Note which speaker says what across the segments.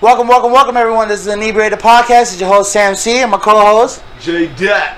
Speaker 1: Welcome, welcome, welcome, everyone. This is Inebriated Podcast. It's your host, Sam C. and my co host.
Speaker 2: J Dat,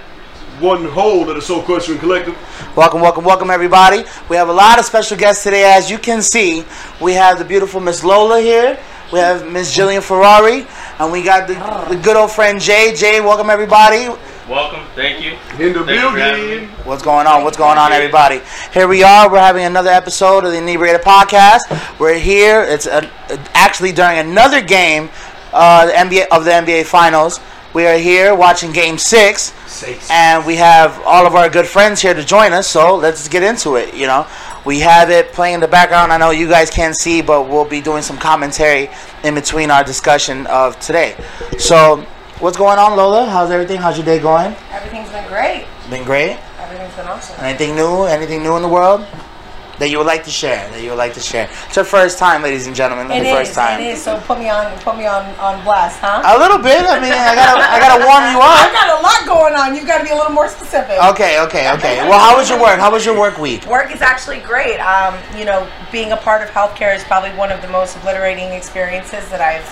Speaker 2: one whole of the Soul Question Collective.
Speaker 1: Welcome, welcome, welcome, everybody. We have a lot of special guests today. As you can see, we have the beautiful Miss Lola here. We have Miss Jillian Ferrari. And we got the, the good old friend Jay. Jay, welcome, everybody.
Speaker 3: Welcome, thank you.
Speaker 2: In the
Speaker 3: Thank you for having
Speaker 2: building.
Speaker 3: me.
Speaker 1: What's going on? What's going on, everybody? Here we are. We're having another episode of the Inebriated Podcast. We're here. It's uh actually during another game uh, the NBA, of the NBA Finals. We are here watching Game Six,
Speaker 2: Six.
Speaker 1: and we have all of our good friends here to join us. So let's get into it. You know, we have it playing in the background. I know you guys can't see, but we'll be doing some commentary in between our discussion of today. So, what's going on, Lola? How's everything? How's your day going?
Speaker 4: Everything's been great.
Speaker 1: Been great.
Speaker 4: Everything's been awesome.
Speaker 1: Anything new? Anything new in the world that you would like to share? That you would like to share? It's your first time, ladies and gentlemen.
Speaker 4: It
Speaker 1: the
Speaker 4: is.
Speaker 1: first time.
Speaker 4: It is. So put me on. Put me on on blast, huh?
Speaker 1: A little bit. I mean, I gotta, I gotta warm you
Speaker 4: I
Speaker 1: up.
Speaker 4: got a lot going on. You got to be a little more specific.
Speaker 1: Okay, okay, okay. Well, how was your work? How was your work week?
Speaker 4: Work is actually great. Um, you know, being a part of healthcare is probably one of the most obliterating experiences that I've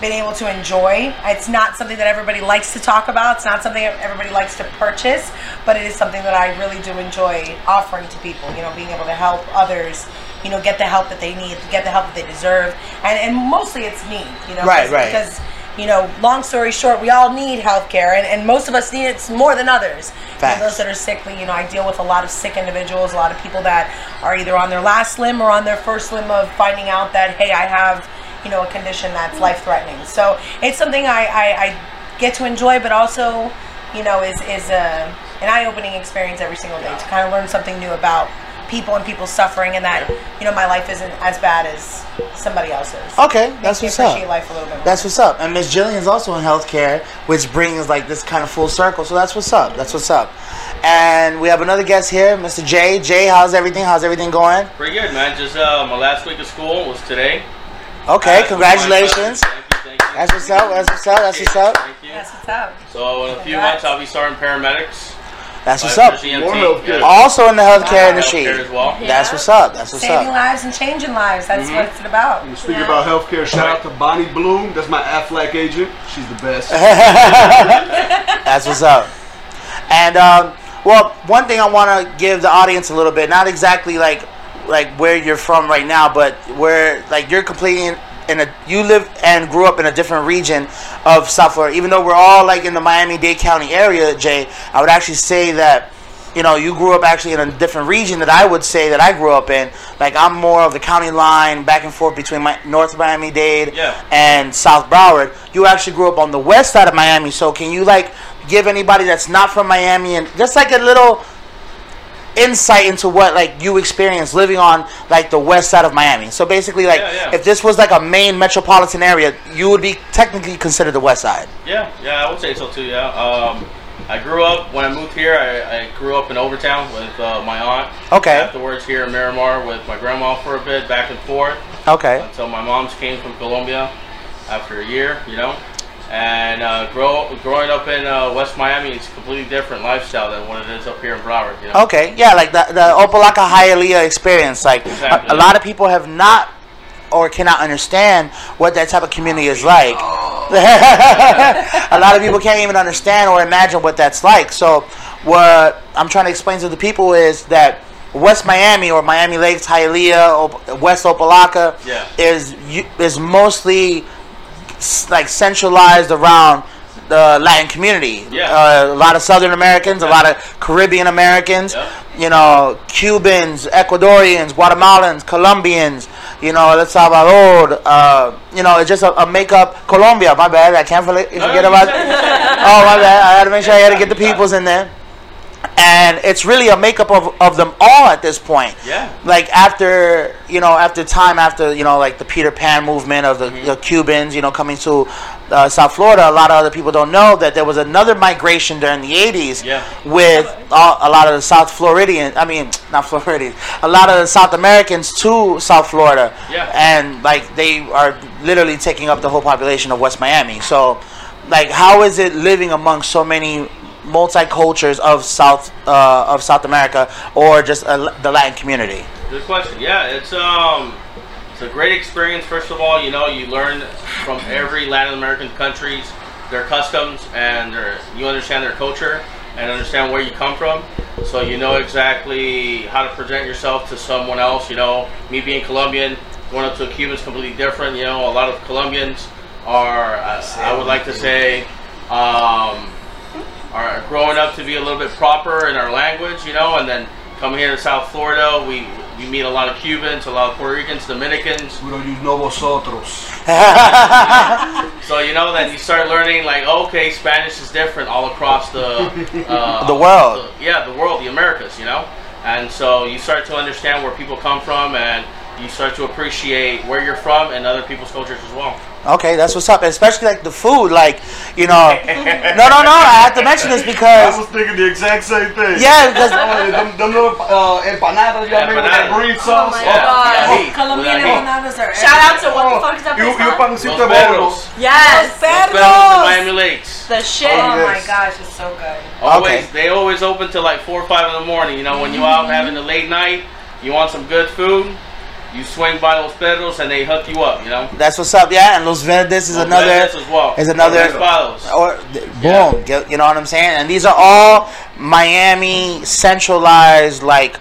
Speaker 4: been able to enjoy. It's not something that everybody likes to talk about. It's not something that everybody likes to purchase, but it is something that I really do enjoy offering to people. You know, being able to help others. You know, get the help that they need, get the help that they deserve, and and mostly it's need. You know,
Speaker 1: Right,
Speaker 4: 'cause-
Speaker 1: right.
Speaker 4: Because you know, long story short, we all need healthcare, and, and most of us need it more than others. You know,
Speaker 1: Facts.
Speaker 4: those that are sickly, you know, I deal with a lot of sick individuals, a lot of people that are either on their last limb or on their first limb of finding out that, hey, I have, you know, a condition that's
Speaker 1: Mm-hmm.
Speaker 4: life threatening. So it's something I, I, I get to enjoy, but also, you know, is, is a, an eye opening experience every single day to kind of learn something new about people and people's suffering and that, you know, my life isn't as bad as somebody else's.
Speaker 1: Okay, that's what's
Speaker 4: Makes me appreciate
Speaker 1: up.
Speaker 4: life a little bit more.
Speaker 1: That's what's up. And Miss Jillian's also in healthcare, which brings like this kind of full circle. So that's what's up. That's what's up. And we have another guest here, Mr. Jay. Jay, how's everything? How's everything going?
Speaker 3: Pretty good, man. Just uh, my last week of school was today.
Speaker 1: Okay,
Speaker 3: Uh,
Speaker 1: congratulations.
Speaker 3: Thank you, thank you.
Speaker 1: That's what's up. That's what's up. That's what's up.
Speaker 3: Thank you.
Speaker 4: That's what's up.
Speaker 3: So in a few
Speaker 4: Congrats.
Speaker 3: months, I'll be starting paramedics.
Speaker 1: That's what's
Speaker 3: Uh,
Speaker 1: up.
Speaker 3: GMT,
Speaker 2: More healthcare.
Speaker 3: yeah.
Speaker 1: Also in the healthcare industry.
Speaker 3: Healthcare as well.
Speaker 1: That's what's up. That's what's
Speaker 4: Saving
Speaker 1: up.
Speaker 4: lives and changing lives. That's what it's Mm-hmm. about.
Speaker 2: Speaking about healthcare, shout out to Bonnie Bloom. That's my Aflac agent. She's the best.
Speaker 1: That's what's up. And um, well, one thing I want to give the audience a little bit, not exactly like like where you're from right now, but where like you're completely in, in a you live and grew up in a different region of South Florida. Even though we're all like in the Miami-Dade County area, Jay, I would actually say that you know, you grew up actually in a different region that I would say that I grew up in. Like I'm more of the county line, back and forth between my North Miami Dade
Speaker 3: Yeah.
Speaker 1: and South Broward. You actually grew up on the west side of Miami, so can you like give anybody that's not from Miami and just like a little insight into what like you experienced living on like the west side of Miami. So basically like
Speaker 3: Yeah, yeah.
Speaker 1: if this was like a main metropolitan area, you would be technically considered the west side.
Speaker 3: Yeah, yeah, I would say so too. Yeah. Um, I grew up when I moved here. I, I grew up in Overtown with uh, my aunt.
Speaker 1: Okay.
Speaker 3: Afterwards, here in Miramar with my grandma for a bit, back and forth.
Speaker 1: Okay.
Speaker 3: until my mom's came from Colombia after a year, you know. And uh, grow, growing up in uh, West Miami, it's a completely different lifestyle than what it is up here in Broward, you know.
Speaker 1: Okay, yeah, like the the Opalaka Hialeah experience. Like
Speaker 3: Exactly.
Speaker 1: a, a lot of people have not or cannot understand what that type of community is like. a lot of people can't even understand or imagine what that's like. So what I'm trying to explain to the people is that West Miami or Miami Lakes, Hialeah, Op- West Opalaka
Speaker 3: Yeah.
Speaker 1: is u- is mostly s- like centralized around the Latin community.
Speaker 3: Yeah.
Speaker 1: Uh, a lot of Southern Americans, a lot of Caribbean Americans,
Speaker 3: Yeah.
Speaker 1: you know, Cubans, Ecuadorians, Guatemalans, Colombians, you know, El Salvador, uh, you know, it's just a, a makeup. Colombia, my bad, I can't forget, forget
Speaker 3: you
Speaker 1: about.
Speaker 3: said-
Speaker 1: oh my bad, I had to make sure I had to get the peoples in there. And it's really a makeup of, of them all at this point.
Speaker 3: Yeah.
Speaker 1: Like after you know, after time, after you know, like the Peter Pan movement of the,
Speaker 3: Mm-hmm.
Speaker 1: the Cubans, you know, coming to uh, South Florida. A lot of other people don't know that there was another migration during the '80s
Speaker 3: Yeah.
Speaker 1: with all, a lot of the South Floridian, I mean, not Floridian, a lot of the South Americans to South Florida.
Speaker 3: Yeah.
Speaker 1: And like they are literally taking up the whole population of West Miami. So, like, how is it living among so many multicultures of South uh, of South America or just uh, the Latin community?
Speaker 3: Good question. Yeah, it's um, it's a great experience. First of all, you know, you learn from every Latin American countries their customs and their you understand their culture and understand where you come from. So you know exactly how to present yourself to someone else. You know, me being Colombian, going up to a Cuban is completely different. You know, a lot of Colombians are, uh, I would like to say, um, are growing up to be a little bit proper in our language, you know, and then coming here to South Florida, we you meet a lot of Cubans, a lot of Puerto Ricans, Dominicans.
Speaker 2: We don't use no vosotros.
Speaker 3: So you know that you start learning like, oh, okay, Spanish is different all across the uh,
Speaker 1: The world.
Speaker 3: the- yeah, the world, the Americas, you know, and so you start to understand where people come from, and you start to appreciate where you're from and other people's cultures as well.
Speaker 1: Okay, that's what's up. Especially like the food, like you know, no, no, no. I have to mention this
Speaker 2: I
Speaker 1: because
Speaker 2: was thinking the exact same thing.
Speaker 1: yeah, because
Speaker 2: Oh, them, them little uh, empanadas, you know, made with that
Speaker 3: Empanadas.
Speaker 2: green sauce. Oh,
Speaker 5: Oh my
Speaker 3: Yeah,
Speaker 5: God.
Speaker 3: without heat,
Speaker 4: Colombian
Speaker 3: without heat.
Speaker 4: empanadas Oh, are
Speaker 5: Shout out to what the fuck is that
Speaker 2: You,
Speaker 5: place
Speaker 2: you
Speaker 5: called?
Speaker 3: Los
Speaker 2: pancito de bono.
Speaker 3: perros.
Speaker 5: Yes.
Speaker 3: Los perros in
Speaker 4: Fabulous.
Speaker 3: Miami Lakes.
Speaker 5: The shit.
Speaker 4: Oh my
Speaker 2: Yes.
Speaker 4: gosh, it's so good.
Speaker 1: Okay.
Speaker 3: Always, they always open till like four or five in the morning. You know, when you out having a late night, you want some good food, you swing by Los Pedros and they hook you up. You know,
Speaker 1: that's what's up. Yeah, and Los Verdes is
Speaker 3: Los
Speaker 1: another.
Speaker 3: Pedros as well.
Speaker 1: is another- Oh,
Speaker 3: Los Palos.
Speaker 1: or th-
Speaker 3: Yeah.
Speaker 1: boom, get- you know what I'm saying? And these are all Miami centralized, like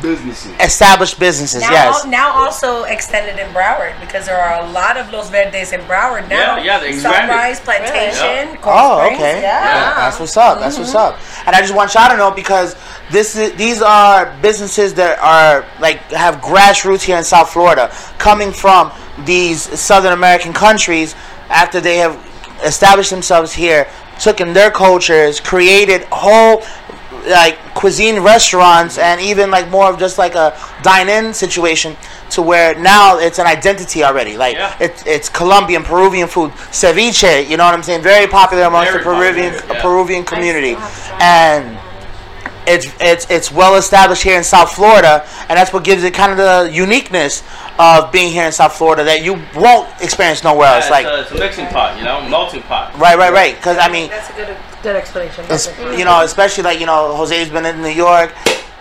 Speaker 2: Businesses.
Speaker 1: established businesses.
Speaker 4: Now,
Speaker 1: yes,
Speaker 4: al- now also extended in Broward because there are a lot of Los Verdes in Broward now.
Speaker 3: Yeah, yeah, they expanded.
Speaker 4: Sunrise Plantation. Cold
Speaker 1: Oh,
Speaker 4: Springs,
Speaker 1: okay.
Speaker 4: Yeah.
Speaker 1: That's what's up. That's what's up. And I just want y'all to know because this is, these are businesses that are like have grassroots here in South Florida, coming from these Southern American countries after they have established themselves here, took in their cultures, created whole like cuisine restaurants and even like more of just like a dine-in situation to where now it's an identity already like
Speaker 3: Yeah.
Speaker 1: it's it's Colombian Peruvian food ceviche you know what I'm saying very popular amongst the
Speaker 3: Very
Speaker 1: Peruvian
Speaker 3: popular, yeah.
Speaker 1: Peruvian community,
Speaker 5: still have to try
Speaker 1: and it's it's it's well established here in South Florida, and that's what gives it kind of the uniqueness of being here in South Florida that you won't experience nowhere else.
Speaker 3: it's,
Speaker 1: Like
Speaker 3: a, it's a mixing pot. You know, melting pot.
Speaker 1: right, right, right, because I mean,
Speaker 4: That's a good, good explanation.
Speaker 1: it's- you know, especially like you know, Jose's been in New York.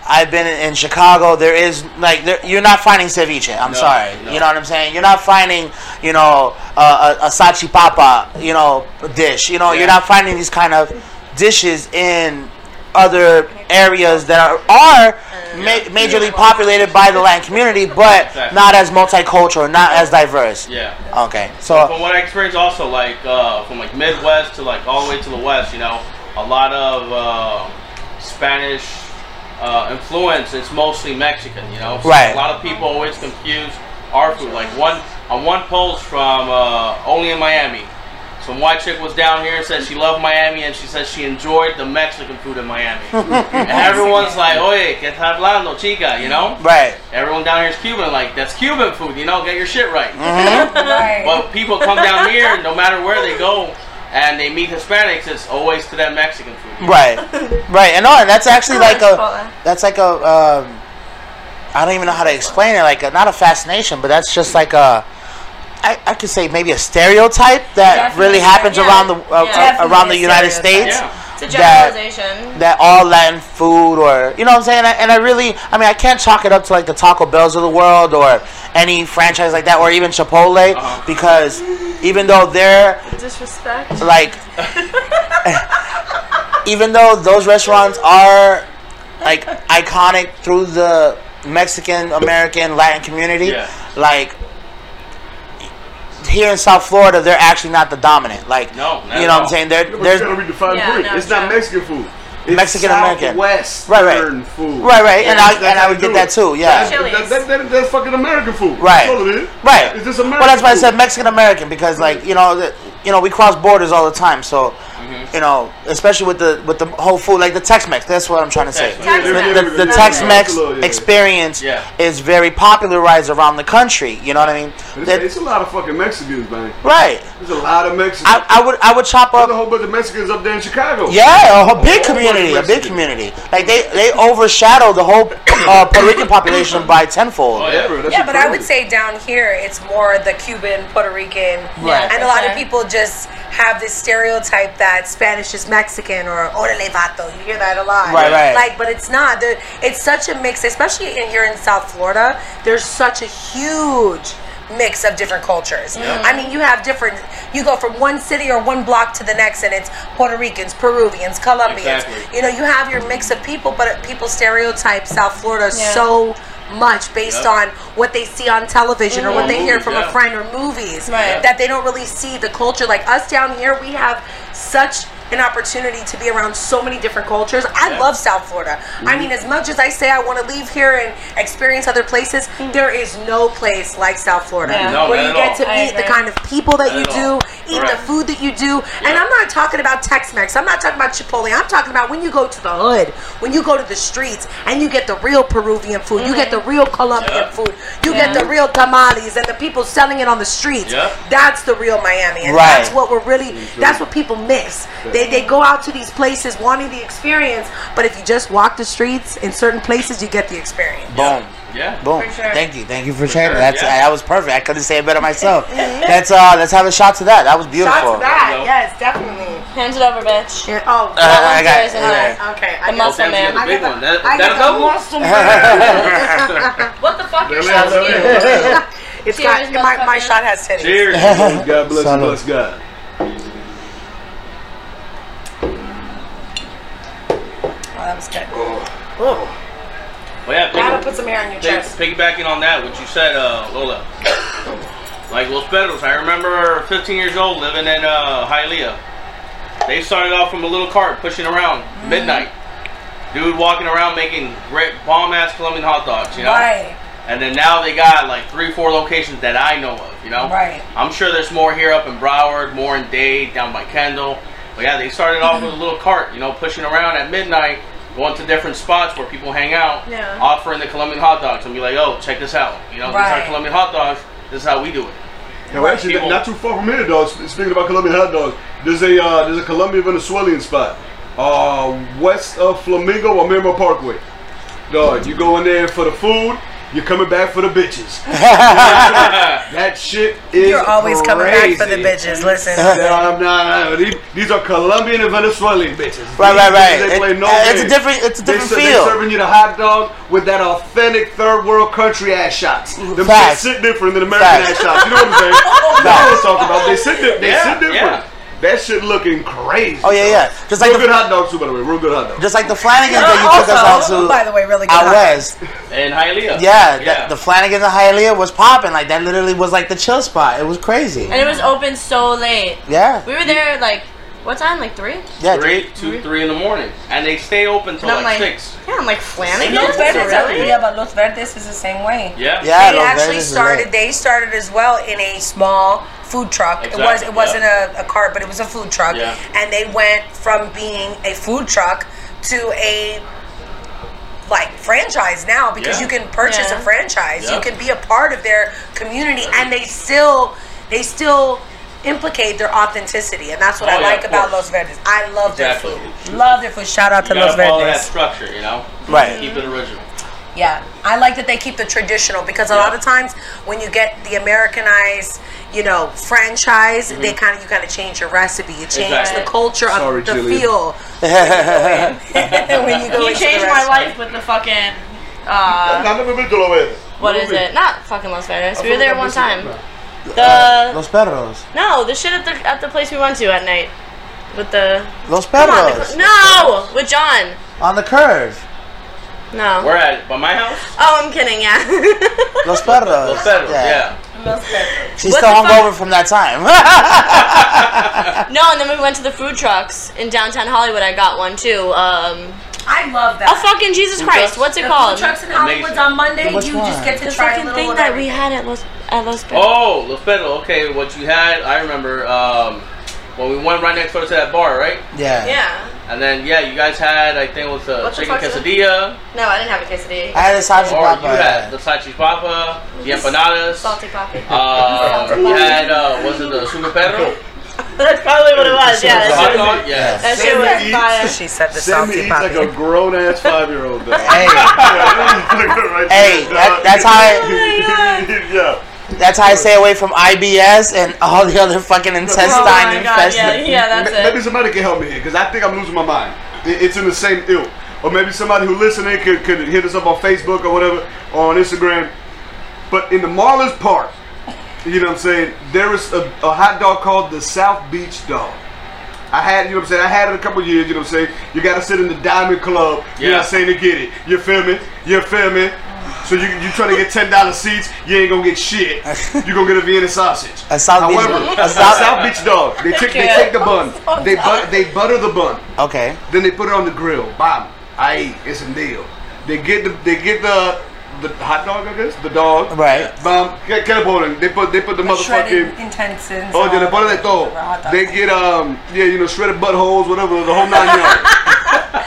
Speaker 1: I've been in, in Chicago. There is like there, you're not finding ceviche. I'm
Speaker 3: No,
Speaker 1: sorry.
Speaker 3: no.
Speaker 1: You know what I'm saying? You're not finding you know uh, a, a sachipapa you know dish. You know
Speaker 3: Yeah.
Speaker 1: you're not finding these kind of dishes in other areas that are are ma- majorly populated by the Latin community, but
Speaker 3: Exactly.
Speaker 1: not as multicultural, not as diverse.
Speaker 3: Yeah.
Speaker 1: Okay, so
Speaker 3: From what I experienced, also like uh, from like Midwest to like all the way to the West, you know, a lot of uh, Spanish uh, influence. It's mostly Mexican, you know. So
Speaker 1: Right.
Speaker 3: A lot of people always confuse our food. Like one on one post from uh, only in Miami. Some white chick was down here and said she loved Miami and she said she enjoyed the Mexican food in Miami. and everyone's like, oye, que está hablando, chica, you know?
Speaker 1: right,
Speaker 3: Everyone down here is Cuban, like, that's Cuban food, you know, get your shit right.
Speaker 4: right.
Speaker 3: But people come down here, no matter where they go, and they meet Hispanics, it's always to that Mexican food.
Speaker 1: right, right, and no, and that's actually like
Speaker 5: Chipotle.
Speaker 1: a that's like a um, I don't even know how to explain it. Like a, not a fascination, but that's just like a. I, I could say maybe a stereotype that
Speaker 5: Definitely,
Speaker 1: really happens
Speaker 5: yeah.
Speaker 1: around the uh,
Speaker 5: Yeah.
Speaker 1: around the
Speaker 4: Definitely a
Speaker 1: United
Speaker 4: stereotype.
Speaker 1: States.
Speaker 3: Yeah.
Speaker 5: It's a
Speaker 1: that-
Speaker 5: generalization.
Speaker 1: that all Latin food or you know what I'm saying and I, and I really I mean I can't chalk it up to like the Taco Bells of the world or any franchise like that or even Chipotle
Speaker 3: Uh-huh.
Speaker 1: because even though they're
Speaker 5: Disrespect.
Speaker 1: like even though those restaurants are like iconic through the Mexican American Latin community
Speaker 3: Yeah.
Speaker 1: like here in South Florida they're actually not the dominant like
Speaker 3: No, not
Speaker 1: you
Speaker 3: at
Speaker 1: know what I'm
Speaker 3: all.
Speaker 1: saying they're
Speaker 2: But you
Speaker 1: there's
Speaker 2: gotta redefine
Speaker 5: Yeah,
Speaker 2: yeah,
Speaker 5: no,
Speaker 2: It's not
Speaker 5: true.
Speaker 2: Mexican food. It's
Speaker 1: Mexican American.
Speaker 2: Southwest
Speaker 1: Right, right.
Speaker 2: Southern food.
Speaker 1: Right, right, and I-
Speaker 2: That's
Speaker 1: and I
Speaker 2: how
Speaker 1: would
Speaker 2: you
Speaker 1: get
Speaker 2: do
Speaker 1: that
Speaker 2: it.
Speaker 1: too, yeah.
Speaker 2: That's, that,
Speaker 5: Chili's.
Speaker 2: that, that, that's fucking American food.
Speaker 1: Right.
Speaker 2: That's all it is.
Speaker 1: Right.
Speaker 2: It's just American.
Speaker 1: Well, that's why I said
Speaker 2: food.
Speaker 1: Mexican American because, like, you know, the, you know, we cross borders all the time. So,
Speaker 2: Mm-hmm.
Speaker 1: you know, especially with the with the whole food, like the Tex-Mex. That's what I'm trying to say.
Speaker 5: Tex-Mex.
Speaker 1: The- The, the
Speaker 5: Tex-Mex.
Speaker 1: Tex-Mex
Speaker 2: Yeah.
Speaker 1: experience
Speaker 3: Yeah.
Speaker 1: is very popularized around the country. You know what I mean?
Speaker 2: It's,
Speaker 1: That-
Speaker 2: it's a lot of fucking Mexicans, man.
Speaker 1: right.
Speaker 2: There's a lot of Mexicans.
Speaker 1: I, I would I would chop
Speaker 2: There's a
Speaker 1: up.
Speaker 2: whole bunch of Mexicans up there in Chicago.
Speaker 1: Yeah, a,
Speaker 2: whole
Speaker 1: whole big
Speaker 2: bunch of
Speaker 1: community, a big
Speaker 2: Mexicans.
Speaker 1: community. Like they they overshadow the whole uh, Puerto Rican population by tenfold.
Speaker 3: Oh,
Speaker 2: Yeah, bro, that's
Speaker 4: Yeah, but I would
Speaker 2: incredible.
Speaker 4: say down here it's more the Cuban, Puerto Rican,
Speaker 1: Right.
Speaker 4: and a lot of
Speaker 5: Okay.
Speaker 4: people just have this stereotype that Spanish is Mexican or "orale vato." You hear that a lot,
Speaker 1: Right, right.
Speaker 4: Like, but it's not. There- It's such a mix, especially in here in South Florida. There's such a huge mix of different cultures. I mean, you have different. You go from one city or one block to the next, and it's Puerto Ricans, Peruvians, Colombians.
Speaker 3: Exactly.
Speaker 4: You know, you have your mix of people, but people stereotype South Florida
Speaker 5: Yeah.
Speaker 4: so much based
Speaker 3: Yeah.
Speaker 4: on what they see on television or what
Speaker 3: Or
Speaker 4: they hear
Speaker 3: movies,
Speaker 4: from
Speaker 3: Mm-hmm. yeah.
Speaker 4: a friend or movies
Speaker 5: Right.
Speaker 4: that they don't really see the culture like us down here we have such an opportunity to be around so many different cultures i love south florida
Speaker 3: Mm-hmm.
Speaker 4: i mean as much as i say i want to leave here and experience other places there is no place like south florida
Speaker 5: Mm. Yeah. No,
Speaker 4: where
Speaker 3: not
Speaker 4: you
Speaker 3: at
Speaker 4: get
Speaker 3: all.
Speaker 4: to
Speaker 5: I
Speaker 4: meet the
Speaker 5: agree.
Speaker 4: kind of people that
Speaker 3: Not
Speaker 4: you
Speaker 3: at all.
Speaker 4: do eat
Speaker 3: Correct.
Speaker 4: the food that you do and i'm not talking about tex-mex i'm not talking about chipotle i'm talking about when you go to the hood when you go to the streets and you get the real peruvian food you get the real colombian
Speaker 3: Yeah.
Speaker 4: food you
Speaker 5: Yeah.
Speaker 4: get the real tamales and the people selling it on the streets.
Speaker 3: Yeah.
Speaker 4: That's the real Miami. And
Speaker 1: Right.
Speaker 4: that's what we're really that's what people miss. They they go out to these places wanting the experience, but if you just walk the streets in certain places you get the experience.
Speaker 1: Boom.
Speaker 3: Yeah.
Speaker 1: Boom.
Speaker 5: For sure.
Speaker 1: Thank you. Thank you for, sharing.
Speaker 3: sure,
Speaker 1: That's
Speaker 3: yeah.
Speaker 1: that was perfect. I couldn't say it better myself. That's uh let's have a shot to that. That was beautiful.
Speaker 4: Shots to that,
Speaker 3: Beautiful.
Speaker 4: yes, definitely.
Speaker 5: Hands it over, bitch.
Speaker 4: Yeah, Oh,
Speaker 1: Uh,
Speaker 5: one's
Speaker 1: I got
Speaker 5: yours and
Speaker 1: okay.
Speaker 5: mine.
Speaker 4: okay.
Speaker 5: The
Speaker 4: I got,
Speaker 5: muscle
Speaker 3: Sam's
Speaker 5: man.
Speaker 3: got the big
Speaker 4: got-
Speaker 3: one. That,
Speaker 4: I
Speaker 3: that a
Speaker 4: got the
Speaker 3: double?
Speaker 4: muscle man.
Speaker 5: What the fuck? Your
Speaker 2: Yeah,
Speaker 5: shot's
Speaker 2: yeah, yeah.
Speaker 5: huge.
Speaker 4: it's
Speaker 5: Cheers,
Speaker 4: got my, my
Speaker 5: motherfucker.
Speaker 4: shot has titties.
Speaker 3: Cheers.
Speaker 2: God bless
Speaker 1: Salud.
Speaker 2: and bless God.
Speaker 4: Oh, that was good.
Speaker 3: Well, yeah,
Speaker 4: Now
Speaker 3: piggy-
Speaker 4: to put some air in your
Speaker 3: pig-
Speaker 4: chest.
Speaker 3: piggybacking on that, what you said, uh, Lola. Like Los Pedros, I remember 15 years old living in uh, Hialeah. They started off from a little cart pushing around
Speaker 4: Mm-hmm.
Speaker 3: midnight. Dude walking around making great bomb ass Colombian hot dogs, you know.
Speaker 4: Right.
Speaker 3: And then now they got like three, four locations that I know of, you know?
Speaker 4: Right.
Speaker 3: I'm sure there's more here up in Broward, more in Dade, down by Kendall. But yeah, they started off with a little cart, you know, pushing around at midnight, going to different spots where people hang out,
Speaker 5: Yeah.
Speaker 3: offering the Colombian hot dogs and be like, oh, check this out. You know, these
Speaker 4: Right.
Speaker 3: are Colombian hot dogs. This is how we do it.
Speaker 2: Now, actually,
Speaker 3: People-
Speaker 2: not too far from here, dog. sp- Speaking about Colombian hot dogs, there's a uh, there's a Colombian Venezuelan spot, uh, west of Flamingo on Miramar Parkway. Dog, you go in there for the food. You're coming back for the bitches. that shit is.
Speaker 4: You're always coming back for the
Speaker 2: crazy.
Speaker 4: bitches. Listen.
Speaker 2: No, I'm not- no, These, these are Colombian and Venezuelan bitches.
Speaker 1: Right,
Speaker 2: These
Speaker 1: right, right.
Speaker 2: bitches, They
Speaker 1: It-
Speaker 2: play no
Speaker 1: uh, it's a
Speaker 2: games.
Speaker 1: different- it's a different
Speaker 2: they, ser-
Speaker 1: feel.
Speaker 2: They serving you the hot dog with that authentic third world country ass shots. Them shit
Speaker 1: Facts.
Speaker 2: sit different than American
Speaker 1: Facts.
Speaker 2: ass shots. You know what I'm saying? That's what I'm talking about. They sit different. They
Speaker 3: Yeah,
Speaker 2: sit different.
Speaker 3: yeah.
Speaker 2: That shit looking crazy.
Speaker 1: Oh yeah, yeah. Just like
Speaker 2: Real good
Speaker 1: the,
Speaker 2: hot dogs too, by the way. Real good hot dogs.
Speaker 1: just like the Flanagan that you took us out
Speaker 4: Also,
Speaker 1: to.
Speaker 4: by the way, really good
Speaker 1: out
Speaker 4: hot
Speaker 1: west.
Speaker 3: In Hialeah.
Speaker 1: Yeah, The, the Flanagan and Hialeah was popping. Like that literally was like the chill spot. It was crazy.
Speaker 5: And it was open so late.
Speaker 1: Yeah,
Speaker 5: We were there like what time? Like three?
Speaker 1: yeah.
Speaker 3: Three, two, three in the morning. And they stay open till
Speaker 5: Mm-hmm. And I'm
Speaker 3: like,
Speaker 5: like,
Speaker 3: six.
Speaker 5: yeah, I'm like Flanagan.
Speaker 4: Los Verdes,
Speaker 5: Really?
Speaker 4: yeah, but Los Verdes is the same way.
Speaker 3: Yeah.
Speaker 1: Yeah.
Speaker 4: they
Speaker 1: Los
Speaker 4: actually
Speaker 1: Verdes is
Speaker 4: started.
Speaker 1: right.
Speaker 4: They started as well in a small food truck. It was.
Speaker 3: Exactly,
Speaker 4: It wasn't a, a cart, but it was a food truck.
Speaker 3: Yeah.
Speaker 4: And they went from being a food truck to a like franchise now because
Speaker 3: Yeah.
Speaker 4: you can purchase
Speaker 5: Yeah.
Speaker 4: a franchise.
Speaker 3: Yeah.
Speaker 4: You can be a part of their community, and they still they still implicate their authenticity, and that's what
Speaker 3: Oh,
Speaker 4: I
Speaker 3: yeah,
Speaker 4: like
Speaker 3: of
Speaker 4: about
Speaker 3: course.
Speaker 4: Los Verdes. I love
Speaker 3: Exactly.
Speaker 4: their food. Love their food. Shout out
Speaker 3: You
Speaker 4: to Los
Speaker 3: gotta follow that
Speaker 4: Verdes.
Speaker 3: structure, you know?
Speaker 1: Right.
Speaker 3: Keep it original.
Speaker 4: Yeah, I like that they keep the traditional because a lot of times when you get the Americanized, you know, franchise, they kind of you kind of change your recipe, you change
Speaker 3: Exactly.
Speaker 4: the culture of
Speaker 2: Mm-hmm. Sorry,
Speaker 4: the
Speaker 2: Jillian.
Speaker 4: feel when you go
Speaker 5: You
Speaker 4: into the
Speaker 5: changed my
Speaker 4: restaurant.
Speaker 5: life with the fucking. Uh,
Speaker 2: I've never been to Loewe.
Speaker 5: what is it? Not fucking Las Vegas. We were there one time. The Uh,
Speaker 1: Los perros.
Speaker 5: no, the shit at the at the place we went to at night with the.
Speaker 1: Los
Speaker 5: Come on, the,
Speaker 1: perros.
Speaker 5: no, with John.
Speaker 1: On the curve.
Speaker 5: No.
Speaker 3: We're at, by my house?
Speaker 5: Oh, I'm kidding. Yeah.
Speaker 1: Los perros.
Speaker 3: Los Pedros, yeah.
Speaker 5: I'm Milk Crate.
Speaker 1: She's
Speaker 5: What
Speaker 1: still
Speaker 5: the fuck?
Speaker 1: hungover from that time.
Speaker 5: No, and then we went to the food trucks in downtown Hollywood. I got one too. Um,
Speaker 4: I love that.
Speaker 5: oh fucking Jesus Christ!
Speaker 3: trucks?
Speaker 5: What's it
Speaker 4: the
Speaker 5: called?
Speaker 4: food trucks in
Speaker 3: Amazing.
Speaker 4: Hollywood on Monday.
Speaker 1: Which
Speaker 4: You
Speaker 1: one?
Speaker 4: just get to
Speaker 5: The
Speaker 4: try a
Speaker 5: fucking
Speaker 4: little
Speaker 5: thing
Speaker 4: of
Speaker 5: that we
Speaker 4: everything.
Speaker 5: had at Los at Los Pinos.
Speaker 3: Oh, Los Pedro. Okay, what you had? I remember. Um, well, we went right next door to that bar, right?
Speaker 1: yeah.
Speaker 5: Yeah.
Speaker 3: And then yeah, you guys had I think it was a
Speaker 5: What the
Speaker 3: chicken
Speaker 5: fuck's it?
Speaker 3: quesadilla,
Speaker 5: No, I didn't have a quesadilla.
Speaker 1: I had a sausage
Speaker 3: or
Speaker 1: papa.
Speaker 3: you had the sachi papa, the empanadas.
Speaker 5: Salty coffee.
Speaker 3: Uh, you had uh, was it the super pedro?
Speaker 5: That's probably
Speaker 2: uh,
Speaker 5: what it was. Yeah.
Speaker 3: The
Speaker 5: That
Speaker 3: hot
Speaker 5: shit was,
Speaker 3: dog? Yeah.
Speaker 5: that shit
Speaker 2: Sammy
Speaker 5: was
Speaker 2: eats-
Speaker 5: fire.
Speaker 4: She said the
Speaker 2: Sammy
Speaker 4: salty
Speaker 2: eats like a
Speaker 4: poppy.
Speaker 2: grown ass five year old.
Speaker 1: Hey, Hey, that- that's how I-
Speaker 2: yeah.
Speaker 1: that's how I stay away from IBS and all the other fucking intestine
Speaker 5: Oh my god. Yeah,
Speaker 1: infestations.
Speaker 5: yeah, that's
Speaker 2: Ma- Maybe
Speaker 5: it.
Speaker 2: somebody can help me here because I think I'm losing my mind. It- It's in the same ilk. Or maybe somebody who listening could, could hit us up on Facebook or whatever, or on Instagram. But in the Marlins Park, you know what I'm saying, there is a, a hot dog called the South Beach Dog. I had, you know what I'm saying, I had it a couple years, you know what I'm saying. You got to sit in the Diamond Club, you're
Speaker 3: Yeah.
Speaker 2: not saying to get it. You feel me? You feel me? So you you trying to get ten dollars seats, you ain't gonna get shit. You gonna get a Vienna sausage.
Speaker 1: A South Beach-
Speaker 2: However,
Speaker 1: a
Speaker 2: a
Speaker 1: South-
Speaker 2: South Beach dog. They take they take the bun. They but, they butter the bun.
Speaker 1: Okay.
Speaker 2: Then they put it on the grill. Bam. I eat. It's a deal. They get the they get the the hot dog, I guess, the dog.
Speaker 1: Right.
Speaker 2: Bam. Get get a bowl in. They put they put the
Speaker 4: Shredded
Speaker 2: motherfucking.
Speaker 4: intestines.
Speaker 2: Oh, yeah, they put it at
Speaker 4: all
Speaker 2: todo.
Speaker 4: over hot dogs.
Speaker 2: They get um yeah, you know, shredded buttholes, whatever, the whole nine yards.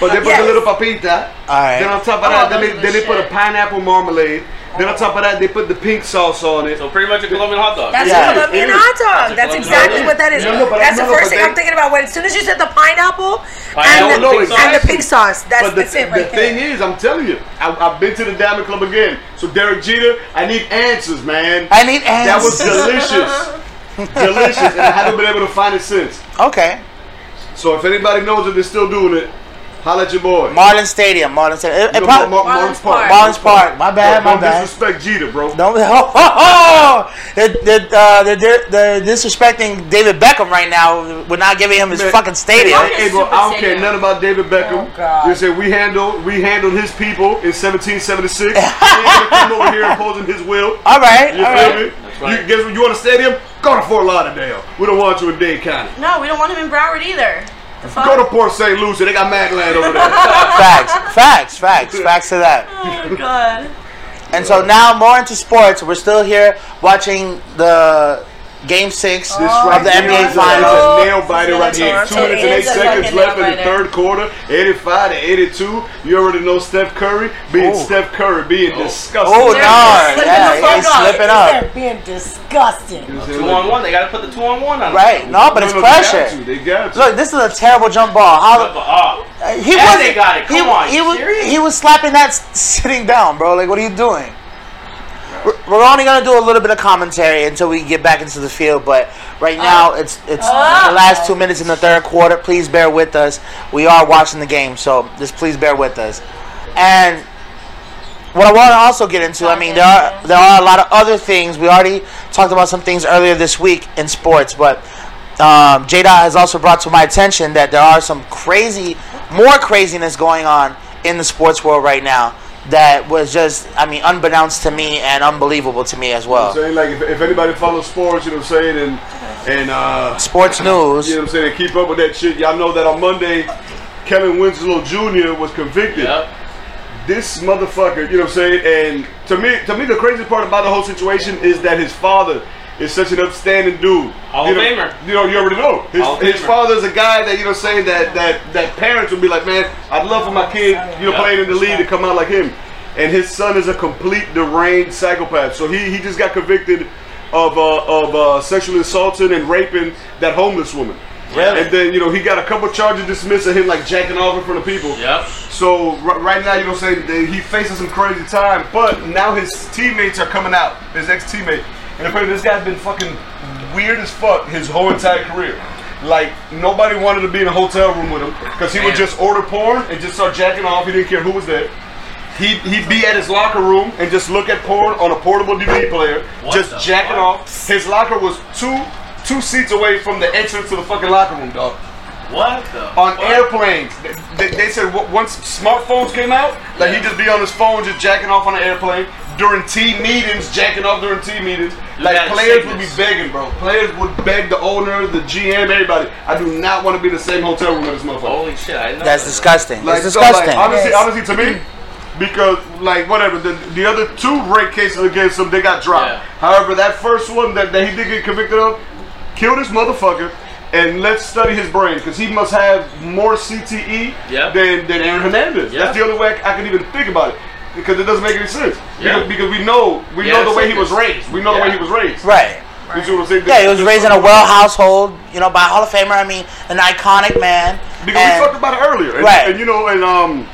Speaker 2: But they put
Speaker 4: Yes.
Speaker 2: a little papita.
Speaker 1: Alright.
Speaker 2: Then on top of
Speaker 5: Oh,
Speaker 2: that, then
Speaker 5: those
Speaker 2: they,
Speaker 5: are the
Speaker 2: then they put a
Speaker 5: shit.
Speaker 2: pineapple marmalade. Then on top of that, they put the pink sauce on it.
Speaker 3: So pretty much a Colombian hot dog.
Speaker 4: That's
Speaker 1: Yeah,
Speaker 4: a
Speaker 2: it
Speaker 4: Colombian
Speaker 2: is.
Speaker 4: hot dog.
Speaker 3: That's
Speaker 4: That's
Speaker 3: a Colombian
Speaker 4: exactly
Speaker 3: hot dog.
Speaker 4: what that is.
Speaker 2: No, no, but I-
Speaker 4: That's the
Speaker 2: no, no, but
Speaker 4: first thing
Speaker 2: they-
Speaker 4: I'm thinking about. When as soon as you said the pineapple
Speaker 3: Pineapple,
Speaker 4: and the,
Speaker 3: pink
Speaker 4: and
Speaker 3: sauce.
Speaker 4: the pink sauce, that's
Speaker 2: But the,
Speaker 4: that's it
Speaker 2: the
Speaker 4: right
Speaker 2: thing
Speaker 4: there.
Speaker 2: is, I'm telling you, I, I've been to the Diamond Club again. So Derek Jeter, I need answers, man.
Speaker 1: I need ants.
Speaker 2: that was delicious, delicious, and I haven't been able to find it since.
Speaker 1: Okay.
Speaker 2: So if anybody knows if they're still doing it, holla at your boy.
Speaker 1: Marlin Stadium. Marlin Stadium. It, it
Speaker 2: No,
Speaker 1: prob-
Speaker 2: Mar- Mar-
Speaker 5: Marlins Park.
Speaker 1: Marlins Park. My bad,
Speaker 2: Don't-
Speaker 1: my bad.
Speaker 2: Don't disrespect Jeter, bro.
Speaker 1: Don't. Oh, oh, oh. They're, they're, uh, they're, they're, they're disrespecting David Beckham right now. We're not giving him his
Speaker 2: Man,
Speaker 1: fucking stadium.
Speaker 2: Hey, hey, bro, I don't care nothing about David Beckham.
Speaker 4: Oh, God.
Speaker 2: You say we handled we handled his people in 1776. he ain't gonna come over here imposing his will.
Speaker 1: All right.
Speaker 2: You
Speaker 1: All
Speaker 2: feel
Speaker 1: right.
Speaker 2: me?
Speaker 3: right.
Speaker 2: You guess what? You want a stadium? Go to Fort Lauderdale. We don't want you in Dade County.
Speaker 5: No, we don't want him in Broward either. The fuck?
Speaker 2: Go to Port St. Lucie. They got mad land over there.
Speaker 1: Facts. Facts. Facts. Facts to that.
Speaker 5: Oh god.
Speaker 1: And so now more into sports. We're still here watching the game six
Speaker 2: This
Speaker 1: of
Speaker 2: right
Speaker 1: the
Speaker 2: here
Speaker 1: NBA
Speaker 2: is uh, a
Speaker 1: Finals.
Speaker 2: nail biter right here. Two
Speaker 5: Toronto.
Speaker 2: minutes and
Speaker 5: It
Speaker 2: eight
Speaker 5: is a
Speaker 2: seconds
Speaker 5: fucking
Speaker 2: left in the
Speaker 5: nail-biter.
Speaker 2: third quarter. 85 to 82. You already know Steph Curry being
Speaker 1: Oh.
Speaker 2: Steph Curry being disgusting.
Speaker 1: Oh no!
Speaker 5: Slipping
Speaker 1: Yeah,
Speaker 5: the fuck
Speaker 1: he's
Speaker 5: up.
Speaker 1: slipping up.
Speaker 4: being disgusting.
Speaker 3: Two on one. They gotta put the two on one on it.
Speaker 1: Right? No, but
Speaker 2: No,
Speaker 1: it's
Speaker 2: no,
Speaker 1: pressure.
Speaker 2: They got you. They got you.
Speaker 1: Look, this is a terrible jump ball. How
Speaker 3: Oh,
Speaker 1: he
Speaker 3: And
Speaker 1: was
Speaker 3: they got it.
Speaker 1: he,
Speaker 3: Come on,
Speaker 1: he
Speaker 3: you
Speaker 1: was
Speaker 3: serious?
Speaker 1: he was slapping that s- sitting down, bro. Like, what are you doing? We're- We're only gonna do a little bit of commentary until we get back into the field, but right now
Speaker 3: Uh,
Speaker 1: it's it's the last two minutes in the third quarter. Please bear with us. We are watching the game, so just please bear with us. And what I want to also get into, I mean, there are there are a lot of other things. We already talked about some things earlier this week in sports, but um, J. Dot has also brought to my attention that there are some crazy, more craziness going on in the sports world right now. That was just, I mean, unbeknownst to me and unbelievable to me as
Speaker 2: So
Speaker 1: well.
Speaker 2: ain't like if, if anybody follows sports, you know what I'm saying, and and uh,
Speaker 1: Sports news.
Speaker 2: you know what I'm saying, they keep up with that shit. Y'all know that on Monday, Kevin Winslow Jr. was convicted.
Speaker 3: Yep.
Speaker 2: This motherfucker, you know what I'm saying, and to me, to me, the crazy part about the whole situation is that his father is such an upstanding dude.
Speaker 3: Hall
Speaker 2: you
Speaker 3: of
Speaker 2: know,
Speaker 3: Famer.
Speaker 2: You know, you already know.
Speaker 3: Hall of
Speaker 2: His, his
Speaker 3: Famer.
Speaker 2: father's a guy that you know, what I'm saying that that that parents would be like, man, I'd love for my kid, you know,
Speaker 3: Yeah.
Speaker 2: playing in the league to come out like him. And his son is a complete deranged psychopath. So he he just got convicted of uh, of uh, sexually assaulting and raping that homeless woman.
Speaker 1: Really?
Speaker 2: And then you know he got a couple charges dismissed of him like jacking off in front of people.
Speaker 3: Yep.
Speaker 2: So r- right now, you know, say that he faces some crazy time, but now his teammates are coming out. His ex-teammate, and apparently this guy's been fucking weird as fuck his whole entire career. Like nobody wanted to be in a hotel room with him because he would
Speaker 3: Man.
Speaker 2: just order porn and just start jacking off. He didn't care who was there. He'd, he'd be at his locker room and just look at porn on a portable DVD player,
Speaker 3: What
Speaker 2: just
Speaker 3: the
Speaker 2: jacking
Speaker 3: fuck?
Speaker 2: off. His locker was two two seats away from the entrance to the fucking locker room, dog
Speaker 3: What the?
Speaker 2: on
Speaker 3: fuck?
Speaker 2: airplanes. They, they, they said w- once smartphones came out, like he'd just be on his phone just jacking off on an airplane during team meetings, jacking off during team meetings. Like
Speaker 3: had
Speaker 2: players would be
Speaker 3: sickness.
Speaker 2: begging, bro. Players would beg the owner, the GM, everybody. I do not want to be in the same hotel room with this motherfucker.
Speaker 3: Holy shit! I didn't know
Speaker 1: That's
Speaker 3: that.
Speaker 1: disgusting.
Speaker 2: Like,
Speaker 1: it's
Speaker 2: so, like,
Speaker 1: disgusting.
Speaker 2: honestly,
Speaker 4: Yes.
Speaker 2: honestly, to me, because like whatever the, the other two rape cases against him, they got dropped.
Speaker 3: Yeah.
Speaker 2: However, that first one that, that he did get convicted of, kill this motherfucker, and let's study his brain because he must have more CTE
Speaker 3: Yeah.
Speaker 2: than than Aaron Hernandez.
Speaker 3: Yeah.
Speaker 2: That's the only way I, I can even think about it because it doesn't make any sense.
Speaker 3: Yeah.
Speaker 2: Because, because we know we
Speaker 3: Yeah,
Speaker 2: know the
Speaker 3: it's
Speaker 2: way
Speaker 3: like
Speaker 2: he was
Speaker 3: this.
Speaker 2: raised. We know the way
Speaker 3: Yeah.
Speaker 2: he was raised.
Speaker 1: right.
Speaker 2: You see what I'm saying?
Speaker 1: Yeah, he was
Speaker 2: This-
Speaker 1: raised in a well household, you know, by a Hall of Famer. I mean, an iconic man.
Speaker 2: Because
Speaker 1: And-
Speaker 2: we talked about it earlier, and,
Speaker 1: Right.
Speaker 2: and you know, and um,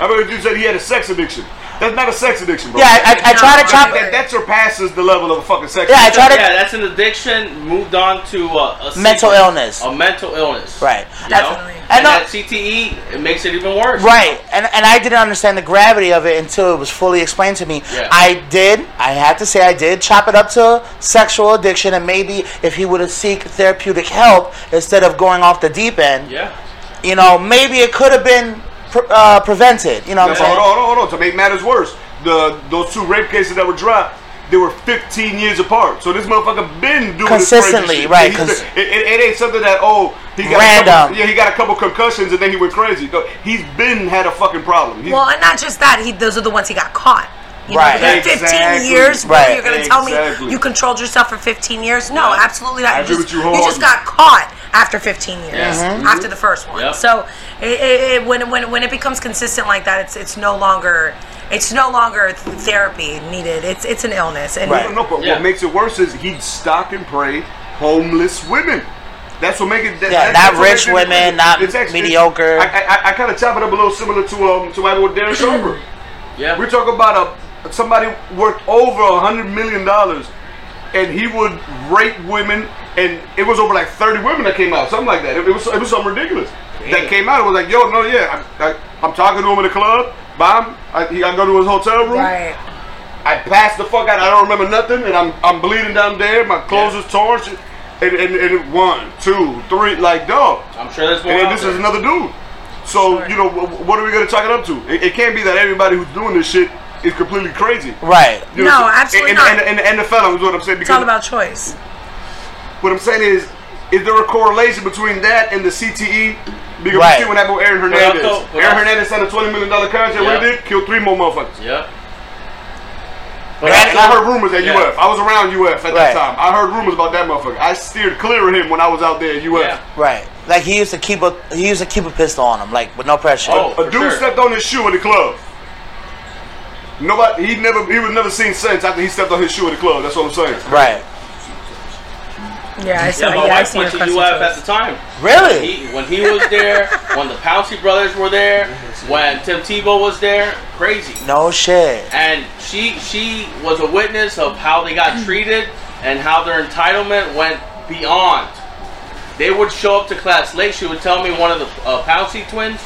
Speaker 2: I remember you said he had a sex addiction. That's not a sex addiction, bro.
Speaker 1: yeah, I, I, I try to
Speaker 4: No,
Speaker 1: chop.
Speaker 2: that, that surpasses the level of a fucking sex.
Speaker 1: Yeah, I
Speaker 2: addiction.
Speaker 1: try to.
Speaker 3: Yeah, that's an addiction. Moved on to uh, a
Speaker 1: Mental
Speaker 3: sickness,
Speaker 1: illness.
Speaker 3: A mental illness.
Speaker 1: Right.
Speaker 3: You
Speaker 1: That's-
Speaker 3: know?
Speaker 4: and
Speaker 3: And,
Speaker 1: no-
Speaker 3: that CTE, it makes it even worse.
Speaker 1: Right, and and I didn't understand the gravity of it until it was fully explained to me.
Speaker 3: Yeah.
Speaker 1: I did. I have to say, I did chop it up to sexual addiction, and maybe if he would have seek therapeutic help instead of going off the deep end,
Speaker 3: Yeah.
Speaker 1: you know, maybe it could have been pre- uh, prevented. You know
Speaker 2: Now,
Speaker 1: what I'm saying?
Speaker 2: hold on, hold on, hold on. To make matters worse, the those two rape cases that were dropped, they were 15 years apart. So this motherfucker been doing this crazy
Speaker 1: Consistently,
Speaker 2: shit.
Speaker 1: right,
Speaker 2: He's
Speaker 1: 'cause-
Speaker 2: been- it, it, it ain't something that oh he got A
Speaker 1: Random.
Speaker 2: couple, yeah, he got a couple concussions and then he went crazy. No, he's been had a fucking problem. He's-
Speaker 4: Well, and not just that, he those are the ones he got caught. You
Speaker 1: Right.
Speaker 4: know, within 15
Speaker 2: Exactly.
Speaker 4: years, bro,
Speaker 1: Right.
Speaker 4: you're going to tell
Speaker 2: Exactly.
Speaker 4: me you controlled yourself for 15 years? No,
Speaker 3: Yeah.
Speaker 4: absolutely not.
Speaker 2: I
Speaker 4: You
Speaker 2: agree
Speaker 4: just,
Speaker 2: with you
Speaker 4: just
Speaker 2: wholeheartedly.
Speaker 4: got caught after 15 years,
Speaker 3: Yeah. Mhm.
Speaker 4: after the first one.
Speaker 3: Yeah.
Speaker 4: So it, it, it, when, when, when it becomes consistent like that, it's it's no longer it's no longer th- therapy needed. It's it's an illness. And
Speaker 1: Right.
Speaker 2: No, no, but
Speaker 3: Yeah.
Speaker 2: what makes it worse is he'd stalk and prey homeless women. That's what makes it. That,
Speaker 1: Yeah,
Speaker 2: that-
Speaker 1: not
Speaker 2: that's what
Speaker 1: rich
Speaker 2: makes it-
Speaker 1: women, not
Speaker 2: actually-
Speaker 1: mediocre.
Speaker 2: I, I, I kind of chop it up a little similar to um to what with Darren Sharper.
Speaker 3: Yeah.
Speaker 2: We're talking about a somebody worth over a hundred million dollars, and he would rape women, and it was over like thirty women that came out, something like that. It, it was it was something ridiculous that came out. It was like, yo, no, yeah, I, I, I'm talking to him in the club. Bomb. I, he, I go to his hotel room.
Speaker 4: Right.
Speaker 2: I passed the fuck out. I don't remember nothing, and I'm I'm bleeding down there. My clothes is torn. shit. And, and, and one, two, three, like dog.
Speaker 3: I'm sure there's more.
Speaker 2: And
Speaker 3: out
Speaker 2: this
Speaker 3: there.
Speaker 2: is another dude. So you know wh- wh- what are we gonna chalk it up to? It, it can't be that everybody who's doing this shit is completely crazy.
Speaker 1: Right.
Speaker 2: You
Speaker 4: No,
Speaker 2: so-
Speaker 4: absolutely
Speaker 2: and,
Speaker 4: not.
Speaker 2: And, and, and the fellow is what I'm saying.
Speaker 4: It's all
Speaker 2: Because
Speaker 4: about choice.
Speaker 2: what I'm saying is, is there a correlation between that and the CTE? Because
Speaker 1: Right.
Speaker 2: we see what happened with Aaron
Speaker 3: But
Speaker 2: Hernandez.
Speaker 3: also- but
Speaker 2: Aaron
Speaker 3: also-
Speaker 2: Hernandez signed a twenty million dollar contract. What
Speaker 3: Yeah.
Speaker 2: he did? Killed three more motherfuckers.
Speaker 3: Yeah.
Speaker 2: But I, I heard rumors at
Speaker 3: Yeah.
Speaker 2: UF. I was around UF
Speaker 1: Right.
Speaker 2: at that time. I heard rumors about that motherfucker. I steered clear of him when I was out there at UF.
Speaker 3: Yeah.
Speaker 1: Right. Like he used to keep a he used to keep a pistol on him, like with no pressure.
Speaker 3: Oh.
Speaker 2: A
Speaker 3: For
Speaker 2: dude
Speaker 3: sure.
Speaker 2: stepped on his shoe at the club. Nobody, he never, he was never seen since after he stepped on his shoe at the club. That's what I'm saying.
Speaker 1: Right.
Speaker 4: Yeah, I saw,
Speaker 3: Yeah, my
Speaker 4: yeah, I
Speaker 3: wife
Speaker 4: see your
Speaker 3: went to
Speaker 4: custom
Speaker 3: UF at
Speaker 4: choice.
Speaker 3: the time.
Speaker 1: Really?
Speaker 3: He, when he was there, when the Pouncey brothers were there, when Tim Tebow was there, crazy.
Speaker 1: No shit.
Speaker 3: And she she was a witness of how they got treated and how their entitlement went beyond. They would show up to class late. She would tell me one of the uh, Pouncey twins.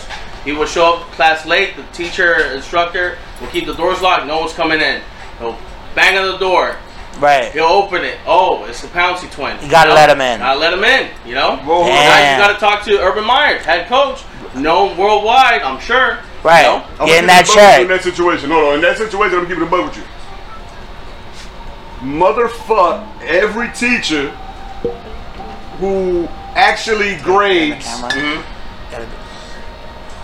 Speaker 3: He would show up to class late. The teacher instructor would keep the doors locked. No one's coming in. He'll bang on the door.
Speaker 1: Right.
Speaker 3: He'll open it. Oh, it's the Pouncey twin.
Speaker 1: You gotta
Speaker 3: know?
Speaker 1: let him in.
Speaker 3: Gotta let him in. You know.
Speaker 2: Whoa, whoa,
Speaker 1: Yeah.
Speaker 2: whoa.
Speaker 3: Now you got to talk to Urban Meyer, head coach, known worldwide, I'm sure.
Speaker 1: Right.
Speaker 3: You know?
Speaker 2: I'm
Speaker 1: Get in
Speaker 2: gonna keep
Speaker 1: that
Speaker 2: it a bug with you
Speaker 1: check.
Speaker 2: In that situation, hold on. In that situation, I'm keeping a bug with you. Motherfuck every teacher who actually grades
Speaker 1: camera.
Speaker 3: Mm-hmm.
Speaker 1: Gotta do-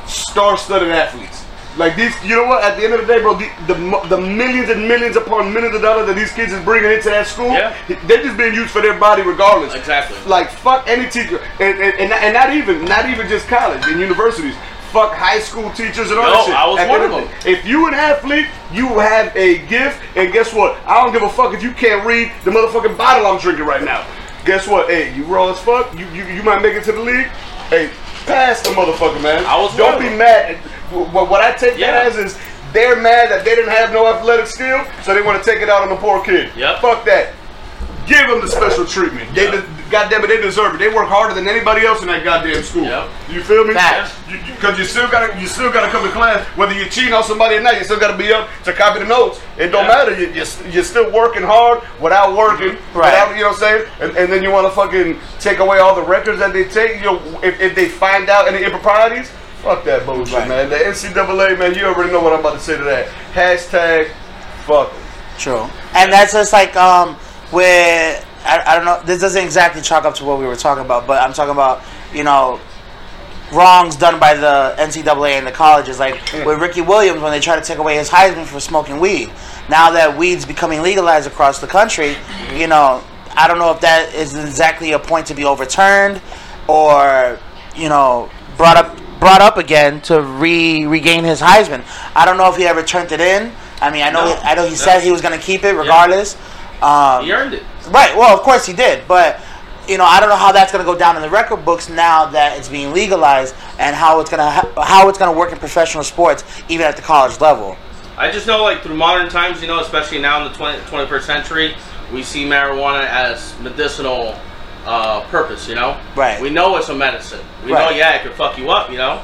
Speaker 2: star-studded athletes. Like these, you know what? At the end of the day, bro, the, the mo- the millions and millions upon millions of dollars that these kids is bringing into that school,
Speaker 3: Yeah.
Speaker 2: they're just being used for their body regardless.
Speaker 3: Exactly.
Speaker 2: Like fuck any teacher, and and, and, and not even not even just college and universities. Fuck high school teachers and all
Speaker 3: Yo,
Speaker 2: that shit.
Speaker 3: I was
Speaker 2: At the
Speaker 3: one
Speaker 2: end
Speaker 3: of
Speaker 2: the-
Speaker 3: them.
Speaker 2: If you an athlete, you have a gift, and guess what? I don't give a fuck if you can't read the motherfucking bottle I'm drinking right now. Guess what? Hey, you raw as fuck. You you, you might make it to the league. Hey, pass the motherfucker, man.
Speaker 3: I was
Speaker 2: Don't
Speaker 3: one of
Speaker 2: be
Speaker 3: them.
Speaker 2: mad. What, what I take
Speaker 3: Yeah.
Speaker 2: that as is they're mad that they didn't have no athletic skill, so they want to take it out on the poor kid.
Speaker 3: Yep.
Speaker 2: Fuck that. Give them the special treatment. They,
Speaker 3: Yep.
Speaker 2: de- goddamn it, they deserve it. They work harder than anybody else in that goddamn school.
Speaker 3: Yep.
Speaker 2: You feel me?
Speaker 1: Facts.
Speaker 2: Because you, still gotta, you still gotta come to class. Whether you're cheating on somebody or not, you still gotta be up to copy the notes. It don't
Speaker 3: Yeah.
Speaker 2: matter. You, you're, you're still working hard without working.
Speaker 1: Right.
Speaker 2: Without, you know what I'm saying? And, and then you want to fucking take away all the records that they take. You know, if, if they find out any improprieties, fuck that bullshit,
Speaker 1: Right.
Speaker 2: man. The NCAA, man, you already know what I'm about to say to that. Hashtag, fuck 'em.
Speaker 1: True. And that's just like um where I, I don't know. This doesn't exactly chalk up to what we were talking about, but I'm talking about you know wrongs done by the NCAA and the colleges, like
Speaker 3: Mm.
Speaker 1: with Ricky Williams when they try to take away his Heisman for smoking weed. Now that weed's becoming legalized across the country,
Speaker 3: Mm-hmm.
Speaker 1: you know, I don't know if that is exactly a point to be overturned or you know brought up brought up again to re regain his Heisman. I don't know if he ever turned it in. I mean, I know
Speaker 3: No.
Speaker 1: I know he
Speaker 3: No.
Speaker 1: said he was going to keep it regardless. Um,
Speaker 3: He earned it.
Speaker 1: Right. Well, of course he did, but you know, I don't know how that's going to go down in the record books now that it's being legalized, and how it's going to ha- how it's going to work in professional sports, even at the college level.
Speaker 3: I just know, like, through modern times, you know, especially now in the 20, 21st century, we see marijuana as medicinal uh, purpose, you know?
Speaker 1: Right.
Speaker 3: We know it's a medicine. We
Speaker 1: Right.
Speaker 3: know, yeah, it could fuck you up, you know?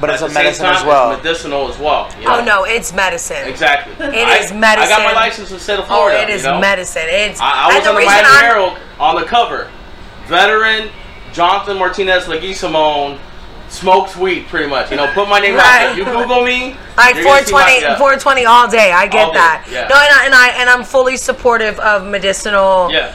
Speaker 1: But it's
Speaker 3: At
Speaker 1: a
Speaker 3: the same
Speaker 1: medicine
Speaker 3: time,
Speaker 1: as well.
Speaker 3: It's medicinal as well. you
Speaker 4: Oh
Speaker 3: know?
Speaker 4: no, it's medicine.
Speaker 3: Exactly. It is
Speaker 4: is
Speaker 3: I got my
Speaker 4: medicine.
Speaker 3: license in the state of
Speaker 4: Oh,
Speaker 3: Florida.
Speaker 4: it is
Speaker 3: you know?
Speaker 4: medicine. It's
Speaker 3: I, I
Speaker 4: and
Speaker 3: was
Speaker 4: the
Speaker 3: on the
Speaker 4: reason
Speaker 3: Miami
Speaker 4: I'm-
Speaker 3: Herald on the cover. Veteran Jonathan Martinez Leguizamon smokes weed, pretty much. You know, put my name
Speaker 4: Right.
Speaker 3: out there. You Google me.
Speaker 4: Like
Speaker 3: you're gonna see my-
Speaker 4: 420,
Speaker 3: yeah.
Speaker 4: 420 all day. I get
Speaker 3: All day,
Speaker 4: that.
Speaker 3: yeah.
Speaker 4: No, and I, and I and I'm fully supportive of medicinal
Speaker 3: Yeah.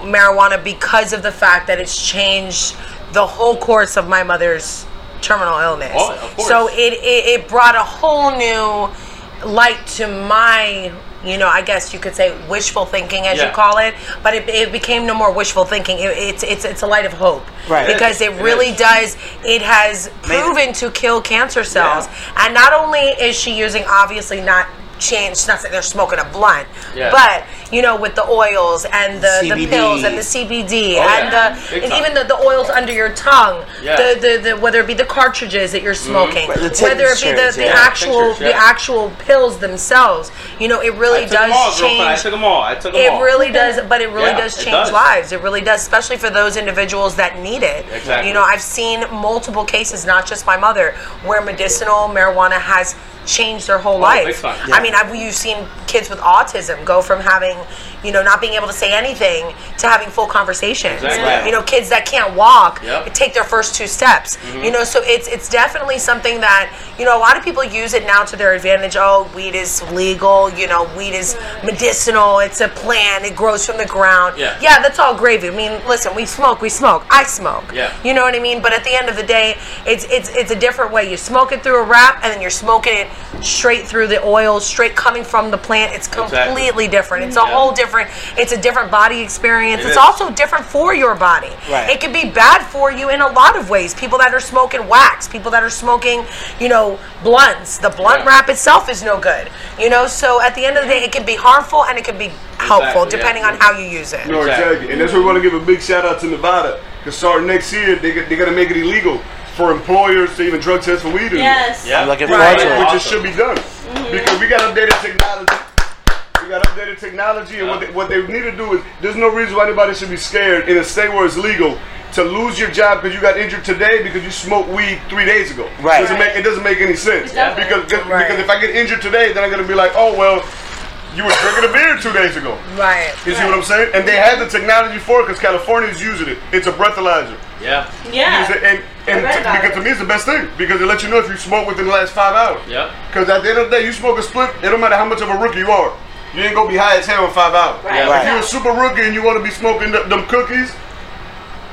Speaker 4: marijuana because of the fact that it's changed the whole course of my mother's terminal illness.
Speaker 3: Oh, of course.
Speaker 4: So it, it it brought a whole new light to my you know I guess you could say wishful thinking as
Speaker 3: Yeah.
Speaker 4: you call it, but it, it became no more wishful thinking. It, it's it's it's a light of hope
Speaker 1: Right. It
Speaker 4: because
Speaker 3: is.
Speaker 4: it
Speaker 3: It
Speaker 4: really
Speaker 3: is.
Speaker 4: does. It has
Speaker 1: Made it-
Speaker 4: proven to kill cancer cells,
Speaker 3: Yeah.
Speaker 4: and not only is she using obviously not. Change, not that they're smoking a blunt,
Speaker 3: Yeah.
Speaker 4: but you know, with the oils and the, the
Speaker 1: CBD.
Speaker 4: pills and the CBD
Speaker 3: Oh, yeah.
Speaker 4: and the
Speaker 3: Big
Speaker 4: and
Speaker 3: time.
Speaker 4: even the, the oils under your tongue,
Speaker 3: Yeah.
Speaker 4: the, the, the whether it be the cartridges that you're smoking,
Speaker 1: Right, the
Speaker 4: whether it be the,
Speaker 1: tinctures,
Speaker 4: the
Speaker 1: yeah.
Speaker 4: actual
Speaker 3: Tinctures,
Speaker 4: the
Speaker 3: yeah.
Speaker 4: actual pills themselves, you know, it
Speaker 3: I
Speaker 4: really
Speaker 3: took
Speaker 4: does
Speaker 3: them all, girlfriend. I
Speaker 4: change.
Speaker 3: took them all. I took them all.
Speaker 4: It really does, but it really
Speaker 3: Yeah,
Speaker 4: does
Speaker 3: it
Speaker 4: change
Speaker 3: does.
Speaker 4: lives. It really does, especially for those individuals that need it.
Speaker 3: Exactly.
Speaker 4: You know, I've seen multiple cases, not just my mother, where medicinal marijuana has changed their whole
Speaker 3: Oh, big
Speaker 4: life.
Speaker 3: time.
Speaker 4: I mean, I've you've seen kids with autism go from having, you know, not being able to say anything to having full conversations.
Speaker 3: Exactly.
Speaker 4: You know, kids that can't walk
Speaker 3: Yep.
Speaker 4: take their first two steps.
Speaker 3: Mm-hmm.
Speaker 4: You know, so it's it's definitely something that you know a lot of people use it now to their advantage. Oh, weed is legal. You know, weed is medicinal. It's a plant. It grows from the ground.
Speaker 3: Yeah.
Speaker 4: yeah, that's all gravy. I mean, listen, we smoke. We smoke. I smoke.
Speaker 3: Yeah.
Speaker 4: you know what I mean. But at the end of the day, it's it's it's a different way. You smoke it through a wrap, and then you're smoking it straight through the oil, straight coming from the plant. It's
Speaker 3: Exactly.
Speaker 4: completely different. It's a whole different. It's a different body experience.
Speaker 3: It
Speaker 4: it's
Speaker 3: is.
Speaker 4: also different for your body.
Speaker 1: Right.
Speaker 4: It could be bad for you in a lot of ways. People that are smoking wax, people that are smoking, you know, blunts. The blunt
Speaker 3: Yeah.
Speaker 4: wrap itself is no good. You know, so at the end of the day, it can be harmful and it can be
Speaker 3: Exactly,
Speaker 4: helpful
Speaker 3: yeah.
Speaker 4: depending on how you use it.
Speaker 2: No,
Speaker 3: Exactly.
Speaker 2: exactly. And that's where we want to give a big shout out to Nevada. Because starting next year, they, they're going to make it illegal for employers to even drug test for weed. anymore.
Speaker 5: Yes.
Speaker 3: Yeah.
Speaker 1: I'm looking
Speaker 4: Right.
Speaker 1: forward to it.
Speaker 2: Which Mm-hmm.
Speaker 3: Awesome.
Speaker 2: it should be done. Because we got updated technology. We got updated technology. And what they, what they need to do is there's no reason why anybody should be scared in a state where it's legal. To lose your job because you got injured today because you smoked weed three days ago.
Speaker 1: Right.
Speaker 2: Doesn't make, it doesn't make any sense.
Speaker 5: Exactly.
Speaker 2: Because, because
Speaker 4: Right.
Speaker 2: because if I get injured today, then I'm going to be like, oh, well, you were drinking a beer two days ago.
Speaker 4: Right.
Speaker 2: You see what I'm saying? And they had the technology for it because California's using it. It's a breathalyzer.
Speaker 3: Yeah.
Speaker 2: Use it, and and
Speaker 5: I read about
Speaker 2: because
Speaker 5: it.
Speaker 2: to me it's the best thing because it lets you know if you smoke within the last five hours.
Speaker 3: Yep.
Speaker 2: Because at the end of the day, you smoke a split. It don't matter how much of a rookie you are, you ain't gonna be high as hell in five hours.
Speaker 5: Right.
Speaker 2: If you're a super rookie and you want to be smoking th- them cookies,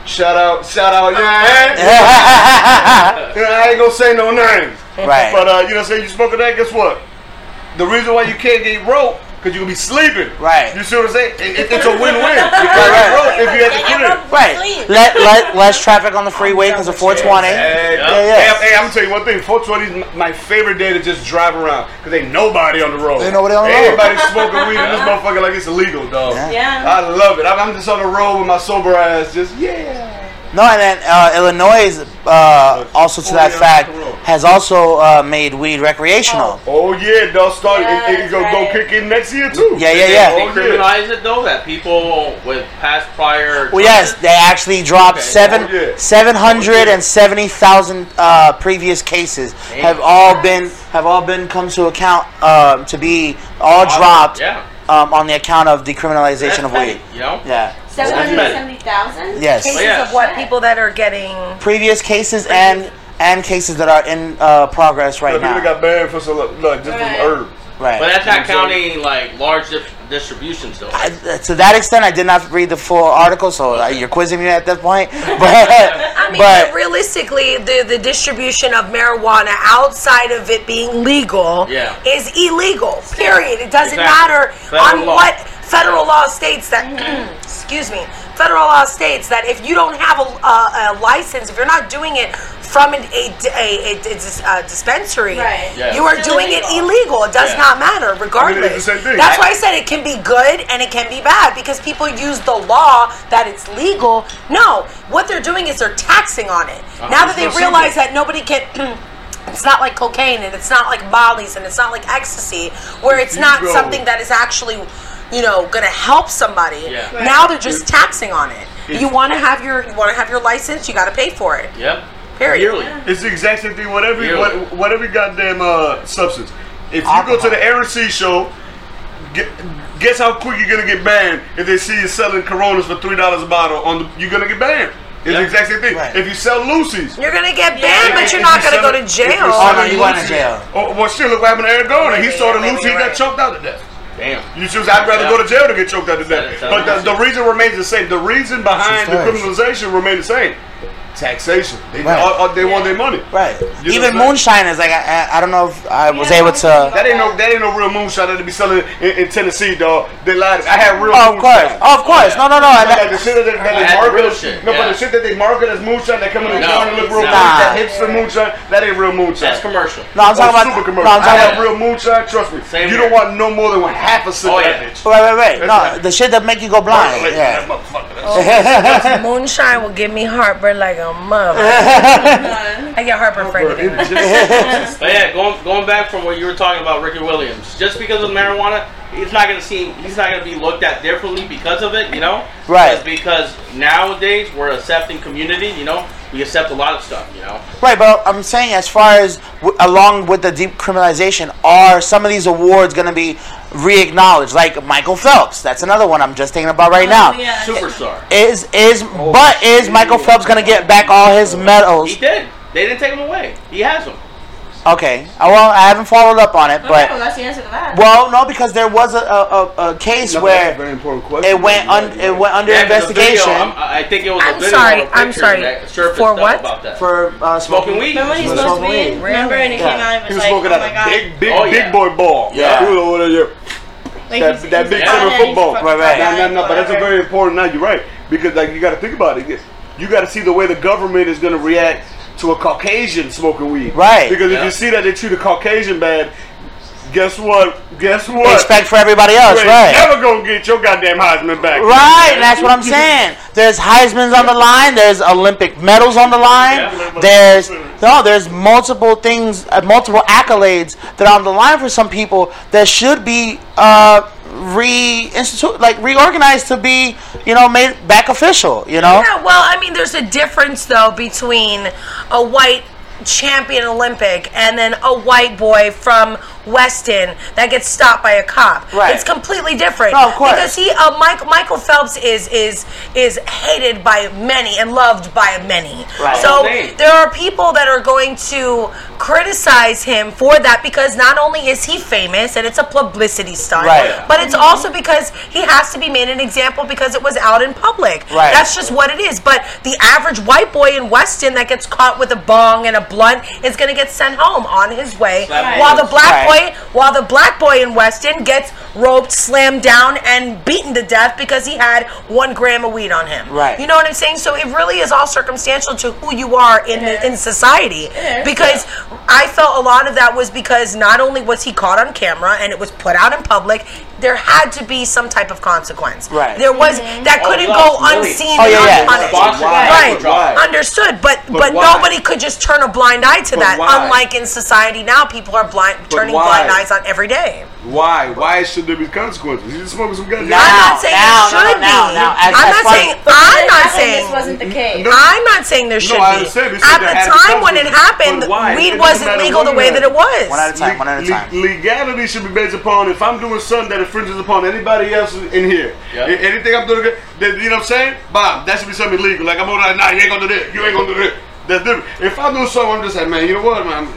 Speaker 2: shout out, shout out, yeah. I ain't gonna say no names.
Speaker 1: Right.
Speaker 2: But uh, you know, what I'm saying you smoking that. Guess what? The reason why you can't get rope because you gonna be sleeping.
Speaker 1: Right.
Speaker 2: You see what I'm saying? It- it- it's a win-win. You can't
Speaker 1: Right.
Speaker 2: get rope if you have to
Speaker 5: Get
Speaker 2: clear. it.
Speaker 5: your rope
Speaker 1: Right.
Speaker 5: clean.
Speaker 1: Let, let less traffic on the freeway because of 420.
Speaker 2: Hey,
Speaker 3: Yeah.
Speaker 2: hey,
Speaker 1: Yeah.
Speaker 2: hey, I'm gonna tell you one thing. 420 is m- my favorite day to just drive around because ain't nobody on the road.
Speaker 1: Ain't nobody on the road.
Speaker 2: Everybody smoking weed in this motherfucker like it's illegal, dog.
Speaker 1: Yeah.
Speaker 2: I
Speaker 5: Yeah.
Speaker 2: love it. I'm, I'm just on the road with my sober ass, just yeah.
Speaker 1: No, and then uh, Illinois, is, uh, also to that
Speaker 2: yeah,
Speaker 1: fact,
Speaker 2: the road.
Speaker 1: has also uh, made weed recreational.
Speaker 2: Oh yeah, dog. Start
Speaker 5: Yeah,
Speaker 2: it, it, go
Speaker 5: that's
Speaker 2: go
Speaker 5: right.
Speaker 2: kick in next year too.
Speaker 1: Yeah, yeah,
Speaker 3: They
Speaker 1: yeah.
Speaker 2: Oh, yeah.
Speaker 3: criminalize it though that people with past prior.
Speaker 1: Well, yes, they actually dropped
Speaker 3: Okay.
Speaker 1: seven
Speaker 2: Oh, yeah.
Speaker 1: seven hundred and seventy thousand uh, previous cases have all been have all been come to account um, to be all dropped
Speaker 3: Yeah.
Speaker 1: um, on the account of decriminalization of
Speaker 3: petty,
Speaker 1: weed.
Speaker 3: You know.
Speaker 1: Yeah.
Speaker 5: 770,000?
Speaker 1: Yes.
Speaker 4: Cases
Speaker 3: Oh, yeah.
Speaker 4: of what people that are getting
Speaker 1: Previous cases and and cases that are in uh, progress right
Speaker 2: People
Speaker 1: now.
Speaker 2: that got banned for some look, just
Speaker 5: Right.
Speaker 2: some herbs.
Speaker 1: Right.
Speaker 3: But that's not
Speaker 2: So-
Speaker 3: counting like large dif- distributions though.
Speaker 1: I, uh, to that extent, I did not read the full article, so uh, you're quizzing me at that point.
Speaker 4: I mean,
Speaker 1: But,
Speaker 4: but realistically, the, the distribution of marijuana outside of it being legal
Speaker 3: Yeah.
Speaker 4: is illegal. Period. It doesn't
Speaker 3: Exactly.
Speaker 4: matter
Speaker 3: Federal
Speaker 4: on
Speaker 3: law. Mm-hmm.
Speaker 4: what federal law states that. excuse me. Federal law states that if you don't have a, a, a license, if you're not doing it from an, a, a, a, a dis- a dispensary,
Speaker 6: Right.
Speaker 3: Yeah.
Speaker 4: you are
Speaker 6: Still
Speaker 4: doing
Speaker 6: illegal.
Speaker 4: it illegal. It does
Speaker 3: Yeah.
Speaker 4: not matter, regardless.
Speaker 2: same thing.
Speaker 4: That's why I said it can be good and it can be bad because people use the law that it's legal. No, what they're doing is they're taxing on it.
Speaker 2: Uh-huh.
Speaker 4: now
Speaker 3: it's
Speaker 4: that they
Speaker 3: no
Speaker 4: realize that nobody can. It's not like cocaine, and it's not like Molly's, and it's not like ecstasy, where it's
Speaker 2: you
Speaker 4: not
Speaker 2: go-
Speaker 4: something that is actually, you know, gonna help somebody.
Speaker 3: Yeah.
Speaker 6: Right.
Speaker 4: Now they're just taxing on it.
Speaker 2: If-
Speaker 4: You want to have your, you want to have your license, you got to pay for it.
Speaker 3: Yep.
Speaker 4: Period.
Speaker 3: Yearly.
Speaker 2: It's the exact same thing. Whatever,
Speaker 3: Yeah.
Speaker 2: what, whatever goddamn uh, substance. If you go to the Aaron C show, gu- guess how quick you're gonna get banned if they see you selling Coronas for three dollars a bottle. On the, you're gonna get banned. It's
Speaker 3: Yeah.
Speaker 2: the exact same thing.
Speaker 1: Right.
Speaker 2: If you sell Lucy's.
Speaker 4: You're gonna get
Speaker 6: Yeah.
Speaker 4: banned, but
Speaker 2: if
Speaker 4: you're
Speaker 2: you
Speaker 4: not gonna
Speaker 2: sell
Speaker 4: go
Speaker 2: it-
Speaker 4: to
Speaker 2: if you're
Speaker 4: jail.
Speaker 1: Oh,
Speaker 2: selling
Speaker 1: no, you going to
Speaker 2: Lucy's-
Speaker 1: jail.
Speaker 2: Oh, well, shit, look what happened to Eric Garner. He
Speaker 4: Maybe,
Speaker 2: sold a
Speaker 4: maybe
Speaker 2: Lucy, he
Speaker 4: you're
Speaker 2: got
Speaker 4: right.
Speaker 2: choked out to death.
Speaker 3: Damn.
Speaker 2: You choose. I'd rather
Speaker 3: Yeah.
Speaker 2: go to jail to get choked out to
Speaker 3: Yeah,
Speaker 2: death.
Speaker 3: yeah.
Speaker 2: But the, the reason remains the same. The reason behind the
Speaker 1: It's
Speaker 2: criminalization remained the same. Taxation. They,
Speaker 1: Right.
Speaker 2: all- all- they want their money.
Speaker 1: right.
Speaker 2: You know
Speaker 1: Even
Speaker 2: what I'm
Speaker 1: moonshiners, like, I, I, I don't know if I was
Speaker 6: Yeah.
Speaker 1: able to.
Speaker 2: That ain't no that ain't no real moonshot that they be selling in, in Tennessee, dog. They lied. I had real
Speaker 1: Oh, of course.
Speaker 2: moonshot.
Speaker 1: Oh, of course. No, no, no.
Speaker 2: But
Speaker 1: and
Speaker 2: like the
Speaker 1: that-
Speaker 2: shit that they, that
Speaker 3: I
Speaker 2: they
Speaker 3: had
Speaker 2: market,
Speaker 3: real shit,
Speaker 2: no, but
Speaker 3: yeah.
Speaker 2: the shit that they market as moonshot, that come in the
Speaker 3: No,
Speaker 2: corner and look real
Speaker 3: nah.
Speaker 2: good, that hipster moonshot, that ain't real moonshot.
Speaker 3: That's commercial.
Speaker 1: No, I'm
Speaker 2: Oh,
Speaker 1: talking
Speaker 2: super
Speaker 1: about.
Speaker 2: commercial.
Speaker 1: No, I'm
Speaker 2: I
Speaker 1: talking
Speaker 2: had
Speaker 1: about.
Speaker 2: real moonshot. Trust me,
Speaker 3: Same
Speaker 2: you
Speaker 3: here.
Speaker 2: don't want no more than one half a sip.
Speaker 3: Oh,
Speaker 2: of
Speaker 3: yeah.
Speaker 2: that bitch.
Speaker 1: Wait, wait, wait.
Speaker 2: That's
Speaker 1: No, the shit that make you go blind.
Speaker 2: Like, that
Speaker 1: Yeah.
Speaker 2: motherfucker, that's-
Speaker 4: Moonshine will give me heartburn like a mother.
Speaker 6: None.
Speaker 4: I get heartburn for
Speaker 2: Bro,
Speaker 4: anything.
Speaker 2: it just-
Speaker 3: But yeah, going going back from what you were talking about, Ricky Williams, just because of marijuana, he's not gonna seem he's not gonna be looked at differently because of it, you know?
Speaker 1: Right.
Speaker 3: Just because nowadays we're accepting community, you know, we accept a lot of stuff, you know.
Speaker 1: Right, but I'm saying as far as w- along with the decriminalization, are some of these awards going to be re-acknowledged? Like Michael Phelps, that's another one I'm just thinking about right
Speaker 5: Oh,
Speaker 1: now.
Speaker 6: Yeah.
Speaker 3: Superstar.
Speaker 1: Is is but is Michael Phelps going to get back all his medals?
Speaker 3: He did. They didn't take him away. He has them.
Speaker 1: Okay, Uh, well I haven't followed up on it,
Speaker 6: Okay,
Speaker 5: Oh,
Speaker 6: well,
Speaker 1: but
Speaker 6: Oh, that's the answer to that.
Speaker 1: well no because there was a a, a, a case
Speaker 2: No, that's a very
Speaker 1: where
Speaker 2: important question.
Speaker 1: it went un, it went under
Speaker 3: Yeah, 'cause the video, I'm-
Speaker 1: investigation
Speaker 3: I I think it was a
Speaker 4: I'm
Speaker 3: video
Speaker 4: sorry,
Speaker 3: or a
Speaker 4: I'm
Speaker 3: picture
Speaker 4: sorry.
Speaker 3: that surfaced
Speaker 4: For
Speaker 3: up
Speaker 4: what?
Speaker 3: about that.
Speaker 1: for uh,
Speaker 3: smoking weed.
Speaker 6: Remember when he's
Speaker 1: Smoke
Speaker 6: supposed to be
Speaker 1: weed.
Speaker 6: in? Remember and it
Speaker 1: Yeah.
Speaker 6: came out and
Speaker 2: He
Speaker 6: it
Speaker 2: was
Speaker 6: was like,
Speaker 2: smoking
Speaker 6: oh my
Speaker 2: out
Speaker 6: god.
Speaker 2: a big, big,
Speaker 3: Oh, yeah.
Speaker 2: big boy ball.
Speaker 1: Yeah.
Speaker 2: He was over there.
Speaker 6: Like,
Speaker 2: that-
Speaker 6: he's-
Speaker 2: that
Speaker 6: he's
Speaker 2: big
Speaker 6: like,
Speaker 2: cover
Speaker 6: oh, yeah,
Speaker 2: football.
Speaker 6: he's
Speaker 1: Right, right.
Speaker 6: fucking
Speaker 2: No, no, no, but that's a
Speaker 6: whatever.
Speaker 2: very important now. You're right because like you got to think about it. You got to see the way the government is going to react to a Caucasian smoking weed.
Speaker 1: Right.
Speaker 2: Because if
Speaker 3: Yeah.
Speaker 2: you see that they treat a Caucasian bad, guess what? Guess what?
Speaker 1: expect for everybody
Speaker 2: You
Speaker 1: else,
Speaker 2: ain't
Speaker 1: right?
Speaker 2: Never gonna get your goddamn Heisman back.
Speaker 1: Right, that's what I'm saying. There's Heisman's on the line. There's Olympic medals on the line.
Speaker 2: Yeah.
Speaker 1: There's no, there's multiple things, uh, multiple accolades that are on the line for some people that should be uh, reinstitute, like reorganized to be, you know, made back official. You know,
Speaker 4: Yeah, well, I mean, there's a difference though between a white champion Olympic and then a white boy from Weston that gets stopped by a cop.
Speaker 1: Right.
Speaker 4: It's completely different.
Speaker 1: No, of course.
Speaker 4: Because he, uh, Mike, Michael Phelps is is is hated by many and loved by many.
Speaker 1: Right.
Speaker 4: So
Speaker 3: Indeed.
Speaker 4: there are people that are going to criticize him for that because not only is he famous and it's a publicity stunt,
Speaker 1: Right.
Speaker 4: but it's also because he has to be made an example because it was out in public.
Speaker 1: Right.
Speaker 4: That's just what it is. But the average white boy in Weston that gets caught with a bong and a blunt is going to get sent home on his way,
Speaker 3: Slap
Speaker 4: while
Speaker 3: him.
Speaker 4: the black
Speaker 1: Right.
Speaker 4: boy, while the black boy in Weston gets roped, slammed down, and beaten to death because he had one gram of weed on him.
Speaker 1: Right.
Speaker 4: You know what I'm saying? So it really is all circumstantial to who you are in the, in society. Because I felt a lot of that was because not only was he caught on camera and it was put out in public. There had to be some type of consequence.
Speaker 1: Right.
Speaker 4: There was
Speaker 6: Mm-hmm.
Speaker 4: that
Speaker 3: Oh,
Speaker 4: couldn't
Speaker 3: yeah,
Speaker 4: go
Speaker 3: really.
Speaker 4: unseen
Speaker 1: Oh,
Speaker 4: and
Speaker 1: yeah, yeah.
Speaker 4: unpunished.
Speaker 3: Sponsor-
Speaker 4: Right.
Speaker 2: Why?
Speaker 4: Understood, but but,
Speaker 2: why?
Speaker 4: nobody could just turn a blind eye to that.
Speaker 2: why?
Speaker 4: Unlike in society now, people are blind turning
Speaker 2: why?
Speaker 4: blind eyes on every day.
Speaker 2: Why? Why should there be consequences? You just smoking some goddamn.
Speaker 1: Now,
Speaker 4: I'm not saying
Speaker 1: now,
Speaker 4: it
Speaker 1: now,
Speaker 4: should
Speaker 1: now,
Speaker 4: be.
Speaker 1: now, as-
Speaker 4: I'm
Speaker 1: as
Speaker 4: not
Speaker 1: far-
Speaker 4: saying
Speaker 6: But when
Speaker 4: I'm
Speaker 6: it
Speaker 4: not
Speaker 6: happened,
Speaker 4: saying
Speaker 6: This wasn't the case.
Speaker 4: I'm not saying there should
Speaker 2: I
Speaker 4: be.
Speaker 2: understand. It's
Speaker 4: At
Speaker 2: that had
Speaker 4: the
Speaker 2: to
Speaker 4: time
Speaker 2: come
Speaker 4: when
Speaker 2: from-
Speaker 4: it
Speaker 2: but
Speaker 4: happened,
Speaker 2: why? It
Speaker 4: weed
Speaker 2: doesn't
Speaker 4: wasn't
Speaker 2: matter
Speaker 4: legal
Speaker 2: who
Speaker 4: the way
Speaker 2: you
Speaker 4: that
Speaker 2: are.
Speaker 4: it was.
Speaker 1: One at a time, one at a
Speaker 2: Le-
Speaker 1: time.
Speaker 2: le- legality should be based upon if I'm doing something that infringes upon anybody else in here.
Speaker 3: Yeah.
Speaker 2: A- Anything I'm doing, that, you know what I'm saying? Bob, that should be something illegal. Like I'm over there, nah, you ain't gonna do this. You ain't gonna do this. That's different. If I do something, I'm just like, man, you know what, man?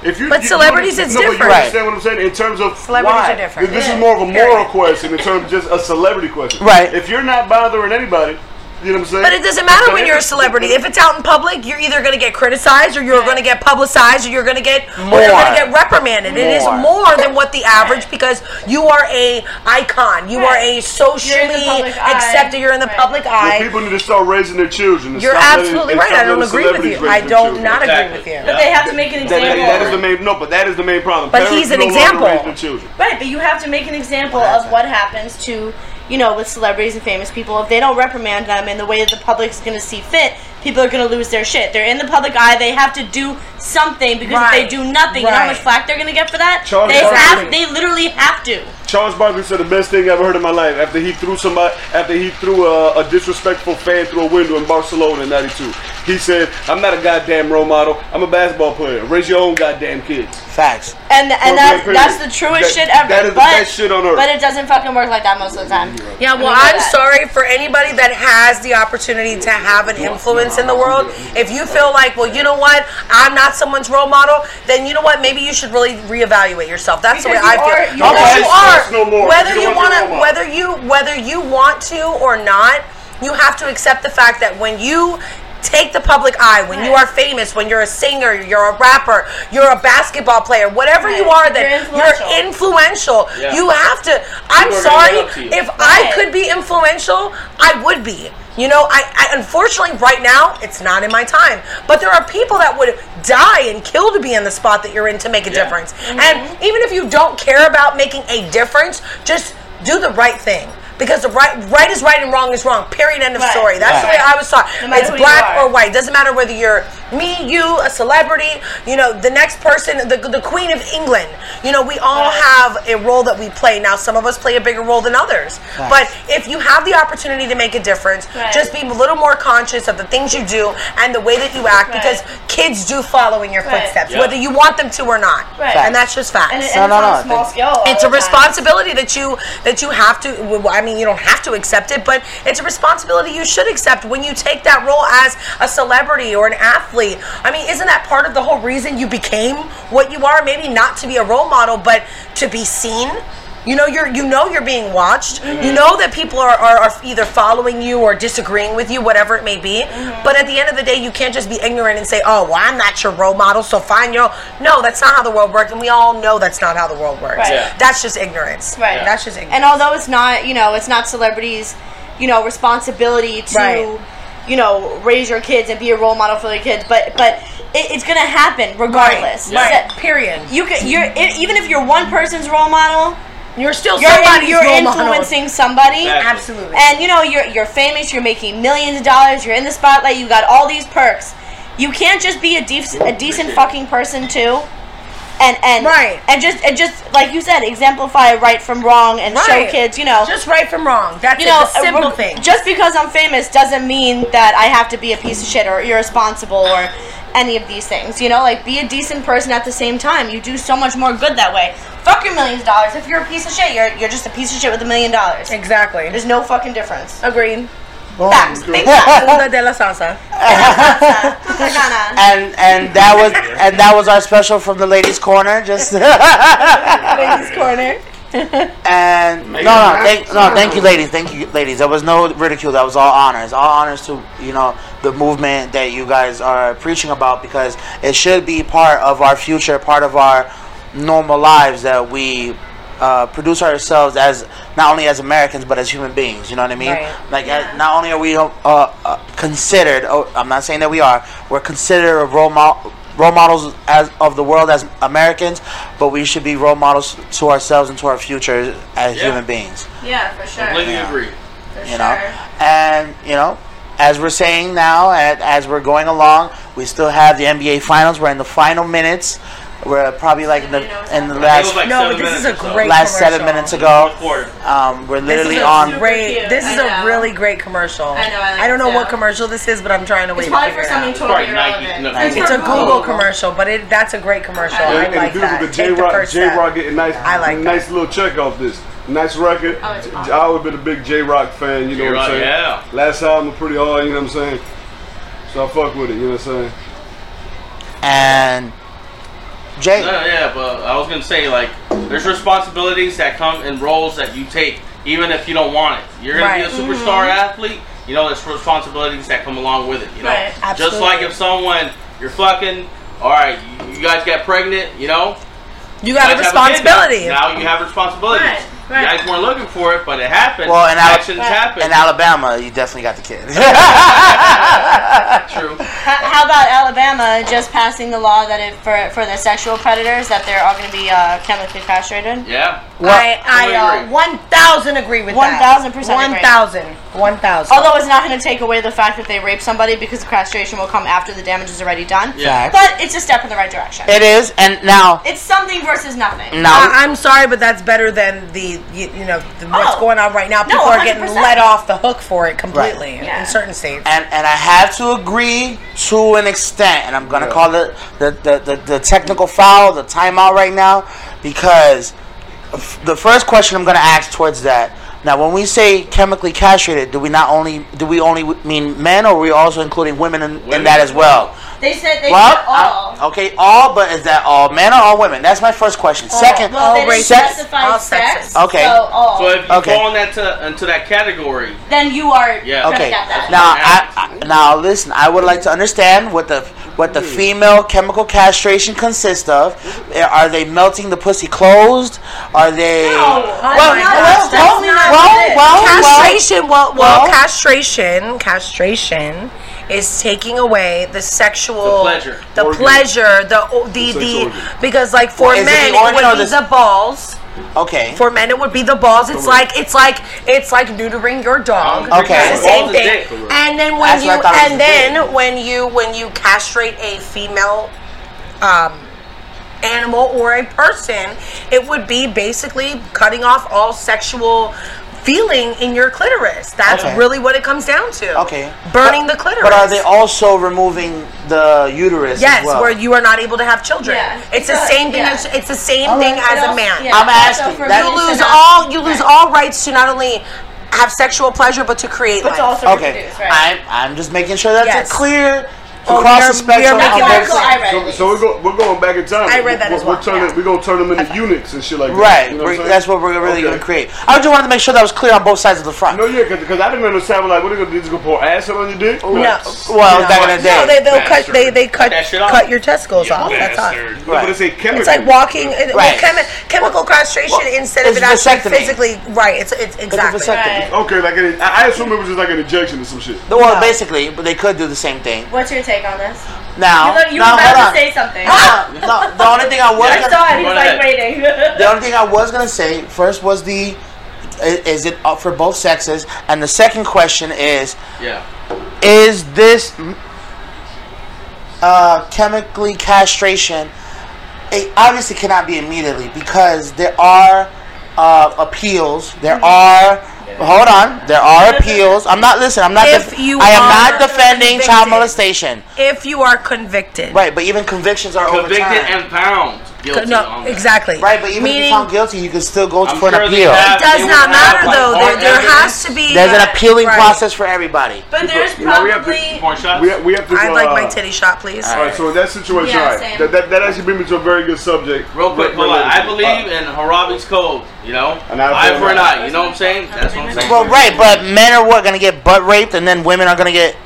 Speaker 2: If you,
Speaker 7: But
Speaker 2: you-
Speaker 7: celebrities,
Speaker 2: you,
Speaker 7: it's
Speaker 2: no, but
Speaker 7: different.
Speaker 2: You understand what I'm saying in terms of
Speaker 7: Celebrities
Speaker 2: why?
Speaker 7: are different.
Speaker 2: This
Speaker 7: Yeah.
Speaker 2: is more of a moral question in terms of just a celebrity question.
Speaker 1: Right.
Speaker 2: If you're not bothering anybody, you know what I'm saying.
Speaker 4: But it doesn't matter when you're a celebrity. If it's out in public, you're either going to get criticized, or you're going to get publicized, or you're going to get or you're
Speaker 1: More.
Speaker 4: going to get reprimanded. It is
Speaker 1: More.
Speaker 4: more than what the average because you are a icon. You are a socially
Speaker 5: public eye.
Speaker 4: accepted. You're in the
Speaker 5: Right.
Speaker 4: public
Speaker 2: Well,
Speaker 4: eye.
Speaker 2: people need to start raising their children. and
Speaker 4: You're
Speaker 2: stop letting-
Speaker 4: absolutely
Speaker 2: and
Speaker 4: right.
Speaker 2: stop
Speaker 4: I don't
Speaker 2: letting
Speaker 4: agree with
Speaker 2: celebrities
Speaker 4: you.
Speaker 2: raise
Speaker 4: I
Speaker 2: their
Speaker 4: don't
Speaker 2: children.
Speaker 4: not agree
Speaker 3: Exactly.
Speaker 4: with you.
Speaker 3: Yeah.
Speaker 5: But they have to make an
Speaker 2: That,
Speaker 5: example.
Speaker 2: that is the main no, but that is the main problem.
Speaker 4: But
Speaker 2: Parents
Speaker 4: he's an
Speaker 2: no longer
Speaker 4: example.
Speaker 2: raise their children.
Speaker 5: Right, but you have to make an example of what happens to, you know, with celebrities and famous people. If they don't reprimand them in the way that the public's going to see fit, people are going to lose their shit. They're in the public eye. They have to do something because
Speaker 4: Right,
Speaker 5: if they do nothing, you know how much
Speaker 4: right.
Speaker 5: flack they're going to get for that?
Speaker 2: Charlie
Speaker 5: they
Speaker 2: Barkley.
Speaker 5: have, they literally have to.
Speaker 2: Charles Barkley said the best thing I ever heard in my life after he threw somebody after he threw a, a disrespectful fan through a window in Barcelona in '92. He said, "I'm not a goddamn role model. I'm a basketball player. Raise your own goddamn kids."
Speaker 1: Facts.
Speaker 5: And and
Speaker 2: Well,
Speaker 5: that's,
Speaker 2: great,
Speaker 5: that's
Speaker 2: great.
Speaker 5: the truest
Speaker 2: That-
Speaker 5: shit ever.
Speaker 2: that is the
Speaker 5: but,
Speaker 2: best shit on earth.
Speaker 5: But it doesn't fucking work like that most of the time.
Speaker 4: Yeah, well,
Speaker 5: Let me get
Speaker 4: I'm
Speaker 5: that.
Speaker 4: sorry for anybody that has the opportunity to have an influence in the world. If you feel like, well, you know what, I'm not someone's role model, then you know what, maybe you should really reevaluate yourself. That's the way
Speaker 5: Because
Speaker 4: I
Speaker 5: you
Speaker 4: feel.
Speaker 5: are- you
Speaker 4: Because
Speaker 2: are-
Speaker 4: you
Speaker 2: Let's
Speaker 4: are.
Speaker 2: no more.
Speaker 4: Whether
Speaker 2: You don't
Speaker 4: you
Speaker 2: want
Speaker 4: want
Speaker 2: your
Speaker 4: to,
Speaker 2: role model.
Speaker 4: whether you whether you want to or not, you have to accept the fact that when you take the public eye when you
Speaker 5: Right.
Speaker 4: are famous when you're a singer you're a rapper you're a basketball player whatever you
Speaker 5: Right.
Speaker 4: are that
Speaker 5: You're
Speaker 4: you're influential
Speaker 3: Yeah.
Speaker 4: you have to i'm
Speaker 3: People are gonna
Speaker 4: sorry
Speaker 3: look up to you.
Speaker 4: if i
Speaker 5: Right.
Speaker 4: could be influential, I would be. You know, I, I unfortunately right now it's not in my time. But there are people that would die and kill to be in the spot that you're in to make a
Speaker 3: Yeah.
Speaker 4: difference.
Speaker 5: Mm-hmm.
Speaker 4: And even if you don't care about making a difference, just do the right thing. Because the right right is right and wrong is wrong. Period. End of
Speaker 5: Right.
Speaker 4: story. That's the way I was taught.
Speaker 5: No matter
Speaker 4: it's
Speaker 5: who you
Speaker 4: black
Speaker 5: are.
Speaker 4: or white. Doesn't matter whether you're me, you, a celebrity. You know, the next person, the, the Queen of England. You know, we all
Speaker 5: Right.
Speaker 4: have a role that we play. Now, some of us play a bigger role than others. But if you have the opportunity to make a difference,
Speaker 5: Right.
Speaker 4: just be a little more conscious of the things you do and the way that you act
Speaker 5: Right.
Speaker 4: because kids do follow in your
Speaker 5: Right.
Speaker 4: footsteps,
Speaker 3: Yeah.
Speaker 4: whether you want them to or not.
Speaker 5: Right.
Speaker 4: And that's just facts.
Speaker 5: And, it-
Speaker 1: No,
Speaker 5: and
Speaker 1: no,
Speaker 5: it's on
Speaker 1: no,
Speaker 5: a small
Speaker 1: they-
Speaker 5: scale. all
Speaker 4: it's
Speaker 5: the
Speaker 4: a
Speaker 5: time.
Speaker 4: responsibility that you that you have to. well, I mean, you don't have to accept it, but it's a responsibility you should accept when you take that role as a celebrity or an athlete. I mean, isn't that part of the whole reason you became what you are? Maybe not to be a role model, but to be seen. You know you're you know you're being watched. You know that people are, are, are either following you or disagreeing with you, whatever it may be. But at the end of the day, you can't just be ignorant and say, "Oh, well, I'm not your role model, so fine, you No, that's not how the world works, and we all know that's not how the world works.
Speaker 5: Right.
Speaker 3: Yeah.
Speaker 4: That's just ignorance.
Speaker 5: Right.
Speaker 4: That's just ignorance.
Speaker 5: And although it's not, you know, it's not celebrities, you know, responsibility to,
Speaker 4: Right.
Speaker 5: you know, raise your kids and be a role model for their kids, but but it, it's gonna happen regardless.
Speaker 4: Right.
Speaker 5: So-
Speaker 4: Period.
Speaker 5: You could, you're i even if you're one person's role model,
Speaker 4: You're still
Speaker 5: you're
Speaker 4: somebody's
Speaker 5: you're
Speaker 4: role model.
Speaker 5: influencing somebody.
Speaker 3: Exactly.
Speaker 4: Absolutely.
Speaker 5: And you know, you're you're famous, you're making millions of dollars, you're in the spotlight, you got all these perks. You can't just be a decent a decent fucking person too. And and
Speaker 4: Right.
Speaker 5: and just and just like you said, exemplify right from wrong and
Speaker 4: Right.
Speaker 5: show kids, you know.
Speaker 4: just right from wrong. That's
Speaker 5: you
Speaker 4: it,
Speaker 5: know,
Speaker 4: the simple
Speaker 5: reg-
Speaker 4: thing.
Speaker 5: Just because I'm famous doesn't mean that I have to be a piece of shit or irresponsible or any of these things. You know, like be a decent person at the same time. You do so much more good that way. Fuck your millions of dollars. If you're a piece of shit, you're you're just a piece of shit with a million dollars.
Speaker 4: exactly.
Speaker 5: There's no fucking difference.
Speaker 4: Agreed.
Speaker 5: Facts. Big
Speaker 4: Una de la salsa.
Speaker 5: banana.
Speaker 1: And and that was and that was our special from the ladies' corner. Just
Speaker 5: Ladies' corner.
Speaker 1: and no, no, thank, no, thank you, ladies, thank you, ladies. There was no ridicule. That was all honors, all honors to you know the movement that you guys are preaching about because it should be part of our future, part of our normal lives that we uh, produce ourselves as not only as Americans but as human beings. You know what I mean?
Speaker 4: Right.
Speaker 1: Like, uh, not only are we uh, uh, considered, oh, I'm not saying that we are, we're considered a role model. Role models as of the world as Americans, but we should be role models to ourselves and to our future as
Speaker 3: Yeah.
Speaker 1: human beings.
Speaker 5: Yeah, for sure.
Speaker 3: Completely
Speaker 1: Yeah.
Speaker 3: agree.
Speaker 5: For
Speaker 1: You know, and you know, as we're saying now, and as we're going along, we still have the NBA Finals. We're in the final minutes. We're probably like in the in the
Speaker 3: I think
Speaker 1: last
Speaker 3: it was like
Speaker 4: No,
Speaker 3: seven
Speaker 4: but this is a
Speaker 3: minutes or so.
Speaker 4: great
Speaker 1: last seven
Speaker 4: commercial.
Speaker 1: minutes
Speaker 3: Fourth
Speaker 1: ago.
Speaker 3: quarter.
Speaker 1: Um, we're
Speaker 4: This
Speaker 1: literally
Speaker 4: is a
Speaker 1: on.
Speaker 4: great.
Speaker 5: cute.
Speaker 4: This is
Speaker 5: I
Speaker 4: a
Speaker 5: know.
Speaker 4: really great commercial.
Speaker 5: I know, I like
Speaker 4: don't
Speaker 5: it
Speaker 4: know
Speaker 5: too.
Speaker 4: what commercial this is, but I'm trying to wait.
Speaker 5: It's
Speaker 4: to
Speaker 5: probably
Speaker 4: figure
Speaker 5: for
Speaker 4: it
Speaker 5: something
Speaker 4: out.
Speaker 5: totally
Speaker 3: Probably Nike,
Speaker 5: irrelevant.
Speaker 3: no,
Speaker 1: Nike.
Speaker 4: It's a Google commercial, but it that's a great commercial.
Speaker 5: Yeah,
Speaker 4: I
Speaker 2: And,
Speaker 4: like
Speaker 2: and beautiful,
Speaker 4: that.
Speaker 2: but J
Speaker 4: Take the
Speaker 2: Rock,
Speaker 4: first
Speaker 2: J Rock
Speaker 4: step.
Speaker 2: getting nice,
Speaker 4: I like that.
Speaker 2: nice little check off this. Nice record.
Speaker 5: Oh, it's
Speaker 2: I always been a big J Rock fan. You know what
Speaker 3: J-Rock,
Speaker 2: I'm saying?
Speaker 3: yeah.
Speaker 2: Last album pretty hard. You know what I'm saying? So I fuck with it. You know what I'm saying?
Speaker 1: And Jay.
Speaker 3: No, yeah, but I was gonna say like, there's responsibilities that come in roles that you take, even if you don't want it. You're gonna
Speaker 4: Right. Mm-hmm.
Speaker 3: be a superstar athlete. You know, there's responsibilities that come along with it. You know,
Speaker 4: Right,
Speaker 3: just
Speaker 4: absolutely.
Speaker 3: like if someone you're fucking, all right, you, you guys get pregnant. You know,
Speaker 4: You got
Speaker 3: guys have kid
Speaker 4: a
Speaker 3: now.
Speaker 4: responsibility.
Speaker 3: Now, you have responsibilities.
Speaker 5: Right, right.
Speaker 3: You guys weren't looking for it, but it happened.
Speaker 1: Well, and
Speaker 3: that
Speaker 1: Al-
Speaker 3: shouldn't happen.
Speaker 1: In Alabama, you definitely got the kid.
Speaker 3: True.
Speaker 6: How, Uh, how about Alabama just passing the law that it, for for the sexual predators that they're all going to be uh, chemically castrated?
Speaker 3: Yeah.
Speaker 4: I,
Speaker 3: Totally
Speaker 4: I uh,
Speaker 3: agree.
Speaker 4: 1,000 agree with that.
Speaker 6: 1000% agree.
Speaker 4: 1,000. 1,000.
Speaker 6: Although it's not going to take away the fact that they rape somebody because the castration will come after the damage is already done.
Speaker 3: Yeah.
Speaker 6: But it's a step in the right direction.
Speaker 1: it is, and now,
Speaker 6: It's something versus nothing.
Speaker 1: now,
Speaker 4: I, I'm sorry, but that's better than the you, you know the, what's
Speaker 6: Oh.
Speaker 4: going on right now.
Speaker 6: No,
Speaker 4: People are getting
Speaker 6: 100%.
Speaker 4: let off the hook for it completely in-
Speaker 6: Yeah.
Speaker 4: in certain states.
Speaker 1: and and I have to agree to an extent, and I'm gonna call it the the, the the technical foul, the timeout right now, because f- the first question I'm gonna ask towards that. Now, when we say chemically castrated, do we not only do we only mean men, or are we also including women in, in
Speaker 3: Women.
Speaker 1: that as well?
Speaker 6: They said they
Speaker 1: Well,
Speaker 6: did all.
Speaker 1: I- okay, all, but is that all men or all women? That's my first question. Second,
Speaker 6: well, they
Speaker 4: all
Speaker 6: didn't
Speaker 4: races,
Speaker 1: sec-
Speaker 6: specify
Speaker 4: all
Speaker 6: sex.
Speaker 4: sexes.
Speaker 1: Okay.
Speaker 6: So all.
Speaker 3: So if you
Speaker 1: Okay.
Speaker 3: fall in that to, into that category,
Speaker 6: then you are.
Speaker 3: Yeah.
Speaker 6: gonna
Speaker 1: okay.
Speaker 6: get that.
Speaker 1: Now, I, I, now listen. I would like to understand what the what
Speaker 2: Hmm.
Speaker 1: the female chemical castration consists of. Eh, Are they melting the pussy closed? Are they?
Speaker 6: No.
Speaker 1: Well,
Speaker 6: No,
Speaker 1: well,
Speaker 6: that's
Speaker 1: well,
Speaker 6: not what it
Speaker 1: well,
Speaker 6: is.
Speaker 1: Oh, well, well,
Speaker 4: castration well, well,
Speaker 1: well-
Speaker 4: castration castration is taking away the sexual
Speaker 3: The pleasure.
Speaker 4: the
Speaker 2: Organ.
Speaker 4: pleasure the o-
Speaker 2: The
Speaker 4: the,
Speaker 2: sex
Speaker 4: the,
Speaker 2: organ.
Speaker 4: because like for
Speaker 1: Well, is it
Speaker 4: men
Speaker 1: the
Speaker 4: it
Speaker 1: organ or
Speaker 4: would be
Speaker 1: the-
Speaker 4: the balls
Speaker 1: Okay.
Speaker 4: for men it would be the balls it's like it's like it's like neutering your dog
Speaker 3: Um,
Speaker 1: Okay.
Speaker 4: It's the same
Speaker 3: Balls is
Speaker 4: thing
Speaker 3: dick.
Speaker 4: and then when
Speaker 1: That's
Speaker 4: you
Speaker 1: what I thought it was
Speaker 4: and
Speaker 1: a
Speaker 4: then when you when you castrate a female um animal or a person, it would be basically cutting off all sexual feeling in your clitoris. That's
Speaker 1: Okay.
Speaker 4: really what it comes down to.
Speaker 1: Okay.
Speaker 4: Burning
Speaker 1: But-
Speaker 4: the clitoris.
Speaker 1: But are they also removing the uterus?
Speaker 4: Yes,
Speaker 1: as well?
Speaker 4: where you are not able to have children.
Speaker 6: Yeah.
Speaker 4: It's the
Speaker 6: Yeah.
Speaker 4: same thing.
Speaker 6: Yeah.
Speaker 4: As, it's the same
Speaker 1: All
Speaker 4: thing
Speaker 1: Oh, right.
Speaker 4: as
Speaker 6: It
Speaker 4: a
Speaker 6: also-
Speaker 4: man.
Speaker 6: yeah,
Speaker 1: I'm
Speaker 6: it also
Speaker 1: asking,
Speaker 6: forbids
Speaker 1: that-
Speaker 4: You
Speaker 6: to
Speaker 4: lose
Speaker 6: not-
Speaker 4: all. You lose all rights to not only have sexual pleasure but to create
Speaker 6: But to
Speaker 4: life.
Speaker 6: also
Speaker 1: Okay.
Speaker 6: reproduce, right?
Speaker 1: I'm I'm just making sure that's
Speaker 4: Yes.
Speaker 1: a clear
Speaker 4: Oh,
Speaker 1: across
Speaker 4: we are-
Speaker 1: the spectrum.
Speaker 4: we are
Speaker 1: of
Speaker 4: making
Speaker 1: both
Speaker 4: that clear.
Speaker 1: sides.
Speaker 6: I read
Speaker 2: So,
Speaker 6: it.
Speaker 2: so we're, go, we're going back in time.
Speaker 4: I read that
Speaker 2: we're,
Speaker 4: as
Speaker 2: We're,
Speaker 4: well,
Speaker 2: turning,
Speaker 4: yeah.
Speaker 2: we're gonna turn them into eunuchs and shit like that.
Speaker 1: Right.
Speaker 2: You know
Speaker 1: We're-
Speaker 2: saying?
Speaker 1: that's what we're really
Speaker 2: Okay.
Speaker 1: gonna create. I just wanted to make sure that was clear on both sides of the front.
Speaker 2: No, yeah, because I didn't understand. Like, what are they gonna do? Just gonna pour acid on your dick?
Speaker 4: No.
Speaker 1: Well, back in the day.
Speaker 4: No, they, they'll cut.
Speaker 2: Bastard.
Speaker 4: They they cut
Speaker 3: That shit off.
Speaker 4: cut your testicles off. That's all.
Speaker 2: No,
Speaker 1: Right.
Speaker 2: but it's a chemical.
Speaker 4: It's like walking, it, well,
Speaker 1: Right.
Speaker 4: chemi- chemical castration
Speaker 1: Well,
Speaker 4: instead of
Speaker 1: it's
Speaker 4: it actually
Speaker 1: vasectomy.
Speaker 4: physically. Right. It's it's exactly.
Speaker 1: vasectomy.
Speaker 6: Right.
Speaker 2: Okay, like an, I I assume it was just like an injection or some shit.
Speaker 1: Well,
Speaker 4: No.
Speaker 1: basically, but they could do the same thing.
Speaker 6: What's your take on this?
Speaker 1: Now,
Speaker 6: You, you
Speaker 1: now,
Speaker 6: were
Speaker 1: hold
Speaker 6: about
Speaker 1: on.
Speaker 6: to say something.
Speaker 1: No, no, the only thing I was
Speaker 3: Yeah,
Speaker 6: I
Speaker 1: gonna,
Speaker 6: saw it. He
Speaker 3: Go
Speaker 6: was like
Speaker 3: ahead.
Speaker 6: waiting.
Speaker 1: the only thing I was gonna say first was the i- is it up for both sexes, and the second question is
Speaker 3: yeah.
Speaker 1: is this mm, uh, chemically castration? It obviously cannot be immediately because there are uh, appeals.
Speaker 6: Mm-hmm.
Speaker 1: There are. Hold on. There are appeals. I'm not. Listen. I'm not.
Speaker 4: If you
Speaker 1: I am
Speaker 4: are
Speaker 1: not defending child
Speaker 4: convicted.
Speaker 1: molestation.
Speaker 4: If you are convicted.
Speaker 1: Right, but even convictions are
Speaker 3: Convicted
Speaker 1: overturned.
Speaker 3: and found guilty.
Speaker 4: No,
Speaker 3: on that.
Speaker 4: exactly.
Speaker 1: Right, but even if you
Speaker 4: Meaning,
Speaker 1: found guilty, you can still go
Speaker 3: I'm
Speaker 1: for
Speaker 3: sure
Speaker 1: an
Speaker 3: they
Speaker 1: appeal.
Speaker 3: have-
Speaker 4: it does
Speaker 3: they would have,
Speaker 4: not matter
Speaker 3: like,
Speaker 4: though.
Speaker 3: hard
Speaker 4: There, there
Speaker 3: evidence.
Speaker 4: has to be.
Speaker 1: There's an appealing
Speaker 4: Right.
Speaker 1: process for everybody.
Speaker 6: But there's
Speaker 2: You know, we have to-
Speaker 6: probably.
Speaker 3: Porn shots?
Speaker 2: We have, we have to.
Speaker 4: I'd
Speaker 2: go,
Speaker 4: like
Speaker 2: uh,
Speaker 4: my titty shot, please.
Speaker 2: All right, so in that situation,
Speaker 6: Yeah,
Speaker 2: all right,
Speaker 6: same.
Speaker 2: that, that, that actually brings me to a very good subject.
Speaker 3: Real quick, hold on. I
Speaker 2: Related.
Speaker 3: believe in Harabi's code, you know?
Speaker 2: An eye
Speaker 3: Eye
Speaker 2: for
Speaker 3: for
Speaker 2: an
Speaker 3: an
Speaker 2: eye.
Speaker 3: eye, you know what I'm saying? That's what I'm saying.
Speaker 1: Well, right, but men are what gonna get butt raped, and then women are gonna get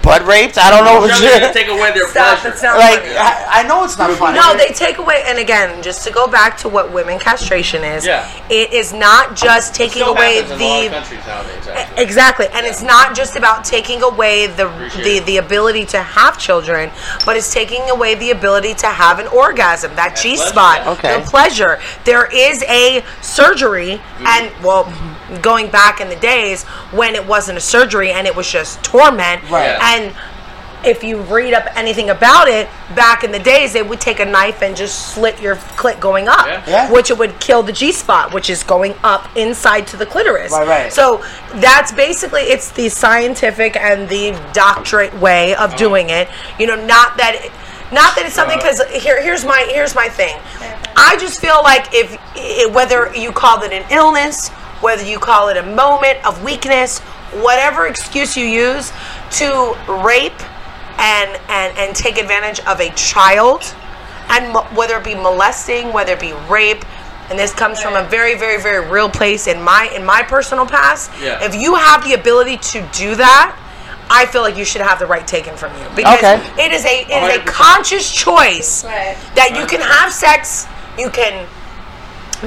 Speaker 1: butt raped. I don't know
Speaker 3: They're
Speaker 1: what shit.
Speaker 3: gonna take away their
Speaker 4: Stop.
Speaker 3: pleasure.
Speaker 4: It's not
Speaker 1: Like
Speaker 4: funny.
Speaker 1: I, I know it's not funny.
Speaker 4: No, they take away, and again, just to go back to what women castration is,
Speaker 3: Yeah.
Speaker 4: it is not just taking
Speaker 3: Still
Speaker 4: away
Speaker 3: happens in a lot of
Speaker 4: the
Speaker 3: countries nowadays, actually.
Speaker 4: Exactly, and it's not just about taking away the
Speaker 3: Appreciate
Speaker 4: the,
Speaker 3: it.
Speaker 4: the ability to have children, but it's taking away the ability to have an orgasm, that G spot,
Speaker 3: pleasure.
Speaker 1: Okay.
Speaker 4: the pleasure. There is a surgery,
Speaker 3: Mm-hmm.
Speaker 4: and well, going back in the days when it wasn't a surgery and it was just torment,
Speaker 1: Right.
Speaker 4: and if you read up anything about it, back in the days they would take a knife and just slit your clit going up,
Speaker 3: Yeah.
Speaker 1: Yeah.
Speaker 4: which it would kill the G spot, which is going up inside to the clitoris.
Speaker 1: Right, right.
Speaker 4: So so that's basically it's the scientific and the doctorate way
Speaker 1: Oh.
Speaker 4: of doing it. You know, not that not that it's something because here here's my here's my thing. I just feel like if i whether you call it an illness, whether you call it a moment of weakness, whatever excuse you use to rape and and and take advantage of a child and mo- whether it be molesting, whether it be rape, and this comes from a very, very, very real place in my in my personal past.
Speaker 3: Yeah.
Speaker 4: If you have the ability to do that, I feel like you should have the right taken from you because
Speaker 1: Okay.
Speaker 4: it is a it is a
Speaker 3: 100%.
Speaker 4: conscious choice
Speaker 5: Right.
Speaker 4: that you can have sex, you can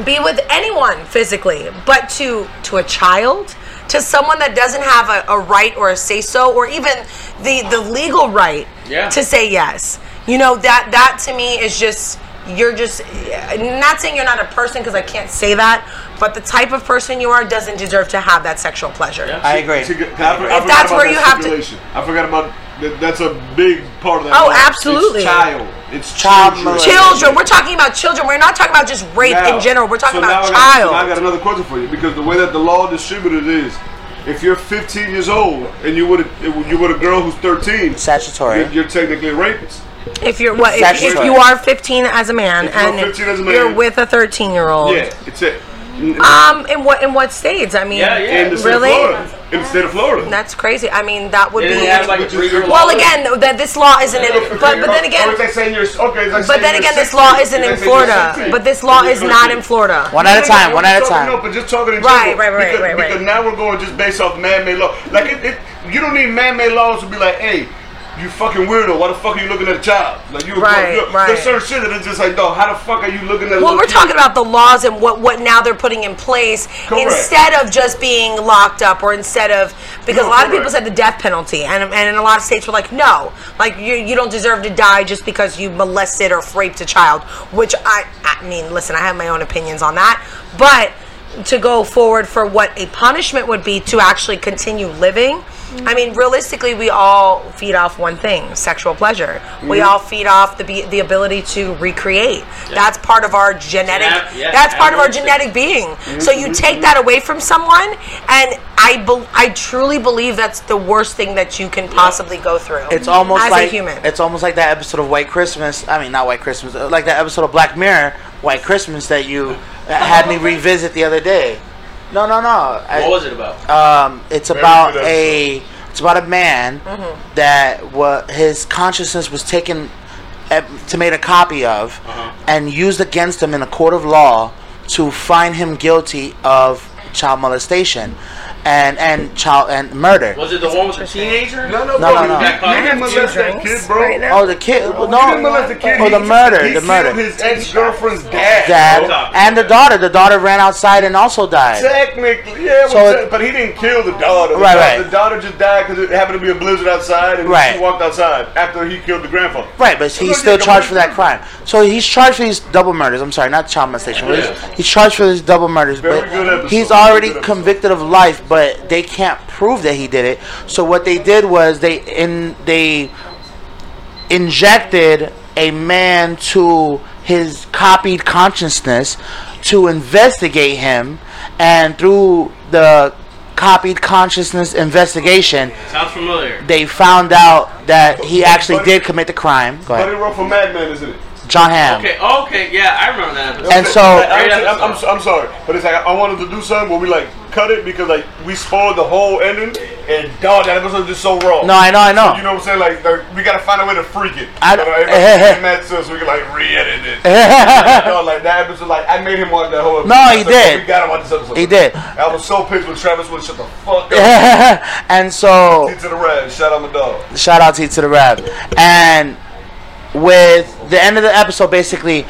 Speaker 4: be with anyone physically, but to to a child, to someone that doesn't have a, a right or a say so, or even the the legal right
Speaker 3: Yeah.
Speaker 4: to say yes. You know that that to me is just you're just not saying you're not a person because I can't say that, but the type of person you are doesn't deserve to have that sexual pleasure.
Speaker 3: Yeah.
Speaker 1: I agree.
Speaker 2: To get- I for- I
Speaker 4: If
Speaker 2: forgot
Speaker 4: that's
Speaker 2: about
Speaker 4: where
Speaker 2: that
Speaker 4: you have to-
Speaker 2: stipulation. I forgot about that, that's a big part of that.
Speaker 4: Oh,
Speaker 2: law.
Speaker 4: absolutely.
Speaker 2: It's child. It's
Speaker 1: Child
Speaker 2: children.
Speaker 1: molestation.
Speaker 4: Children, we're talking about children. We're not talking about just rape
Speaker 2: Now-
Speaker 4: in general. We're talking
Speaker 2: so
Speaker 4: about
Speaker 2: now I got,
Speaker 4: child.
Speaker 2: so now I got another question for you because the way that the law distributed is, if you're 15 years old and you would you with a girl who's 13,
Speaker 1: Statutory.
Speaker 2: you're, you're technically a rapist.
Speaker 4: If you're what? If,
Speaker 1: Exactly
Speaker 4: if
Speaker 1: right.
Speaker 4: you are 15 as a man
Speaker 2: If you're
Speaker 4: and
Speaker 2: 15 as a man.
Speaker 4: you're with a 13 year old,
Speaker 2: Yeah, it's it. In,
Speaker 4: um, in what in what states? I mean,
Speaker 3: Yeah, yeah.
Speaker 2: in the state
Speaker 4: really?
Speaker 2: of Florida. In the state of Florida.
Speaker 4: That's crazy. I mean, that would
Speaker 3: They
Speaker 4: be.
Speaker 3: didn't have like a three-year
Speaker 4: well,
Speaker 3: law.
Speaker 4: again, though, that this law isn't in. But but then
Speaker 2: Or
Speaker 4: again,
Speaker 2: it's like saying you're, okay, it's like
Speaker 4: but
Speaker 2: saying
Speaker 4: then
Speaker 2: you're
Speaker 4: again, this
Speaker 2: 16.
Speaker 4: law isn't
Speaker 2: It's
Speaker 4: in
Speaker 2: like saying you're
Speaker 4: Florida.
Speaker 2: 16.
Speaker 4: But this law
Speaker 2: You're
Speaker 4: is not in
Speaker 2: 13.
Speaker 4: Florida.
Speaker 1: One at a time. One at a
Speaker 2: No,
Speaker 1: time.
Speaker 2: but just talking in
Speaker 4: Right,
Speaker 2: general.
Speaker 4: right, right,
Speaker 2: because,
Speaker 4: right, right.
Speaker 2: Because now we're going just based off man-made law. Like it, it, you don't need man-made laws to be like, hey, you fucking weirdo. Why the fuck are you looking at a child? Like you,
Speaker 4: Right,
Speaker 2: you
Speaker 4: right.
Speaker 2: There's certain shit that is just like, dog. How the fuck are you looking at? a
Speaker 4: Well,
Speaker 2: little
Speaker 4: we're
Speaker 2: kid?
Speaker 4: talking about the laws and what, what now they're putting in place
Speaker 2: Correct.
Speaker 4: instead of just being locked up or instead of because
Speaker 2: No,
Speaker 4: a lot of
Speaker 2: correct.
Speaker 4: people said the death penalty and and in a lot of states were like no like you you don't deserve to die just because you molested or raped a child which I I mean listen I have my own opinions on that but to go forward for what a punishment would be to actually continue living. I mean, realistically, we all feed off one thing: sexual pleasure. We all feed off the be- the ability to recreate. That's part of our genetic.
Speaker 3: Gena- yeah,
Speaker 4: that's part of our
Speaker 3: animalistic.
Speaker 4: genetic being. So you take that away from someone, and I bel I truly believe that's the worst thing that you can possibly go through.
Speaker 1: It's almost
Speaker 4: as
Speaker 1: like
Speaker 4: a human.
Speaker 1: it's almost like that episode of White Christmas. I mean, not White Christmas. uh, Like that episode of Black Mirror, White Christmas that you had me revisit the other day. No, no, no. I-
Speaker 3: What was it about?
Speaker 1: um, it's
Speaker 2: Very
Speaker 1: about
Speaker 2: good
Speaker 1: a it's about a man that wa his consciousness was taken uh, to made a copy of
Speaker 2: Uh-huh.
Speaker 1: and used against him in a court of law to find him guilty of child molestation and and child and murder.
Speaker 3: was it the one with the teenager?
Speaker 2: No,
Speaker 1: No,
Speaker 2: no,
Speaker 1: no,
Speaker 2: bro.
Speaker 1: no.
Speaker 2: You, you didn't
Speaker 4: I have two
Speaker 2: molest that
Speaker 4: drinks
Speaker 2: kid, bro.
Speaker 4: right now.
Speaker 1: Oh, the kid. No,
Speaker 2: You didn't molest the kid.
Speaker 1: Oh, the
Speaker 2: He-
Speaker 1: murder.
Speaker 2: He
Speaker 1: the murder.
Speaker 2: killed his ex-girlfriend's dad.
Speaker 1: dad
Speaker 2: bro.
Speaker 1: and the daughter. The daughter ran outside and also died.
Speaker 2: Technically, yeah,
Speaker 1: So
Speaker 2: well,
Speaker 1: it-
Speaker 2: te- but he didn't kill the daughter. The
Speaker 1: Right,
Speaker 2: daughter-
Speaker 1: right.
Speaker 2: The daughter just died because it happened to be a blizzard outside, and
Speaker 1: Right.
Speaker 2: she walked outside after he killed the grandfather.
Speaker 1: Right, but he's still charged for that crime. So he's charged for these double murders. I'm sorry, not child molestation. but he's- He's charged for these double murders,
Speaker 2: Very
Speaker 1: but
Speaker 2: good episode.
Speaker 1: he's
Speaker 2: Very
Speaker 1: already
Speaker 2: good episode.
Speaker 1: convicted of life. But they can't prove that he did it. So what they did was they in they injected a man to his copied consciousness to investigate him, and through the copied consciousness investigation,
Speaker 3: Sounds familiar.
Speaker 1: they found out that he actually
Speaker 2: But-
Speaker 1: did commit the crime. Go
Speaker 2: But it
Speaker 1: ahead.
Speaker 2: wrote for Mad Men, isn't it?
Speaker 1: John Hamm.
Speaker 3: Okay, okay, yeah, I remember that episode.
Speaker 1: And so-
Speaker 2: Like, I
Speaker 3: Great
Speaker 2: was- I'm, I'm,
Speaker 3: episode.
Speaker 2: I'm sorry, but it's like I wanted to do something where we like cut it because like we spoiled the whole ending, and dog, that episode was just so wrong.
Speaker 1: No, I know, I know.
Speaker 2: You know what I'm saying? Like, like, we gotta find a way to freak it.
Speaker 1: I-
Speaker 2: you know, everybody
Speaker 1: eh, eh, eh.
Speaker 2: get mad to us, we can like re-edit it. no, like that episode, like I made him watch that whole.
Speaker 1: No,
Speaker 2: episode.
Speaker 1: he
Speaker 2: I said,
Speaker 1: did.
Speaker 2: We gotta watch this episode.
Speaker 1: He did.
Speaker 2: I was so pissed when Travis would shut the fuck up.
Speaker 1: and so,
Speaker 2: to the red. Shout out my dog.
Speaker 1: shout out to you to the rap. And with the end of the episode, basically,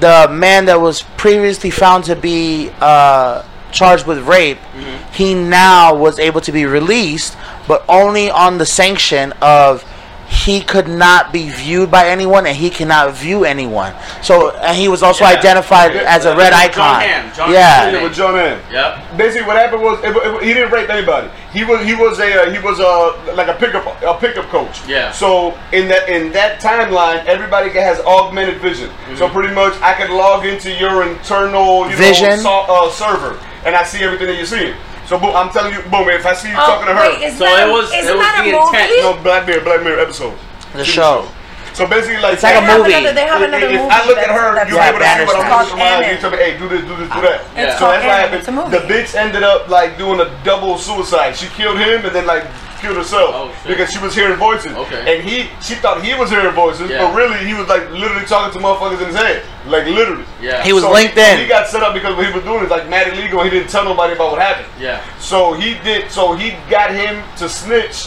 Speaker 1: the man that was previously found to be uh, charged with rape,
Speaker 3: Mm-hmm.
Speaker 1: he now was able to be released, but only on the sanction of he could not be viewed by anyone and he cannot view anyone. So, and he was also identified as a red
Speaker 3: John
Speaker 1: icon.
Speaker 3: Hamm. John
Speaker 1: yeah.
Speaker 3: Hamm.
Speaker 2: Yeah, with John Hamm.
Speaker 3: Yep.
Speaker 2: Basically, what happened was it, it, he didn't rape anybody. He was he was a uh, he was a like a pickup a pickup coach.
Speaker 3: Yeah.
Speaker 2: So in that in that timeline, everybody has augmented vision. So pretty much, I could log into your internal you
Speaker 1: Mm-hmm. Vision?
Speaker 2: know, so, uh, server, and I see everything that you're seeing. So boom, I'm telling you, boom. If I see you
Speaker 8: Oh,
Speaker 2: talking to her,
Speaker 8: wait, is
Speaker 3: So
Speaker 8: that,
Speaker 3: it was-
Speaker 8: isn't
Speaker 3: it was
Speaker 8: that a
Speaker 3: the
Speaker 8: movie?
Speaker 3: intent.
Speaker 2: no Black Mirror, Black Mirror episode.
Speaker 1: The show.
Speaker 2: So basically, like
Speaker 1: It's like
Speaker 8: They
Speaker 1: a
Speaker 8: have
Speaker 1: movie.
Speaker 8: another- they have
Speaker 2: if,
Speaker 8: another
Speaker 2: if
Speaker 8: movie.
Speaker 2: I look at
Speaker 8: that's-
Speaker 2: her,
Speaker 8: that's
Speaker 2: you're
Speaker 1: Yeah,
Speaker 2: able to see what
Speaker 1: Bandersnatch.
Speaker 2: I'm doing.
Speaker 8: Bandersnatch.
Speaker 2: You tell me, hey, do this, do this, do that.
Speaker 3: It's
Speaker 2: So
Speaker 8: called
Speaker 2: that's what
Speaker 8: Anna. It's a
Speaker 2: happened.
Speaker 8: movie.
Speaker 2: The bitch ended up like doing a double suicide. She killed him and then like killed herself
Speaker 3: Oh, shit.
Speaker 2: because she was hearing voices.
Speaker 3: Okay.
Speaker 2: And he, she thought he was hearing voices,
Speaker 3: Yeah.
Speaker 2: but really he was like literally talking to motherfuckers in his head, like literally.
Speaker 3: Yeah.
Speaker 1: He was
Speaker 2: So
Speaker 1: linked
Speaker 2: he-
Speaker 1: in.
Speaker 2: He got set up because what he was doing is like mad illegal. and He didn't tell nobody about what happened.
Speaker 3: Yeah.
Speaker 2: So he did. So he got him to snitch.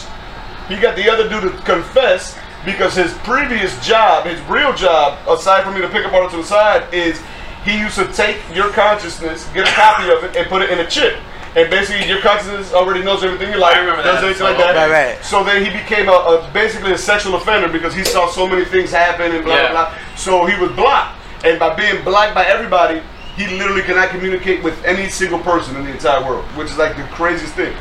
Speaker 2: He got the other dude to confess because his previous job, his real job, aside from me to pick up on to the side, is he used to take your consciousness, get a copy of it, and put it in a chip. And basically, your consciousness already knows everything you like.
Speaker 3: I remember
Speaker 2: does
Speaker 3: that
Speaker 2: anything like
Speaker 3: episode.
Speaker 2: that.
Speaker 1: Right, right.
Speaker 2: So then he became a, a basically a sexual offender because he saw so many things happen and blah
Speaker 3: Yeah.
Speaker 2: blah blah. So he was blocked, and by being blocked by everybody, he literally cannot communicate with any single person in the entire world, which is like the craziest thing.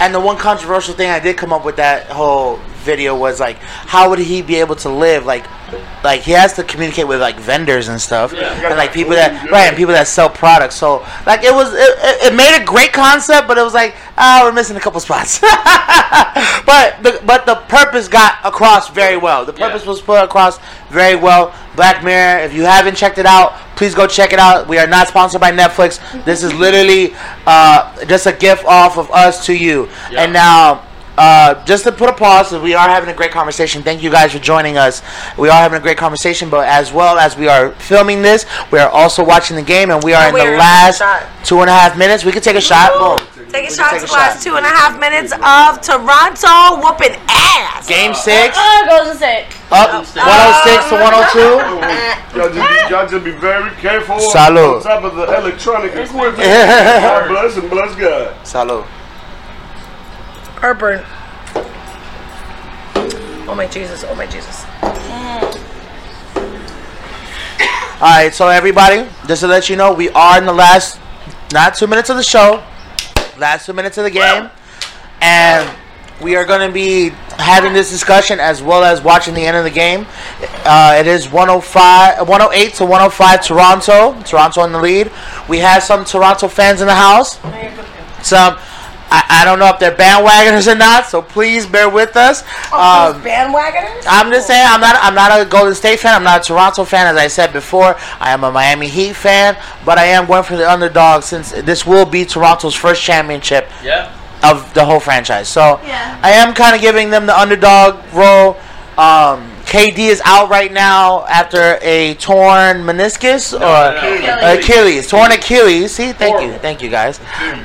Speaker 1: And the one controversial thing I did come up with that whole video was like, how would he be able to live? Like, like he has to communicate with like vendors and stuff,
Speaker 2: Yeah.
Speaker 1: and like people that right and people that sell products. So like it was, it, it, it made a great concept, but it was like, ah, we're missing a couple spots. but the but the purpose got across very well. The purpose
Speaker 3: Yeah.
Speaker 1: was put across very well. Black Mirror. If you haven't checked it out, please go check it out. We are not sponsored by Netflix. This is literally uh, just a gift off of us to you.
Speaker 3: Yeah.
Speaker 1: And now. Uh, just to put a pause, 'cause we are having a great conversation. Thank you guys for joining us. We are having a great conversation, but as well as we are filming this, we are also watching the game, and we are in
Speaker 9: we are
Speaker 1: the
Speaker 9: having a
Speaker 1: last
Speaker 9: shot.
Speaker 1: two and a half minutes. We can take a shot. Boom.
Speaker 9: Take a
Speaker 1: We can
Speaker 9: shot
Speaker 1: take
Speaker 9: to
Speaker 1: a
Speaker 9: the last two and a half minutes of Toronto whooping ass.
Speaker 1: Game six,
Speaker 5: Oh, goes and say
Speaker 1: up 106 to 102.
Speaker 2: Y'all just, be, y'all just be very careful.
Speaker 1: Salud.
Speaker 2: On top of the electronic equipment. God
Speaker 1: Salud.
Speaker 2: bless and bless God.
Speaker 9: Heartburn. Oh my Jesus, oh my Jesus.
Speaker 1: All right, so everybody, just to let you know, we are in the last, not two minutes of the show, last two minutes of the game, and we are going to be having this discussion as well as watching the end of the game. Uh, it is 105, 108 to 105 Toronto. Toronto in the lead. We have some Toronto fans in the house. Some, I, I don't know if they're bandwagoners or not, so please bear with us. Um,
Speaker 9: bandwagoners?
Speaker 1: I'm just saying I'm not I'm not a Golden State fan. I'm not a Toronto fan, as I said before. I am a Miami Heat fan, but I am going for the underdog since this will be Toronto's first championship
Speaker 3: Yeah.
Speaker 1: of the whole franchise. So
Speaker 5: Yeah.
Speaker 1: I am kind of giving them the underdog role. Um, KD is out right now after a torn meniscus or
Speaker 3: no,
Speaker 5: no.
Speaker 1: Achilles, torn Achilles. See, thank you,
Speaker 2: Horrible.
Speaker 1: thank you guys.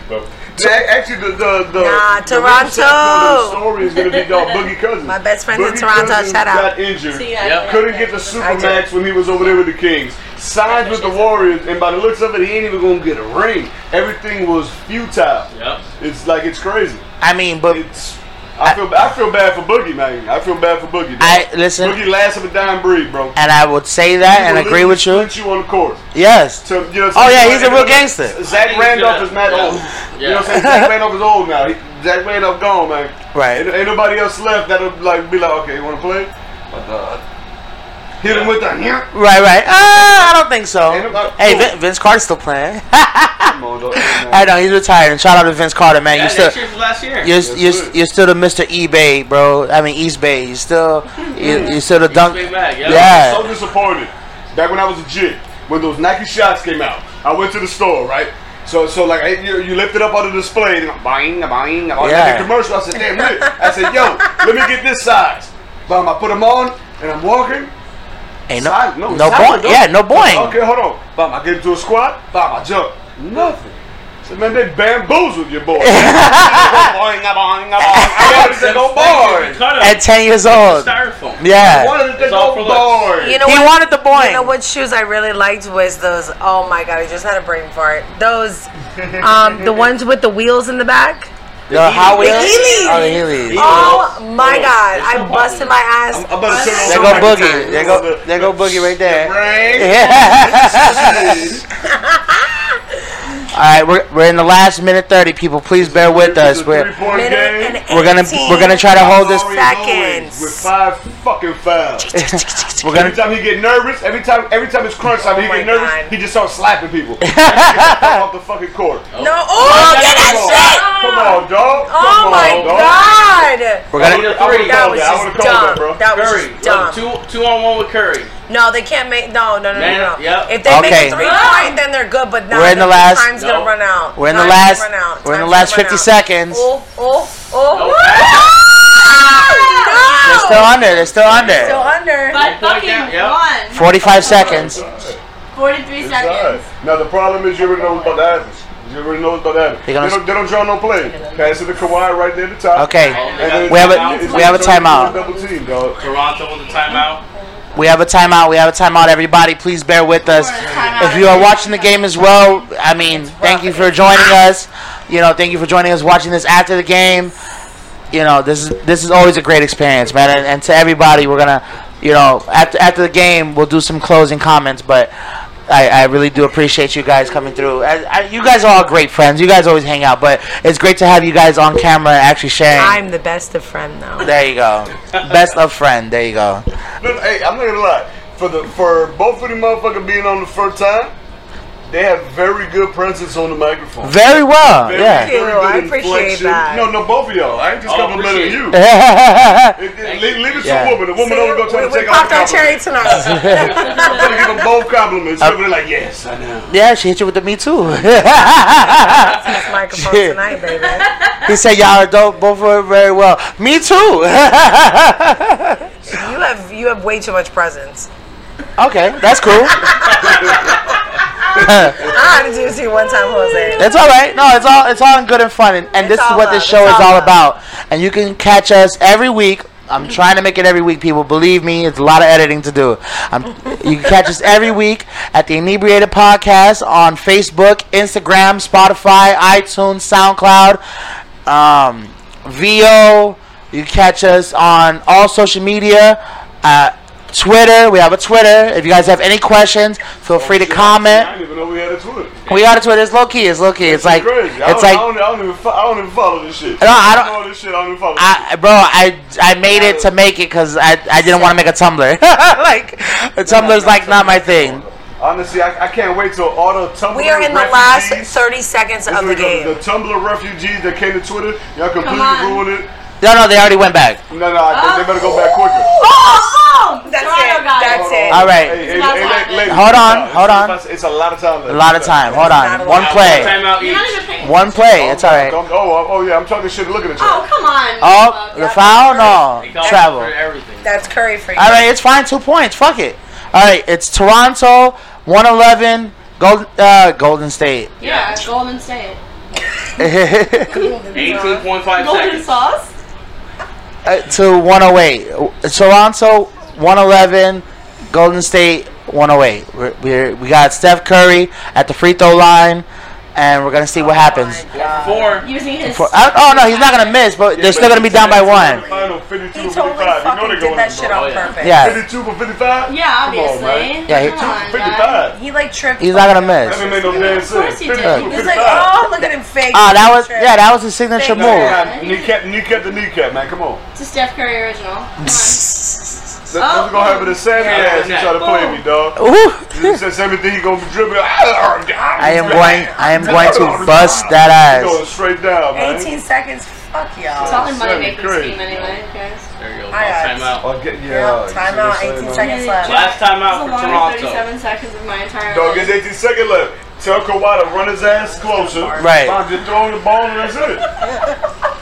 Speaker 2: Yeah, actually, the the, the
Speaker 9: Nah,
Speaker 2: the
Speaker 9: Toronto.
Speaker 2: The story is gonna be dog Boogie Cousins.
Speaker 9: My best friend's in
Speaker 2: Boogie
Speaker 9: Toronto,
Speaker 2: Cousins
Speaker 9: shout out.
Speaker 2: Got injured.
Speaker 5: See you guys
Speaker 3: Yep.
Speaker 5: later.
Speaker 2: Couldn't get the Supermax when he was over there with the Kings. Signed with the Warriors, and by the looks of it, he ain't even gonna get a ring. Everything was futile.
Speaker 3: Yep.
Speaker 2: It's like it's crazy.
Speaker 1: I mean, but
Speaker 2: It's I feel I feel bad for Boogie, man. I feel bad for Boogie. dog.
Speaker 1: I- listen-
Speaker 2: Boogie last of a dime breed, bro.
Speaker 1: and I would say that and agree with you.
Speaker 2: Put you on the court.
Speaker 1: Yes,
Speaker 2: So, you know what
Speaker 1: Oh,
Speaker 2: I'm saying?
Speaker 1: yeah, he's a real gangster.
Speaker 3: I
Speaker 2: Zach
Speaker 3: think he's
Speaker 2: Randolph
Speaker 3: good.
Speaker 2: is not
Speaker 3: Yeah.
Speaker 2: old. You know
Speaker 3: Yeah.
Speaker 2: what I'm saying? Zach Randolph is old now. He, Zach Randolph gone, man.
Speaker 1: Right.
Speaker 2: Ain't, ain't nobody else left that'll like be like, okay, you want to play? But, uh, hit him with the yeah.
Speaker 1: right, right. Uh, I don't think so.
Speaker 2: Ain't nobody-
Speaker 1: Hey, Vin- Vince Carter's still playing.
Speaker 2: Come on, dog.
Speaker 1: I know he's retired. And shout out to Vince Carter, man.
Speaker 3: Yeah,
Speaker 1: You
Speaker 3: next
Speaker 1: still,
Speaker 3: year's last year.
Speaker 1: you're,
Speaker 2: sir.
Speaker 1: you're, you're still the Mr. eBay, bro. I mean East Bay. You still, you, you still the dunk.
Speaker 3: Big Mac, yeah.
Speaker 1: Yeah.
Speaker 2: so disappointed. Back when I was a jit, when those Nike shots came out, I went to the store, right? So, so like I, you, you lift it up on the display, and buying, buying, buying.
Speaker 1: Yeah.
Speaker 2: The commercial. I said, damn, look. I said, yo, let me get this size. But I put them on, and I'm walking.
Speaker 1: Ain't no,
Speaker 2: Size-
Speaker 1: no,
Speaker 2: size,
Speaker 1: boing.
Speaker 2: though.
Speaker 1: Yeah, no boing.
Speaker 2: Okay, hold on. Bam, I get into a squat. Bam, I jump. Nothing. So man, they bamboozled your boy. boing, boing, boing, boing. I wanted to go boring.
Speaker 3: Cut him.
Speaker 1: At ten years old.
Speaker 3: Styrofoam.
Speaker 2: I
Speaker 1: Yeah,
Speaker 2: wanted to
Speaker 3: It's all
Speaker 2: go
Speaker 3: for
Speaker 2: boring.
Speaker 9: You know
Speaker 1: he
Speaker 9: what?
Speaker 1: wanted the boing.
Speaker 9: You know what shoes I really liked was those. Oh my god, I just had a brain fart. Those, um, the ones with the wheels in the back.
Speaker 1: the Howie.
Speaker 9: The Heelys.
Speaker 1: Oh, the Heelys.
Speaker 9: Oh my
Speaker 2: Oh,
Speaker 9: god,
Speaker 2: it's so
Speaker 9: I busted my ass.
Speaker 2: I'm, I'm about to turn on
Speaker 1: There go
Speaker 2: my
Speaker 1: Boogie.
Speaker 2: guitar.
Speaker 1: There go, there go Boogie right there.
Speaker 2: Right?
Speaker 1: All right, we're, we're in the last minute thirty. People, please bear with us. We're
Speaker 2: Three-point
Speaker 9: Minute
Speaker 2: game.
Speaker 9: and
Speaker 1: we're gonna
Speaker 9: 18
Speaker 1: we're gonna try to hold this.
Speaker 2: Sorry,
Speaker 9: seconds.
Speaker 2: Louis, With five fucking fouls.
Speaker 1: We're
Speaker 2: Every
Speaker 1: gonna
Speaker 2: time he get nervous, every time every time it's crunch time, he
Speaker 9: Oh my
Speaker 2: get nervous,
Speaker 9: God.
Speaker 2: he just starts slapping people. He gets off the fucking court.
Speaker 9: No, oh, get that
Speaker 2: Come on.
Speaker 9: shit!
Speaker 2: Come on, dog.
Speaker 9: Oh
Speaker 2: Come
Speaker 9: my
Speaker 2: on, dog.
Speaker 9: god!
Speaker 1: we're
Speaker 2: I
Speaker 1: gonna.
Speaker 2: would've- I would've
Speaker 3: That
Speaker 9: That
Speaker 2: called
Speaker 9: was
Speaker 2: that. I
Speaker 9: just
Speaker 2: would've called that, bro.
Speaker 9: dumb. That was
Speaker 3: Curry.
Speaker 9: just dumb.
Speaker 3: Two, two on one with Curry.
Speaker 9: No, they can't make. No, no, no,
Speaker 3: Man,
Speaker 9: no, no.
Speaker 3: yep.
Speaker 9: If they make
Speaker 1: Okay.
Speaker 9: a three point, then they're good. But now
Speaker 1: We're in the last-
Speaker 9: time's
Speaker 3: No.
Speaker 9: gonna run out.
Speaker 1: We're in the
Speaker 9: Time's
Speaker 1: last-
Speaker 9: gonna run out.
Speaker 1: we're in the
Speaker 9: Time's
Speaker 1: last
Speaker 9: gonna run
Speaker 1: 50
Speaker 9: out.
Speaker 1: seconds.
Speaker 9: Oh, oh,
Speaker 3: No
Speaker 9: oh!
Speaker 3: pass.
Speaker 1: still under. They're still
Speaker 6: So
Speaker 1: under.
Speaker 6: under.
Speaker 5: But fucking
Speaker 3: down, yeah.
Speaker 5: one.
Speaker 1: 45 seconds.
Speaker 5: 43
Speaker 2: It's
Speaker 5: seconds.
Speaker 2: alright. Now the problem is you already know about the Athens. You already know about the Athens. They
Speaker 1: They gonna-
Speaker 2: don't, they don't draw no play. Pass it to Kawhi right there at the top.
Speaker 1: Okay.
Speaker 2: then
Speaker 1: We have
Speaker 2: it's
Speaker 1: a we have a
Speaker 2: gonna turn into
Speaker 1: timeout.
Speaker 2: Double team, dog.
Speaker 3: Toronto with the timeout.
Speaker 1: We have a timeout. We have a timeout. Everybody, please bear with us. If you are watching the game as well, I mean, thank you for joining us. You know, thank you for joining us watching this after the game. You know, this is this is always a great experience, man. And, and to everybody, we're gonna, you know, after after the game, we'll do some closing comments. But I, I really do appreciate you guys coming through. I, I, you guys are all great friends. You guys always hang out, but it's great to have you guys on camera and actually sharing.
Speaker 9: I'm the best of friend though.
Speaker 1: there you go, best of friend. There you go.
Speaker 2: No, no, hey, I'm not gonna lie. For the for both of them motherfuckers being on the first time, they have very good presence on the microphone.
Speaker 1: Very well.
Speaker 2: Very,
Speaker 1: Yeah.
Speaker 2: very
Speaker 9: Thank you. I
Speaker 2: good
Speaker 9: appreciate
Speaker 2: inflection.
Speaker 9: that.
Speaker 2: No, no, both of y'all. I ain't just
Speaker 3: Oh,
Speaker 2: complimenting
Speaker 3: appreciate
Speaker 2: you.
Speaker 1: yeah,
Speaker 2: It- it- leave, leave it to
Speaker 1: Yeah.
Speaker 2: a woman. A woman
Speaker 9: See,
Speaker 2: always gonna try to
Speaker 9: we, we
Speaker 2: take out
Speaker 9: popped
Speaker 2: the
Speaker 9: our
Speaker 2: compliment.
Speaker 9: cherry tonight.
Speaker 2: I'm gonna give them both compliments.
Speaker 1: Uh,
Speaker 2: Everybody like, yes, I know.
Speaker 1: she hit you with the me too.
Speaker 9: This microphone
Speaker 1: Shit.
Speaker 9: tonight, baby.
Speaker 1: he said y'all are dope, both of you very well. Me too.
Speaker 9: You have you have way too much presence.
Speaker 1: okay, that's cool.
Speaker 9: I had to do this to you one time, Jose.
Speaker 1: That's all right. No, it's all it's all in good and fun, and, and this
Speaker 9: It's
Speaker 1: is
Speaker 9: all
Speaker 1: what this
Speaker 9: love.
Speaker 1: show
Speaker 9: It's
Speaker 1: is
Speaker 9: all
Speaker 1: all
Speaker 9: love.
Speaker 1: about. And you can catch us every week. I'm trying to make it every week, people. Believe me, it's a lot of editing to do. i you can catch us every week at the Inebriated Podcast on Facebook, Instagram, Spotify, iTunes, SoundCloud, um, VO. You can catch us on all social media. Uh, Twitter, we have a Twitter. If you guys have any questions, feel free to comment.
Speaker 2: I didn't even know we had a Twitter.
Speaker 1: We got a Twitter. It's low key. It's low key. It's like
Speaker 2: crazy. I
Speaker 1: it's
Speaker 2: don't, I
Speaker 1: like
Speaker 2: don't, I don't even fo- I don't even follow this shit.
Speaker 1: No, I don't-
Speaker 2: follow this shit. I don't even follow. this
Speaker 1: I, bro. I I made it to make it because I I didn't want to make a Tumblr. like a Tumblr's like not my thing.
Speaker 2: shit. Honestly, I, I can't wait till all the Tumblr.
Speaker 9: We are in the last
Speaker 2: refugees,
Speaker 9: 30 seconds
Speaker 2: This
Speaker 9: of
Speaker 2: is
Speaker 9: the
Speaker 2: the-
Speaker 9: game.
Speaker 2: The Tumblr refugees that came to Twitter, y'all completely
Speaker 5: on.
Speaker 2: ruined it.
Speaker 1: No, no, they already went back.
Speaker 2: No, no, I think they better go back quicker.
Speaker 5: Oh, oh,
Speaker 9: That's
Speaker 5: Toronto
Speaker 9: it.
Speaker 5: got
Speaker 9: That's it.
Speaker 1: All
Speaker 2: Hey,
Speaker 1: right,
Speaker 2: hey,
Speaker 5: not
Speaker 2: hey,
Speaker 5: what
Speaker 2: la-
Speaker 5: happened.
Speaker 2: ladies,
Speaker 1: Hold on,
Speaker 2: it's-
Speaker 1: hold on.
Speaker 2: It's, it's a lot of time.
Speaker 1: a
Speaker 2: Left.
Speaker 1: lot of time. Hold
Speaker 9: not a
Speaker 1: on, one
Speaker 9: lot.
Speaker 1: play,
Speaker 3: Timeout
Speaker 5: You're not even
Speaker 3: each.
Speaker 5: paying
Speaker 1: one play. It's all right.
Speaker 2: Don't- Oh, oh, oh, yeah, I'm talking shit looking at you.
Speaker 5: Oh, come on.
Speaker 1: Oh, the foul?
Speaker 3: He
Speaker 1: No,
Speaker 3: comes
Speaker 1: travel.
Speaker 3: For everything.
Speaker 9: That's curry for you.
Speaker 1: All right, it's fine. Two points. Fuck it. All right, it's Toronto, one eleven. Gold, uh, Golden State.
Speaker 5: Yeah, Golden State.
Speaker 3: 18.5
Speaker 5: Golden
Speaker 3: seconds.
Speaker 5: sauce?
Speaker 1: Uh, to 108. Uh, Toronto 111, Golden State 108. We're, we're, we got Steph Curry at the free throw line, and we're gonna see what happens.
Speaker 3: Four.
Speaker 5: Using his.
Speaker 1: For- I- oh no, he's not gonna miss, but they're still gonna be down by one.
Speaker 2: Final 52
Speaker 9: He
Speaker 2: to
Speaker 9: totally
Speaker 2: 55. You know
Speaker 9: fucking
Speaker 2: they're
Speaker 9: did
Speaker 2: going
Speaker 9: that
Speaker 2: to
Speaker 9: shit
Speaker 2: go.
Speaker 9: on
Speaker 3: yeah.
Speaker 9: purpose.
Speaker 1: Oh, Yeah,
Speaker 2: 52 for 55?
Speaker 5: Yeah,
Speaker 2: Come on,
Speaker 5: obviously. Oh
Speaker 2: man.
Speaker 1: Yeah, he-
Speaker 5: Come on, guys.
Speaker 2: 55.
Speaker 9: He like tripped.
Speaker 1: he's not gonna
Speaker 2: That
Speaker 1: miss.
Speaker 2: didn't make no damn
Speaker 5: Of
Speaker 2: sense.
Speaker 5: course he did.
Speaker 2: 52
Speaker 9: He's
Speaker 2: 55.
Speaker 9: like, oh, look at him fake.
Speaker 1: Ah, that was yeah, that was his signature
Speaker 2: No,
Speaker 1: move.
Speaker 2: yeah, kneecap, kneecap to kneecap, man. Come on.
Speaker 5: It's a Steph Curry original. Come on.
Speaker 2: That's oh. gonna happen to Sammy
Speaker 3: Yeah,
Speaker 2: ass. He
Speaker 3: yeah.
Speaker 2: try to play me, dog.
Speaker 1: Ooh,
Speaker 2: He said Sammy think he gonna dribble. I
Speaker 1: I am going, I am going to bust that
Speaker 2: Going
Speaker 1: ass.
Speaker 2: straight down, man.
Speaker 9: 18 seconds. Fuck
Speaker 5: It's
Speaker 9: y'all.
Speaker 5: all in money making
Speaker 2: Crazy.
Speaker 5: scheme anyway, guys.
Speaker 3: There you go.
Speaker 9: I got it.
Speaker 3: Timeout.
Speaker 2: I'll get,
Speaker 9: Yeah,
Speaker 2: yeah,
Speaker 9: timeout. 18 seconds left.
Speaker 3: Last timeout
Speaker 5: It's the
Speaker 3: for
Speaker 5: longest
Speaker 3: Toronto.
Speaker 5: 37 seconds of my entire
Speaker 2: Dog,
Speaker 5: life.
Speaker 2: it's 18 seconds left. Tell Kawhi to run his ass closer.
Speaker 1: Right.
Speaker 2: Fine, Just throw the ball and that's it.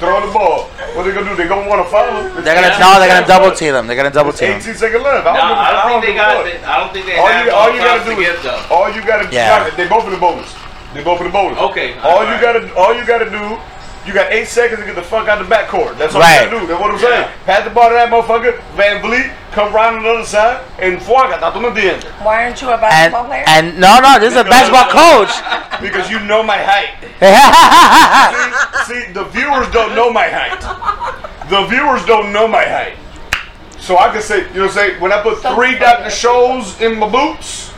Speaker 2: throw the ball. What they gonna do? They gonna want to follow.
Speaker 1: They're gonna no, they're gonna double team them. They're gonna double
Speaker 2: It's
Speaker 1: team.
Speaker 2: 18 seconds left. I
Speaker 3: No,
Speaker 2: don't, give a-
Speaker 3: I don't think they
Speaker 2: give a
Speaker 3: got.
Speaker 2: fuck.
Speaker 3: They, I don't think they
Speaker 2: All
Speaker 3: have
Speaker 2: you, all you gotta
Speaker 3: got to
Speaker 2: do
Speaker 3: give
Speaker 2: is,
Speaker 3: though.
Speaker 2: all you gotta,
Speaker 1: Yeah.
Speaker 2: they both in the bonus. They both in the bonus.
Speaker 3: Okay,
Speaker 2: All you
Speaker 3: alright.
Speaker 2: gotta, all you gotta do, you got eight seconds to get the fuck out the backcourt. That's all
Speaker 1: Right.
Speaker 2: you gotta do. That's what I'm saying. Pass the ball to that motherfucker, Van Vliet, come round on the other side, and fuck, tá tudo dentro.
Speaker 9: Why aren't you a
Speaker 1: And
Speaker 9: basketball player?
Speaker 1: and no, no, this is a basketball
Speaker 2: Because you know my height.
Speaker 1: coach.
Speaker 2: See, the viewers don't know my height. The viewers don't know my height. So I can say, you know what I'm saying? When I put three Dr. Shows in my boots,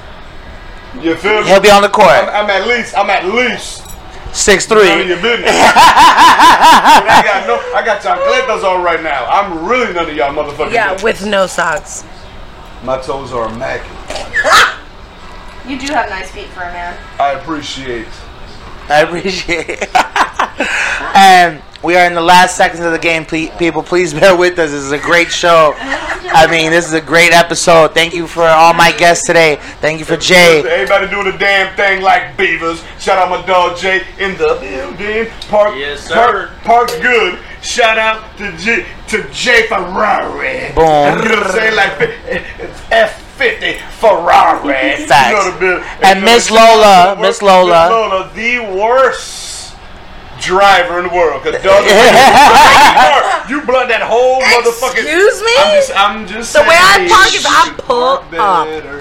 Speaker 2: you feel me?
Speaker 1: He'll be on the
Speaker 2: I'm,
Speaker 1: court.
Speaker 2: I'm at least, I'm at least
Speaker 1: Six
Speaker 2: none of
Speaker 1: three.
Speaker 2: your business. But I got no, I got chancletas on right now. I'm really none of y'all motherfuckers.
Speaker 9: Yeah,
Speaker 2: business.
Speaker 9: with no socks.
Speaker 2: my toes are immaculate.
Speaker 5: You do have nice feet for a man.
Speaker 2: I appreciate.
Speaker 1: I appreciate it. and we are in the last seconds of the game, ple- people. Please bear with us. This is a great show. I mean, this is a great episode. Thank you for all my guests today. Thank you for Jay.
Speaker 2: Everybody doing the damn thing like beavers. Shout out my dog Jay in the building. Park,
Speaker 3: Yes,
Speaker 2: park,
Speaker 3: sir.
Speaker 2: park good. Shout out to J to J Ferrari.
Speaker 1: Boom.
Speaker 2: You know what I'm saying? Like F fifty Ferrari.
Speaker 1: Facts.
Speaker 2: You know the bill-
Speaker 1: And
Speaker 2: you know
Speaker 1: Miss
Speaker 2: the bill-
Speaker 1: Lola,
Speaker 2: the worst-
Speaker 1: Miss Lola.
Speaker 2: Miss Lola, the worst driver in the world. 'Cause dog, you blunt that whole motherfucking.
Speaker 9: Excuse me?
Speaker 2: I'm just, I'm just
Speaker 9: The way I
Speaker 2: saying,
Speaker 9: park is
Speaker 2: you
Speaker 9: I
Speaker 2: should
Speaker 9: pull
Speaker 2: park better.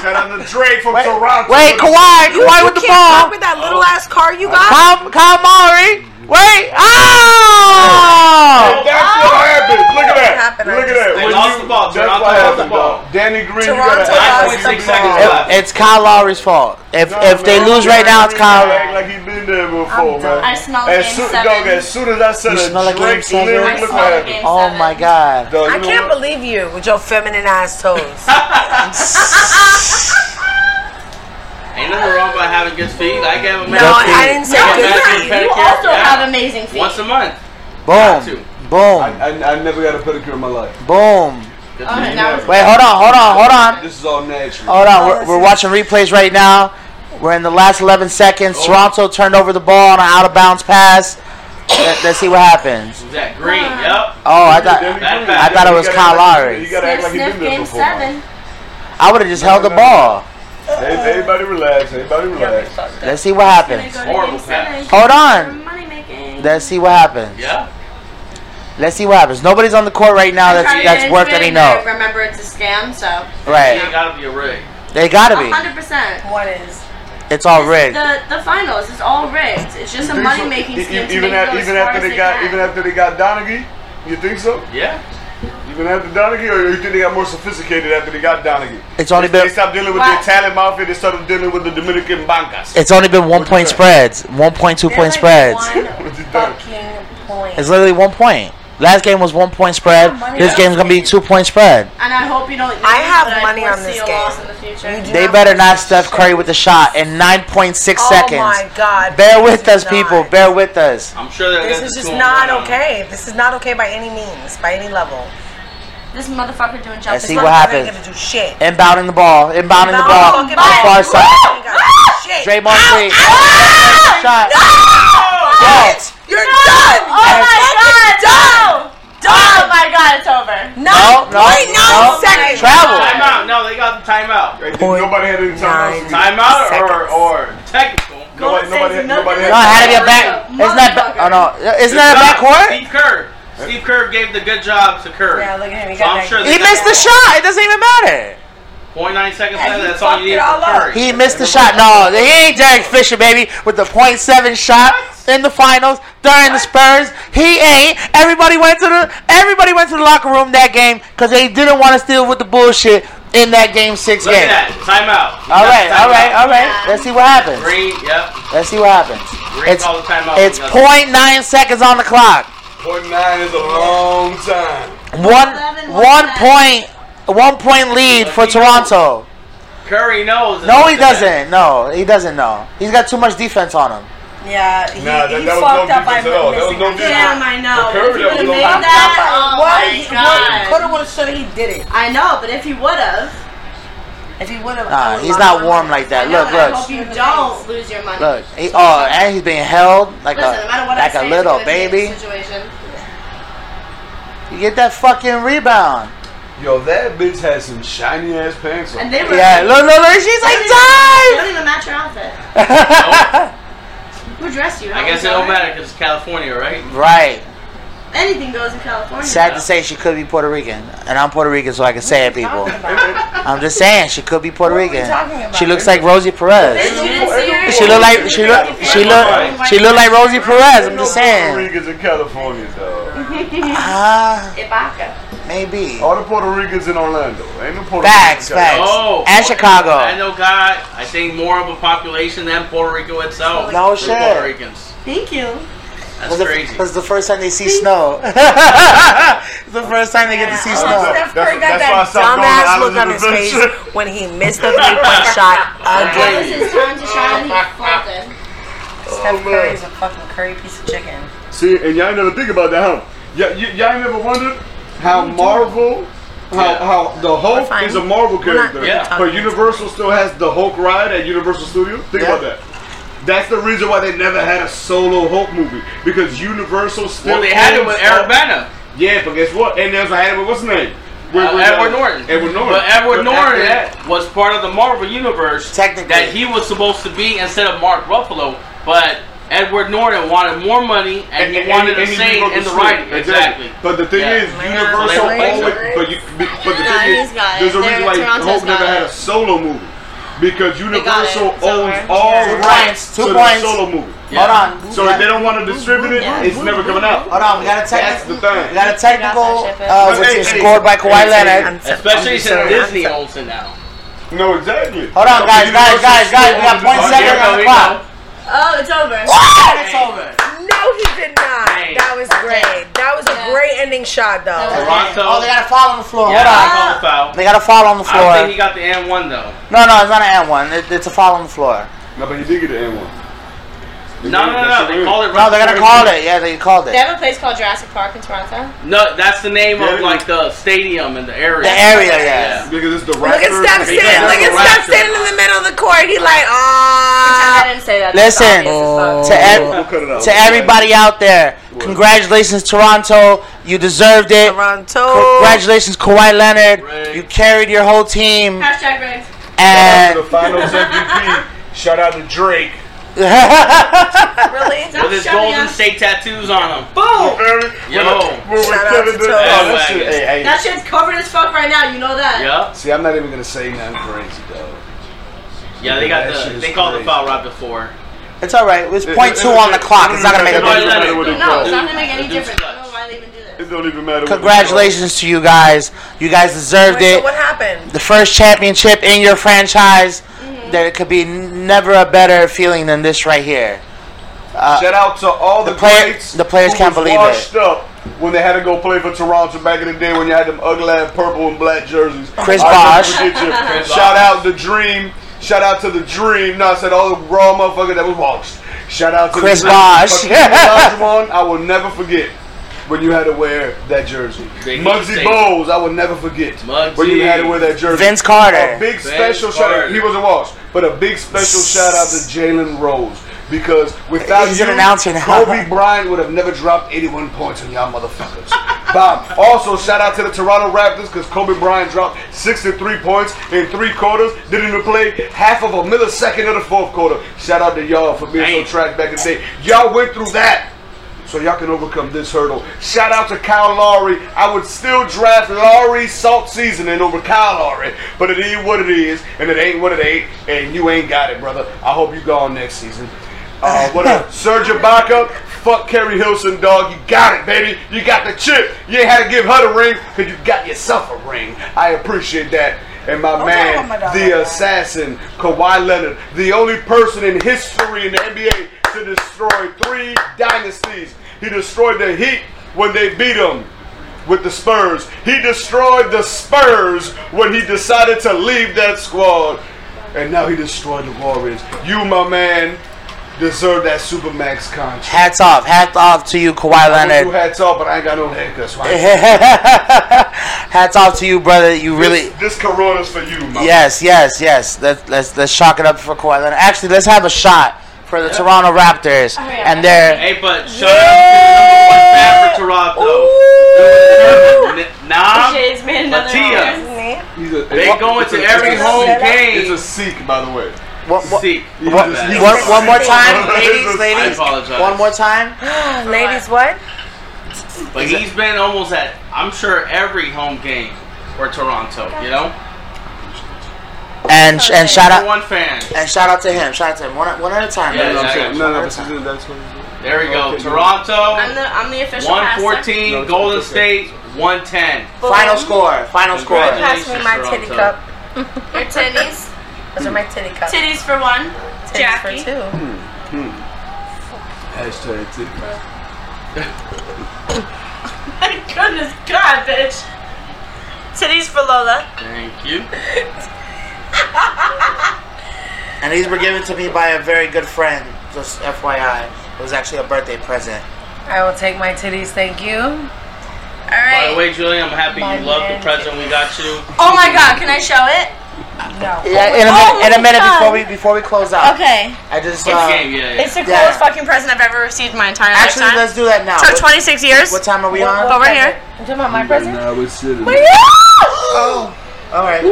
Speaker 2: Shout out to Drake from Toronto.
Speaker 1: Wait, Kawhi, Kawhi with
Speaker 9: you
Speaker 1: the
Speaker 9: can't
Speaker 1: ball.
Speaker 9: fuck with Oh. that little ass car you got.
Speaker 1: Kyle, Kyle Murray. Wait. Oh!
Speaker 2: And that's what happened. Look at that.
Speaker 9: happened.
Speaker 2: Look at that.
Speaker 3: They
Speaker 2: When
Speaker 3: lost
Speaker 2: you-
Speaker 3: the ball.
Speaker 2: That's
Speaker 3: Toronto
Speaker 2: what
Speaker 3: lost the
Speaker 2: happened,
Speaker 3: ball.
Speaker 2: dog. Danny Green, you
Speaker 9: Toronto
Speaker 2: gotta act like
Speaker 9: lost
Speaker 2: you
Speaker 9: the
Speaker 2: belong.
Speaker 3: ball.
Speaker 2: It-
Speaker 3: It-
Speaker 1: It's Kyle Lowry's fault. If
Speaker 2: Nah,
Speaker 1: if they
Speaker 2: man,
Speaker 1: lose right now, it's
Speaker 2: Danny
Speaker 1: Kyle.
Speaker 2: Green act like he been there before, man.
Speaker 5: I smell
Speaker 2: as
Speaker 5: game
Speaker 2: soon,
Speaker 5: seven.
Speaker 2: Dog, as soon as I said
Speaker 1: You
Speaker 2: a
Speaker 1: smell like game
Speaker 2: Drake
Speaker 1: seven?
Speaker 2: lyric,
Speaker 5: I
Speaker 2: look what
Speaker 5: smell like
Speaker 2: happened.
Speaker 5: game
Speaker 1: Oh
Speaker 5: seven.
Speaker 1: my God.
Speaker 2: Dog, you
Speaker 9: I
Speaker 2: know
Speaker 9: can't
Speaker 2: what?
Speaker 9: believe you with your feminine ass toes.
Speaker 3: Ain't nothing wrong about having good feet. I get them
Speaker 9: No, I I didn't say
Speaker 3: Yeah,
Speaker 9: good
Speaker 3: that's
Speaker 9: feet.
Speaker 3: it.
Speaker 5: You
Speaker 3: Pedicure,
Speaker 5: also
Speaker 3: yeah.
Speaker 5: have amazing feet.
Speaker 3: once a month.
Speaker 1: Boom.
Speaker 2: I,
Speaker 1: Boom.
Speaker 2: I, I never got a pedicure in my life.
Speaker 1: Boom.
Speaker 3: Good
Speaker 5: Alright,
Speaker 3: feet.
Speaker 5: now
Speaker 3: Never.
Speaker 1: Wait, hold on, hold on, hold on.
Speaker 2: This is all natural.
Speaker 1: Hold on. We're, we're watching replays right now. We're in the last 11 seconds. Toronto turned over the ball on an out of bounds pass. Let, let's see what happens.
Speaker 3: Is that green? Yep.
Speaker 1: Oh, I
Speaker 2: Danny
Speaker 1: thought
Speaker 3: That
Speaker 2: Green,
Speaker 1: I
Speaker 3: bad.
Speaker 1: thought it was
Speaker 2: you
Speaker 1: Kyle
Speaker 2: gotta act like-
Speaker 1: Lowry.
Speaker 2: You gotta act like he
Speaker 5: sniff
Speaker 2: been there
Speaker 5: game
Speaker 2: before.
Speaker 5: seven.
Speaker 1: I would have just held the ball.
Speaker 2: Hey, Everybody relax. Everybody relax.
Speaker 1: Let's see what
Speaker 5: Gonna
Speaker 1: happens.
Speaker 5: go to
Speaker 3: Horrible
Speaker 5: game seven.
Speaker 3: pass.
Speaker 1: Hold on.
Speaker 5: Money making.
Speaker 1: Let's see what happens.
Speaker 3: Yeah.
Speaker 1: Let's see what happens. Nobody's on the court right now. That's
Speaker 5: Try to
Speaker 1: that's
Speaker 5: get
Speaker 1: worth
Speaker 5: into it,
Speaker 1: any
Speaker 5: but
Speaker 1: know.
Speaker 5: Remember, it's a scam, so.
Speaker 3: It
Speaker 1: Right?
Speaker 3: gotta be a rig.
Speaker 1: They gotta be.
Speaker 5: 100%.
Speaker 4: What is?
Speaker 1: It's all rigged.
Speaker 5: The, the finals is all rigged. It's just a money making
Speaker 2: E- e-
Speaker 5: scheme. to
Speaker 2: Even,
Speaker 5: make
Speaker 2: at-
Speaker 5: you go
Speaker 2: even
Speaker 5: as far
Speaker 2: after
Speaker 5: as
Speaker 2: they got,
Speaker 5: can.
Speaker 2: even after they got Donaghy, you think so?
Speaker 3: Yeah.
Speaker 2: Even after Donaghy, or you think they got more sophisticated after they got Donaghy?
Speaker 1: It's only
Speaker 2: They
Speaker 1: been
Speaker 2: stopped dealing with
Speaker 5: Right.
Speaker 2: the Italian mafia. They started dealing with the Dominican bancas.
Speaker 1: it's only been one point spreads, one point two
Speaker 4: They're
Speaker 1: point
Speaker 4: like
Speaker 1: spreads.
Speaker 4: One
Speaker 2: What you think?
Speaker 4: fucking point.
Speaker 1: It's literally one point. Last game was one point spread. This game's gonna be two point spread.
Speaker 5: And I hope you don't. Lose,
Speaker 9: I have
Speaker 5: but
Speaker 9: money
Speaker 5: I
Speaker 9: on
Speaker 5: foresee
Speaker 9: this
Speaker 5: a
Speaker 9: game.
Speaker 5: Loss in the future.
Speaker 9: You do
Speaker 1: They better not Steph Curry with the shot in nine point six
Speaker 9: Oh
Speaker 1: seconds.
Speaker 9: my God,
Speaker 1: Bear
Speaker 9: please
Speaker 1: with
Speaker 9: do
Speaker 1: us,
Speaker 9: not.
Speaker 1: people. Bear with us.
Speaker 3: I'm sure that
Speaker 9: This is just not okay. This is not okay by any means, by any level.
Speaker 5: This motherfucker doing jump.
Speaker 1: Let's see
Speaker 5: this
Speaker 1: what
Speaker 5: motherfucker-
Speaker 9: I ain't
Speaker 1: happens.
Speaker 9: gonna do shit.
Speaker 1: Inbounding the ball. Inbounding the ball.
Speaker 9: Bound
Speaker 1: The
Speaker 9: fucking
Speaker 1: far
Speaker 9: ball.
Speaker 1: side.
Speaker 9: You ain't gotta do shit.
Speaker 1: Draymond Green. Shot.
Speaker 9: Bitch, You're done.
Speaker 5: Oh my god! No! Oh my god! It's over.
Speaker 9: Nine
Speaker 1: no,
Speaker 9: point nine
Speaker 1: no.
Speaker 9: seconds.
Speaker 1: Travel.
Speaker 3: Timeout. No, they got the timeout.
Speaker 1: Point
Speaker 2: Nobody had any time.
Speaker 9: nine.
Speaker 3: Timeout or
Speaker 9: Seconds.
Speaker 3: or technical.
Speaker 2: Nobody, nobody, had- nobody had
Speaker 1: No, it had to be a
Speaker 5: Motherfucker.
Speaker 1: back. It's not. Ba- oh no, it's
Speaker 3: Good
Speaker 1: not a
Speaker 3: job,
Speaker 1: backcourt.
Speaker 3: Steve Kerr. Steve Kerr gave the good job to Kerr.
Speaker 4: Yeah, look at him. He
Speaker 3: So
Speaker 4: got
Speaker 3: I'm
Speaker 4: that-
Speaker 3: sure
Speaker 1: He missed the shot. It doesn't even matter.
Speaker 3: 0.9 seconds
Speaker 4: Yeah,
Speaker 3: left.
Speaker 4: he
Speaker 3: That's all you need
Speaker 4: fucked it
Speaker 3: for
Speaker 4: all up.
Speaker 3: Curry.
Speaker 1: He missed the shot. No, he ain't Derek Fisher, baby, with the .7 shot in the finals during the Spurs. He ain't. Everybody went to the. Everybody went to the locker room that game because they didn't want to steal with the bullshit in that game six
Speaker 3: Look
Speaker 1: game.
Speaker 3: at that. Timeout.
Speaker 1: All right, all right, all
Speaker 3: Timeout.
Speaker 1: right. Let's see what happens.
Speaker 3: Green. Yep.
Speaker 1: Let's see what happens.
Speaker 3: Green
Speaker 1: It's
Speaker 3: called the timeout.
Speaker 1: it's
Speaker 3: Nothing.
Speaker 1: .9 seconds on the clock.
Speaker 2: Point nine is a long time.
Speaker 1: One
Speaker 5: 11,
Speaker 1: one
Speaker 5: one
Speaker 1: point one point lead for
Speaker 3: But he knows.
Speaker 1: Toronto.
Speaker 3: Curry knows.
Speaker 1: No, he doesn't. No, he doesn't know. He's got too much defense on him.
Speaker 4: Yeah, he,
Speaker 2: Nah, that-
Speaker 4: he
Speaker 2: that was
Speaker 4: fucked
Speaker 2: no
Speaker 4: up by
Speaker 2: defense at all. That was
Speaker 4: missing
Speaker 2: no
Speaker 4: that.
Speaker 2: defense.
Speaker 5: Damn, I know.
Speaker 2: Curry,
Speaker 5: If he
Speaker 2: that
Speaker 5: would
Speaker 2: was
Speaker 5: have made
Speaker 2: a lot.
Speaker 5: that, oh my
Speaker 4: Could have,
Speaker 5: god.
Speaker 4: would have, should have. He did it.
Speaker 5: I know, but if he would have,
Speaker 4: If he would have.
Speaker 1: Nah, he's not warm like that. Look,
Speaker 5: I hope
Speaker 1: look,
Speaker 5: you don't lose your money.
Speaker 1: look. He, oh, and he's being held like
Speaker 5: Listen,
Speaker 1: a
Speaker 5: no matter what I
Speaker 1: like
Speaker 5: say,
Speaker 1: a
Speaker 5: it's
Speaker 1: little
Speaker 5: gonna be a
Speaker 1: baby.
Speaker 5: Situation.
Speaker 1: You get that fucking rebound.
Speaker 2: Yo, that bitch has some shiny ass pants on.
Speaker 5: And they were.
Speaker 1: Yeah, look, look, look. She's
Speaker 5: They
Speaker 1: like
Speaker 5: don't even- they
Speaker 1: time.
Speaker 5: Don't even match your outfit. Who dressed you?
Speaker 3: I guess it don't matter because it's California, right?
Speaker 1: Right.
Speaker 5: Anything goes in California.
Speaker 1: Sad to say, she could be Puerto Rican, and I'm Puerto Rican, so I can say it, people. I'm just saying, she could be Puerto
Speaker 4: What are we
Speaker 1: Rican.
Speaker 4: talking about?
Speaker 1: She looks like Rosie Perez.
Speaker 5: Bitch, you didn't see her.
Speaker 1: She look like she look she look she look like Rosie Perez. I'm just
Speaker 2: Puerto
Speaker 1: saying.
Speaker 2: Ricans in California, though.
Speaker 1: Ah,
Speaker 5: Ibaka.
Speaker 1: maybe. Oh,
Speaker 2: All the Puerto Ricans in Orlando. Ain't no Puerto
Speaker 1: Facts,
Speaker 2: Ricans. in California.
Speaker 1: facts.
Speaker 3: Oh,
Speaker 1: And Chicago.
Speaker 3: I know God. I think more of a population than Puerto Rico itself.
Speaker 1: No
Speaker 3: is
Speaker 1: shit.
Speaker 3: Puerto Ricans.
Speaker 5: Thank you.
Speaker 3: That's
Speaker 1: Because the,
Speaker 3: crazy.
Speaker 1: 'cause the first time they see snow. it's the first time they get to see
Speaker 2: I
Speaker 1: snow.
Speaker 2: know.
Speaker 4: Steph Curry got
Speaker 2: that's,
Speaker 4: that
Speaker 2: why I stopped going to
Speaker 9: Dumbass look
Speaker 2: Islands
Speaker 9: on
Speaker 2: of
Speaker 9: his face
Speaker 2: Adventure. Oh,
Speaker 9: when he missed the three point shot
Speaker 5: That was
Speaker 9: again.
Speaker 5: his time to shine. He flaunted.
Speaker 4: Steph Curry is a fucking curry piece of chicken.
Speaker 2: See, and y'all ain't never think about that, huh? Y- y- y'all ain't never wondered how Marvel, how,
Speaker 3: Yeah.
Speaker 2: how the Hulk
Speaker 9: fine.
Speaker 2: is a Marvel
Speaker 9: We're not
Speaker 2: character,
Speaker 3: Yeah.
Speaker 2: but Universal still has the Hulk ride at Universal Studios. Think about that. That's the reason why they never had a solo Hulk movie because Universal still.
Speaker 3: Well, they had it
Speaker 2: owns
Speaker 3: with
Speaker 2: all-
Speaker 3: Eric Bana.
Speaker 2: Yeah, but guess what? And there's I had it with what's his name? With-
Speaker 3: Uh,
Speaker 2: with,
Speaker 3: Edward
Speaker 2: uh,
Speaker 3: Norton.
Speaker 2: Edward Norton.
Speaker 3: But Edward
Speaker 2: But after
Speaker 3: Norton
Speaker 2: that-
Speaker 3: was part of the Marvel universe
Speaker 1: Technically.
Speaker 3: that he was supposed to be instead of Mark Ruffalo. But Edward Norton wanted more money and, he wanted to
Speaker 2: he
Speaker 3: stay
Speaker 2: rewrote the
Speaker 3: in the
Speaker 2: script.
Speaker 3: writing. Exactly.
Speaker 2: But the thing
Speaker 3: Yeah.
Speaker 2: is, Universal
Speaker 3: Like, like,
Speaker 2: always.
Speaker 3: like-
Speaker 2: But, you, but the
Speaker 5: Nah,
Speaker 2: thing is,
Speaker 5: he's got it.
Speaker 2: there's a
Speaker 5: They're-
Speaker 2: reason why
Speaker 5: Toronto's
Speaker 2: Hulk never
Speaker 5: got
Speaker 2: had
Speaker 5: it.
Speaker 2: a solo movie because
Speaker 5: got it
Speaker 2: Universal owns
Speaker 5: somewhere.
Speaker 2: all
Speaker 1: Two points,
Speaker 2: rights
Speaker 1: two
Speaker 2: to the
Speaker 1: points.
Speaker 2: solo movie.
Speaker 3: Yeah.
Speaker 1: Hold on.
Speaker 2: So if they don't want to distribute it, it's never coming out.
Speaker 1: Hold on, we got a
Speaker 2: That's
Speaker 1: technical.
Speaker 2: the thing.
Speaker 1: We got a technical, uh,
Speaker 2: Hey,
Speaker 1: which
Speaker 2: hey,
Speaker 1: is
Speaker 2: hey.
Speaker 1: scored by Kawhi
Speaker 2: Hey,
Speaker 1: Leonard.
Speaker 9: hey.
Speaker 3: Especially
Speaker 9: I'm
Speaker 3: since
Speaker 9: sorry,
Speaker 3: Disney
Speaker 9: I'm sorry.
Speaker 3: owns it now.
Speaker 2: No, exactly.
Speaker 1: Hold on, guys, guys, guys, guys. We got one
Speaker 2: Oh,
Speaker 1: second
Speaker 2: yeah,
Speaker 1: on
Speaker 3: we
Speaker 1: the clock.
Speaker 3: know.
Speaker 5: Oh, it's over.
Speaker 1: Ah, It's over.
Speaker 9: No, he did not.
Speaker 3: Dang.
Speaker 9: That was great. That was a great ending shot, though.
Speaker 3: Toronto.
Speaker 1: Oh, they got a foul on the floor.
Speaker 3: yeah, I
Speaker 1: Hold on.
Speaker 3: call the foul.
Speaker 1: They got a foul on the
Speaker 3: I don't think he
Speaker 1: floor.
Speaker 3: got the and one though.
Speaker 1: No, no, it's not an and one. It, it's a foul on the floor.
Speaker 2: No, but he did get the N one.
Speaker 3: No, no, no. They call it.
Speaker 1: No, they're gonna call it. Yeah, they called
Speaker 5: They
Speaker 1: it.
Speaker 5: have a place called Jurassic Park in Toronto.
Speaker 3: No, that's the name
Speaker 2: Yeah,
Speaker 3: of
Speaker 2: it
Speaker 3: like
Speaker 2: is.
Speaker 3: the stadium and the area.
Speaker 1: The area, yes.
Speaker 2: Because it's the
Speaker 9: Look at Steph
Speaker 2: Raptors.
Speaker 9: standing. Look at Steph standing in the middle of the court. He like,
Speaker 5: I
Speaker 9: ah.
Speaker 5: didn't say that. That's
Speaker 1: Listen
Speaker 5: obvious
Speaker 1: to
Speaker 5: as fuck.
Speaker 2: We'll
Speaker 1: ev-
Speaker 2: cut it out.
Speaker 1: to everybody out there. Congratulations, Toronto. You deserved it.
Speaker 9: Toronto.
Speaker 1: Congratulations, Kawhi Leonard.
Speaker 3: Right.
Speaker 1: You carried your whole team.
Speaker 5: Hashtag rigged.
Speaker 1: And
Speaker 2: The finals MVP. Shout out to Drake.
Speaker 9: Really?
Speaker 3: With his
Speaker 5: Shut me
Speaker 3: Golden
Speaker 5: up.
Speaker 3: State tattoos on him.
Speaker 9: Shout
Speaker 2: Yo.
Speaker 9: out to Toronto.
Speaker 2: Oh, hey, hey.
Speaker 5: That shit's covered as fuck right now. You know that.
Speaker 3: Yep.
Speaker 2: See, I'm not even gonna say nothing crazy though.
Speaker 3: Yeah, they
Speaker 2: That
Speaker 3: got
Speaker 2: shit
Speaker 3: the.
Speaker 2: is
Speaker 3: They called the
Speaker 2: crazy.
Speaker 3: foul right before.
Speaker 1: it's all right. It's point two on the clock. It's not gonna make a
Speaker 2: It don't
Speaker 3: Kawhi
Speaker 2: even
Speaker 1: difference.
Speaker 2: matter
Speaker 3: Leonard,
Speaker 2: what
Speaker 3: though.
Speaker 2: they
Speaker 5: No,
Speaker 2: call
Speaker 5: it's
Speaker 2: it.
Speaker 5: not gonna make any
Speaker 3: Dude,
Speaker 5: difference. I don't know
Speaker 3: sucks.
Speaker 5: why they even do this.
Speaker 2: It don't even matter. what they call it.
Speaker 1: Congratulations to you guys. You guys deserved
Speaker 9: Wait, so
Speaker 1: it.
Speaker 9: what happened?
Speaker 1: The first championship in your franchise. There could be n- never a better feeling than this right here.
Speaker 2: Shout out to all the,
Speaker 1: Uh, the player-
Speaker 2: greats
Speaker 1: the players
Speaker 2: who
Speaker 1: can't
Speaker 2: was
Speaker 1: believe it.
Speaker 2: washed up when they had to go play for Toronto back in the day when you had them ugly ass purple and black jerseys.
Speaker 1: Chris
Speaker 2: I'll never
Speaker 1: Bosh.
Speaker 2: forget you. Shout out the Dream. Shout out to the Dream. No, I said all the raw motherfucker that was washed. Shout out to
Speaker 1: Chris
Speaker 2: the Dream.
Speaker 1: Bosh.
Speaker 2: Fucking Olajuwon, I will never forget. When you had to wear that jersey,
Speaker 3: Big
Speaker 2: Muggsy
Speaker 3: mistake.
Speaker 2: Bowles, I will never forget.
Speaker 3: Muggsy.
Speaker 2: When you had to wear that jersey,
Speaker 1: Vince Carter.
Speaker 2: A big
Speaker 3: Vince
Speaker 2: special shout out.
Speaker 3: Carter.
Speaker 2: He wasn't washed, but a big special shout out to Jalen Rose because without
Speaker 1: He's
Speaker 2: you,
Speaker 1: an announcer now.
Speaker 2: Kobe Bryant would have never dropped 81 points on y'all motherfuckers. Bob. Also, shout out to the Toronto Raptors because Kobe Bryant dropped 63 points in three quarters. Didn't even play half of a millisecond of the fourth quarter. Shout out to y'all for being
Speaker 3: Damn.
Speaker 2: so trash back in the day. Y'all went through that. So y'all can overcome this hurdle. Shout out to Kyle Lowry. I would still draft Lowry salt seasoning over Kyle Lowry, but it ain't what it is, and it ain't what it ain't, and you ain't got it, brother. I hope you gone next season. Uh, what up, Serge Ibaka? Fuck Kerry Hilson, dog. You got it, baby. You got the chip. You ain't had to give her the ring, cause you got yourself a ring. I appreciate that. And my man,
Speaker 9: about my dog like
Speaker 2: the uh,
Speaker 9: that.
Speaker 2: assassin, Kawhi Leonard, the only person in history in the NBA to destroy three dynasties. He destroyed the Heat when they beat him with the Spurs. He destroyed the Spurs when he decided to leave that squad. And now he destroyed the Warriors. You, my man, deserve that Supermax contract.
Speaker 1: Hats off. Hats off to you, Kawhi
Speaker 2: You
Speaker 1: Leonard.
Speaker 2: hats off, but I ain't got no haircut, so I ain't-
Speaker 1: Hats off to you, brother. You really.
Speaker 2: This, this Corona's for you, my
Speaker 1: Yes, yes, yes. Let's let's let's shock it up for Kawhi Leonard. Actually, let's have a shot for the Toronto Raptors
Speaker 5: yeah.
Speaker 1: and their
Speaker 3: Hey, but shout out to the number one fan for Toronto. N- Nam
Speaker 5: Jay's made another
Speaker 3: Matia.
Speaker 5: noise.
Speaker 2: He's a-
Speaker 3: They go into
Speaker 2: it's
Speaker 3: every
Speaker 2: it's
Speaker 3: home
Speaker 2: Sikh.
Speaker 3: game.
Speaker 2: It's a Sikh, by the way.
Speaker 1: what, what,
Speaker 3: Seek.
Speaker 2: He's
Speaker 1: What-
Speaker 2: a-
Speaker 3: what-
Speaker 2: he's a
Speaker 1: one, one more
Speaker 2: Sikh.
Speaker 1: time,
Speaker 2: He's
Speaker 1: ladies,
Speaker 2: a-
Speaker 3: I
Speaker 1: ladies.
Speaker 3: apologize.
Speaker 1: One more time.
Speaker 9: Ladies, what?
Speaker 3: But he's been almost at, I'm sure, every home game for Toronto. You know,
Speaker 1: And and shout
Speaker 3: number
Speaker 1: out
Speaker 3: one fan.
Speaker 1: and shout out to him. Shout out to him. One, one at a time.
Speaker 3: Yeah,
Speaker 2: No, no, I'm
Speaker 3: yeah,
Speaker 2: saying-
Speaker 3: yeah.
Speaker 2: no, no, but she did- that's what he did.
Speaker 3: There we go.
Speaker 2: Okay.
Speaker 5: I'm
Speaker 3: Toronto,
Speaker 5: the I'm the official pastor.
Speaker 3: 114.
Speaker 2: No, it's
Speaker 3: Golden
Speaker 2: okay.
Speaker 3: State, 110.
Speaker 1: Final score. Final score.
Speaker 3: Congratulations.
Speaker 9: Pass me my titty cup.
Speaker 5: Your titties.
Speaker 9: Those are my titty cups.
Speaker 5: Titties for one.
Speaker 9: Titties for
Speaker 5: Jackie.
Speaker 9: two.
Speaker 2: Hashtag Sikh.
Speaker 5: My goodness God, bitch. Titties for Lola.
Speaker 3: Thank you.
Speaker 1: And these were given to me by a very good friend. Just FYI, it was actually a birthday present.
Speaker 9: I will take my titties. Thank you. All
Speaker 3: By
Speaker 9: right.
Speaker 2: Uh,
Speaker 3: the way, Julian, I'm happy you love the present we got you.
Speaker 5: Oh my God, can I show it?
Speaker 4: No.
Speaker 1: Yeah, in a
Speaker 6: Oh
Speaker 1: minute, in a
Speaker 6: my
Speaker 1: minute
Speaker 6: God.
Speaker 1: before we before we close out.
Speaker 6: Okay.
Speaker 1: I just.
Speaker 3: Which
Speaker 1: Uh,
Speaker 3: game? Yeah, yeah.
Speaker 6: It's the
Speaker 1: Yeah.
Speaker 6: coolest fucking present I've ever received in my entire
Speaker 1: Actually,
Speaker 6: lifetime.
Speaker 1: let's do that now.
Speaker 6: Took
Speaker 1: What-
Speaker 6: 26 years.
Speaker 1: What time are we on?
Speaker 6: But we're here.
Speaker 4: I'm talking about my present.
Speaker 2: Nah, we're sitting.
Speaker 1: All right,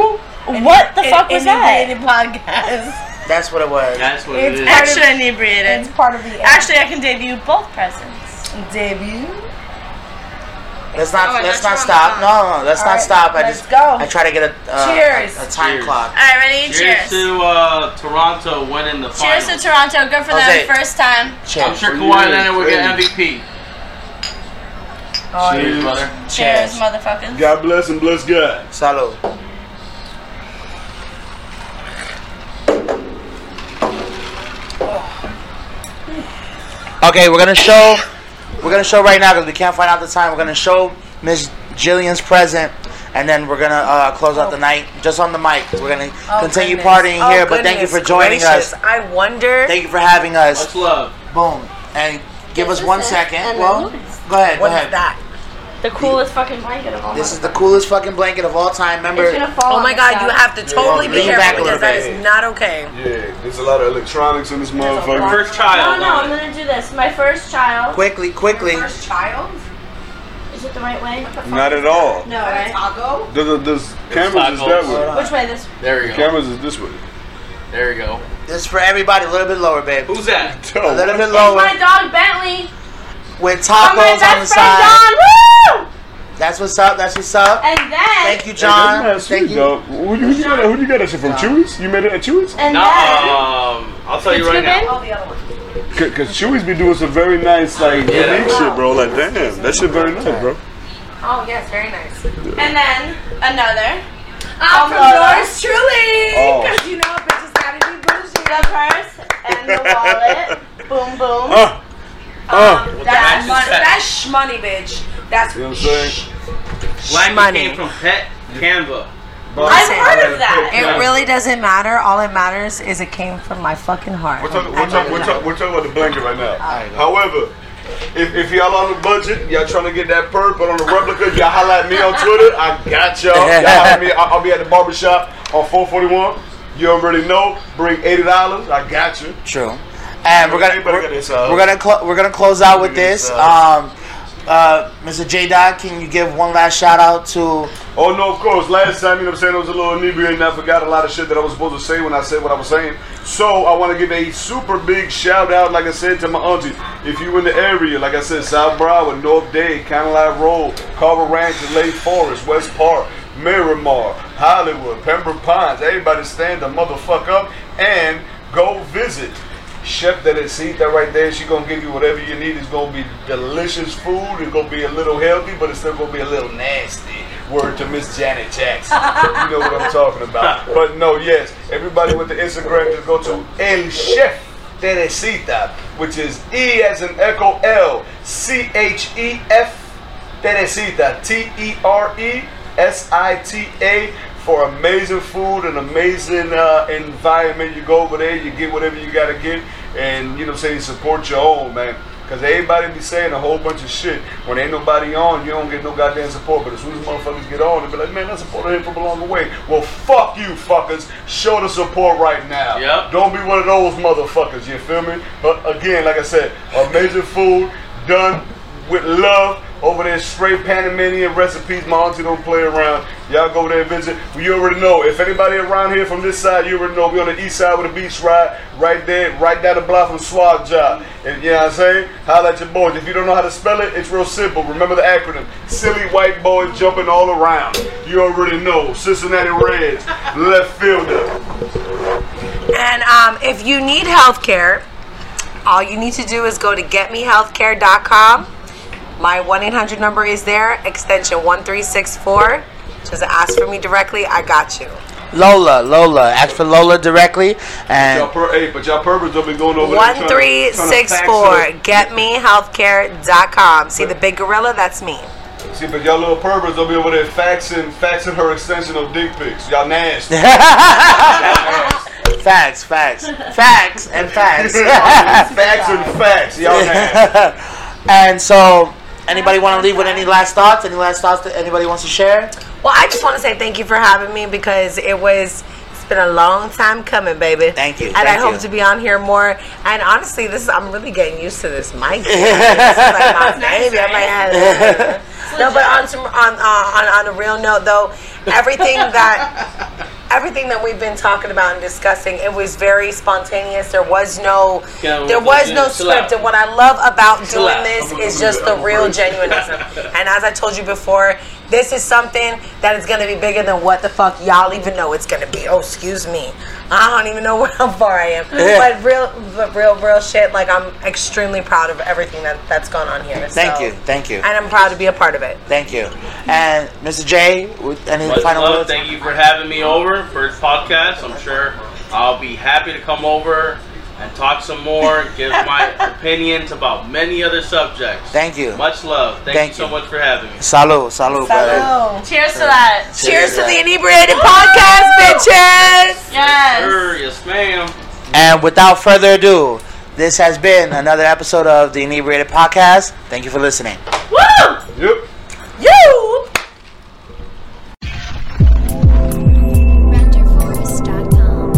Speaker 6: What the fuck was
Speaker 4: Inebriated
Speaker 6: that?
Speaker 4: podcast.
Speaker 1: that's what it was.
Speaker 3: That's what it
Speaker 4: It's
Speaker 3: is.
Speaker 4: actually-
Speaker 6: Extra
Speaker 4: It's
Speaker 6: inebriated.
Speaker 4: part of the
Speaker 6: Actually, I can debut both presents.
Speaker 4: debut.
Speaker 1: Let's not.
Speaker 6: Oh, I
Speaker 1: let's
Speaker 6: thought
Speaker 1: not
Speaker 6: you were
Speaker 1: stop.
Speaker 6: on.
Speaker 1: No, no, no, let's
Speaker 4: All
Speaker 1: not
Speaker 4: right,
Speaker 1: stop. I
Speaker 4: let's
Speaker 1: just.
Speaker 4: go.
Speaker 1: I try to get a uh,
Speaker 4: Cheers.
Speaker 1: a, a time
Speaker 3: Cheers.
Speaker 1: clock.
Speaker 6: All right, ready?
Speaker 3: Cheers
Speaker 6: Cheers.
Speaker 3: to uh, Toronto winning the
Speaker 6: Cheers
Speaker 3: finals.
Speaker 6: to Toronto. Good for
Speaker 1: Jose.
Speaker 6: them. First time.
Speaker 1: Cheers.
Speaker 3: I'm sure
Speaker 2: Cheers.
Speaker 3: Kawhi Leonard will get
Speaker 2: Cheers.
Speaker 3: MVP.
Speaker 4: Oh,
Speaker 3: Cheers,
Speaker 2: Cheers.
Speaker 3: brother.
Speaker 6: Cheers,
Speaker 1: Cheers.
Speaker 6: motherfuckers.
Speaker 2: God bless and bless God.
Speaker 1: Salud. Okay, we're gonna show. We're gonna show right now because we can't find out the time. We're gonna show Miss Jillian's present, and then we're gonna uh, close out the
Speaker 5: Oh.
Speaker 1: night just on the mic. We're gonna
Speaker 4: Oh,
Speaker 1: continue
Speaker 4: goodness.
Speaker 1: partying
Speaker 9: Oh,
Speaker 1: here, but thank you for
Speaker 9: goodness
Speaker 1: joining
Speaker 9: gracious.
Speaker 1: us.
Speaker 9: I wonder.
Speaker 1: Thank you for having us.
Speaker 3: Much love.
Speaker 1: Boom, and give us
Speaker 5: this
Speaker 1: one
Speaker 5: it?
Speaker 1: second.
Speaker 5: And
Speaker 1: Well,
Speaker 5: then what?
Speaker 1: go ahead. Go
Speaker 9: what is
Speaker 1: ahead.
Speaker 9: that?
Speaker 5: The coolest fucking blanket of all.
Speaker 1: This
Speaker 5: time.
Speaker 1: is the coolest fucking blanket of all time. Remember,
Speaker 5: It's gonna fall.
Speaker 9: Oh
Speaker 5: on
Speaker 9: my
Speaker 5: the
Speaker 9: god,
Speaker 5: side.
Speaker 9: you have to totally be
Speaker 1: lean back
Speaker 9: careful
Speaker 1: a little
Speaker 9: because that
Speaker 1: bit.
Speaker 9: is not okay.
Speaker 2: Yeah, there's a lot of electronics in this motherfucker.
Speaker 3: First child.
Speaker 5: No, no,
Speaker 3: on
Speaker 5: I'm
Speaker 3: it.
Speaker 5: gonna do this. My first child.
Speaker 1: quickly, quickly.
Speaker 4: First child?
Speaker 5: Is it the right way?
Speaker 2: Not at all.
Speaker 5: No, right?
Speaker 4: Taco?
Speaker 2: There's, there's cameras is that
Speaker 3: Hold
Speaker 2: way.
Speaker 5: Which way? This.
Speaker 3: There we go.
Speaker 2: Cameras is this way.
Speaker 3: There we go.
Speaker 1: This is for everybody. A little bit lower, babe.
Speaker 3: Who's that?
Speaker 1: A little bit
Speaker 5: My
Speaker 1: lower
Speaker 5: dog Bentley.
Speaker 1: with
Speaker 5: From
Speaker 1: tacos
Speaker 5: my
Speaker 1: on the
Speaker 5: best friend
Speaker 1: side.
Speaker 5: John. Woo!
Speaker 1: That's what's up. That's what's up.
Speaker 5: And then.
Speaker 1: Thank you,
Speaker 2: Hey,
Speaker 1: John.
Speaker 2: that's
Speaker 1: Thank
Speaker 2: sweet,
Speaker 1: you.
Speaker 2: dog. Who, who, you got, that- who you got that shit from? Chewy's? You made it at Chewy's?
Speaker 5: And
Speaker 3: No,
Speaker 5: then.
Speaker 3: um, I'll tell you right
Speaker 5: Thanksgiving?
Speaker 3: now.
Speaker 4: Oh, the other one.
Speaker 2: Cause, Cause Chewy's be doing some very nice, like,
Speaker 3: Yeah.
Speaker 2: unique shit, bro. Like, damn, that shit very nice, bro.
Speaker 4: Oh, yes, very nice.
Speaker 5: And then another.
Speaker 9: Oh,
Speaker 4: I'm from
Speaker 5: Another.
Speaker 4: yours truly.
Speaker 2: Oh.
Speaker 4: Because you know, bitches gotta be bougie.
Speaker 5: The purse and the wallet. boom, boom.
Speaker 2: Uh, uh.
Speaker 5: Um,
Speaker 4: That's
Speaker 3: That's
Speaker 4: money.
Speaker 3: that.
Speaker 4: That's sh money, bitch. That's
Speaker 2: You know what I'm saying?
Speaker 3: Blanket
Speaker 9: Money.
Speaker 3: came from Pet Canva.
Speaker 5: I've heard of that.
Speaker 9: It really doesn't matter. All it matters is it came from my fucking heart.
Speaker 2: We're talking, we're, talking, we're, talking, we're talking about the blanket right now. However, if, if y'all on the budget, y'all trying to get that perk, but on the replica, y'all holla at me on Twitter. I got y'all. Y'all holla at me. I- I'll be at the barbershop on 441. You already know. Bring $80. I got you.
Speaker 1: True. And we're gonna
Speaker 2: Everybody got
Speaker 1: we're,
Speaker 2: this, uh,
Speaker 1: we're gonna clo- we're gonna close out with
Speaker 2: Look at
Speaker 1: this.
Speaker 2: this,
Speaker 1: Um, uh, Mr. J. Dot, can you give one last shout out to?
Speaker 2: Oh no, of course. Last time, you know what I'm saying, I was a little inebriated and I forgot a lot of shit that I was supposed to say when I said what I was saying. So I want to give a super big shout out, like I said, to my aunties. If you in the area, like I said, South Broward, North Dade, Cadillac Road, Carver Ranch, Lake Forest, West Park, Miramar, Hollywood, Pembroke Pines, everybody stand the motherfuck up and go visit. Chef that is seat that right there, she gonna give you whatever you need. It's gonna be delicious food. It's gonna be a little healthy, but it's still gonna be a little nasty. Word to Miss Janet Jackson. you know what I'm talking about. But no, yes, everybody with the Instagram just go to El Chef Teresita, which is E as in Echo L C H E F Teresita, T E R E S I T A, for amazing food and amazing uh, environment. You go over there, you get whatever you gotta get, and you know, what I'm saying support your own man. Cause everybody be saying a whole bunch of shit. When ain't nobody on, you don't get no goddamn support. But as soon as motherfuckers get on, they be like, man, I supported him from along the way. Well, fuck you, fuckers. Show the support right now.
Speaker 3: Yep.
Speaker 2: Don't be one of those motherfuckers. You feel me? But again, like I said, amazing food done with love over there, straight Panamanian recipes. My auntie don't play around. Y'all go there and visit. You already know. If anybody around here from this side, you already know. We on the east side with the beach ride, right there, right down the block from Swag Job. And you know what I'm saying? Holla at your boys. If you don't know how to spell it, it's real simple. Remember the acronym. Silly white boys jumping all around. You already know. Cincinnati Reds, left fielder.
Speaker 9: And um, if you need health care, all you need to do is go to getmehealthcare.com. My 1 800 number is there, extension 1364. Just ask for me directly. I got you.
Speaker 1: Lola, Lola, ask for Lola directly,
Speaker 2: Y'all
Speaker 1: and
Speaker 2: per, hey, but y'all purpose don't be going over there trying to- trying to
Speaker 9: 1364.
Speaker 2: fax
Speaker 9: Getmehealthcare.com. See the big gorilla? That's me.
Speaker 2: it. See, but y'all little perverts don't be over there faxing, faxing her extension of dick pics. Y'all nasty.
Speaker 1: facts, facts, facts, and facts.
Speaker 2: facts and facts, y'all. have.
Speaker 1: and so, anybody want to leave with any last thoughts? Any last thoughts that anybody wants to share?
Speaker 9: Well, I just want to say thank you for having me because it was
Speaker 4: been a long time coming, baby.
Speaker 1: Thank you,
Speaker 4: And I
Speaker 1: thank
Speaker 4: hope
Speaker 1: you.
Speaker 4: to be on here more. And honestly, this is, I'm really getting used to this mic. this is like my baby. I'm like, "Ah." no, but on some on, uh, on on a real note though, everything that everything that we've been talking about and discussing, it was very spontaneous. There was no
Speaker 3: Yeah, we'll
Speaker 4: there was
Speaker 3: do
Speaker 4: no
Speaker 3: it. Chill out.
Speaker 4: script. And what I love about
Speaker 3: Chill
Speaker 4: doing
Speaker 3: out.
Speaker 4: this
Speaker 2: I'm
Speaker 4: is
Speaker 2: gonna
Speaker 4: just
Speaker 2: do it.
Speaker 4: the real
Speaker 2: I'm gonna do it.
Speaker 4: genuineness. and as I told you before, this is something that is gonna be bigger than what the fuck y'all even know it's gonna be. Oh, excuse me. I don't even know where how far I am.
Speaker 1: Yeah.
Speaker 4: But real but real real shit, like I'm extremely proud of everything that, that's gone on here.
Speaker 1: Thank
Speaker 4: So-
Speaker 1: you, thank you,
Speaker 4: And I'm proud to be a part of it.
Speaker 1: thank you. And Mr. J, with- any
Speaker 3: Much
Speaker 1: final
Speaker 3: love.
Speaker 1: words?
Speaker 3: Thank you for having me over. First podcast. I'm sure I'll be happy to come over and talk some more, give my opinions about many other subjects.
Speaker 1: Thank you.
Speaker 3: Much love. Thank,
Speaker 1: Thank
Speaker 3: you so
Speaker 1: you.
Speaker 3: much for having me.
Speaker 1: Salud, salud, brother.
Speaker 10: Hello.
Speaker 5: Cheers to that.
Speaker 4: Cheers to
Speaker 1: brother.
Speaker 4: the inebriated podcast, bitches!
Speaker 5: Yes.
Speaker 3: Sure, yes, ma'am.
Speaker 1: And without further ado, this has been another episode of the Inebriated Podcast. Thank you for listening.
Speaker 5: Woo!
Speaker 2: Yep.
Speaker 4: You!
Speaker 11: RenderForce.com.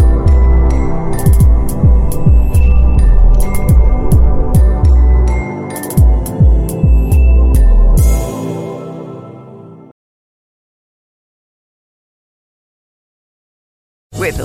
Speaker 12: With the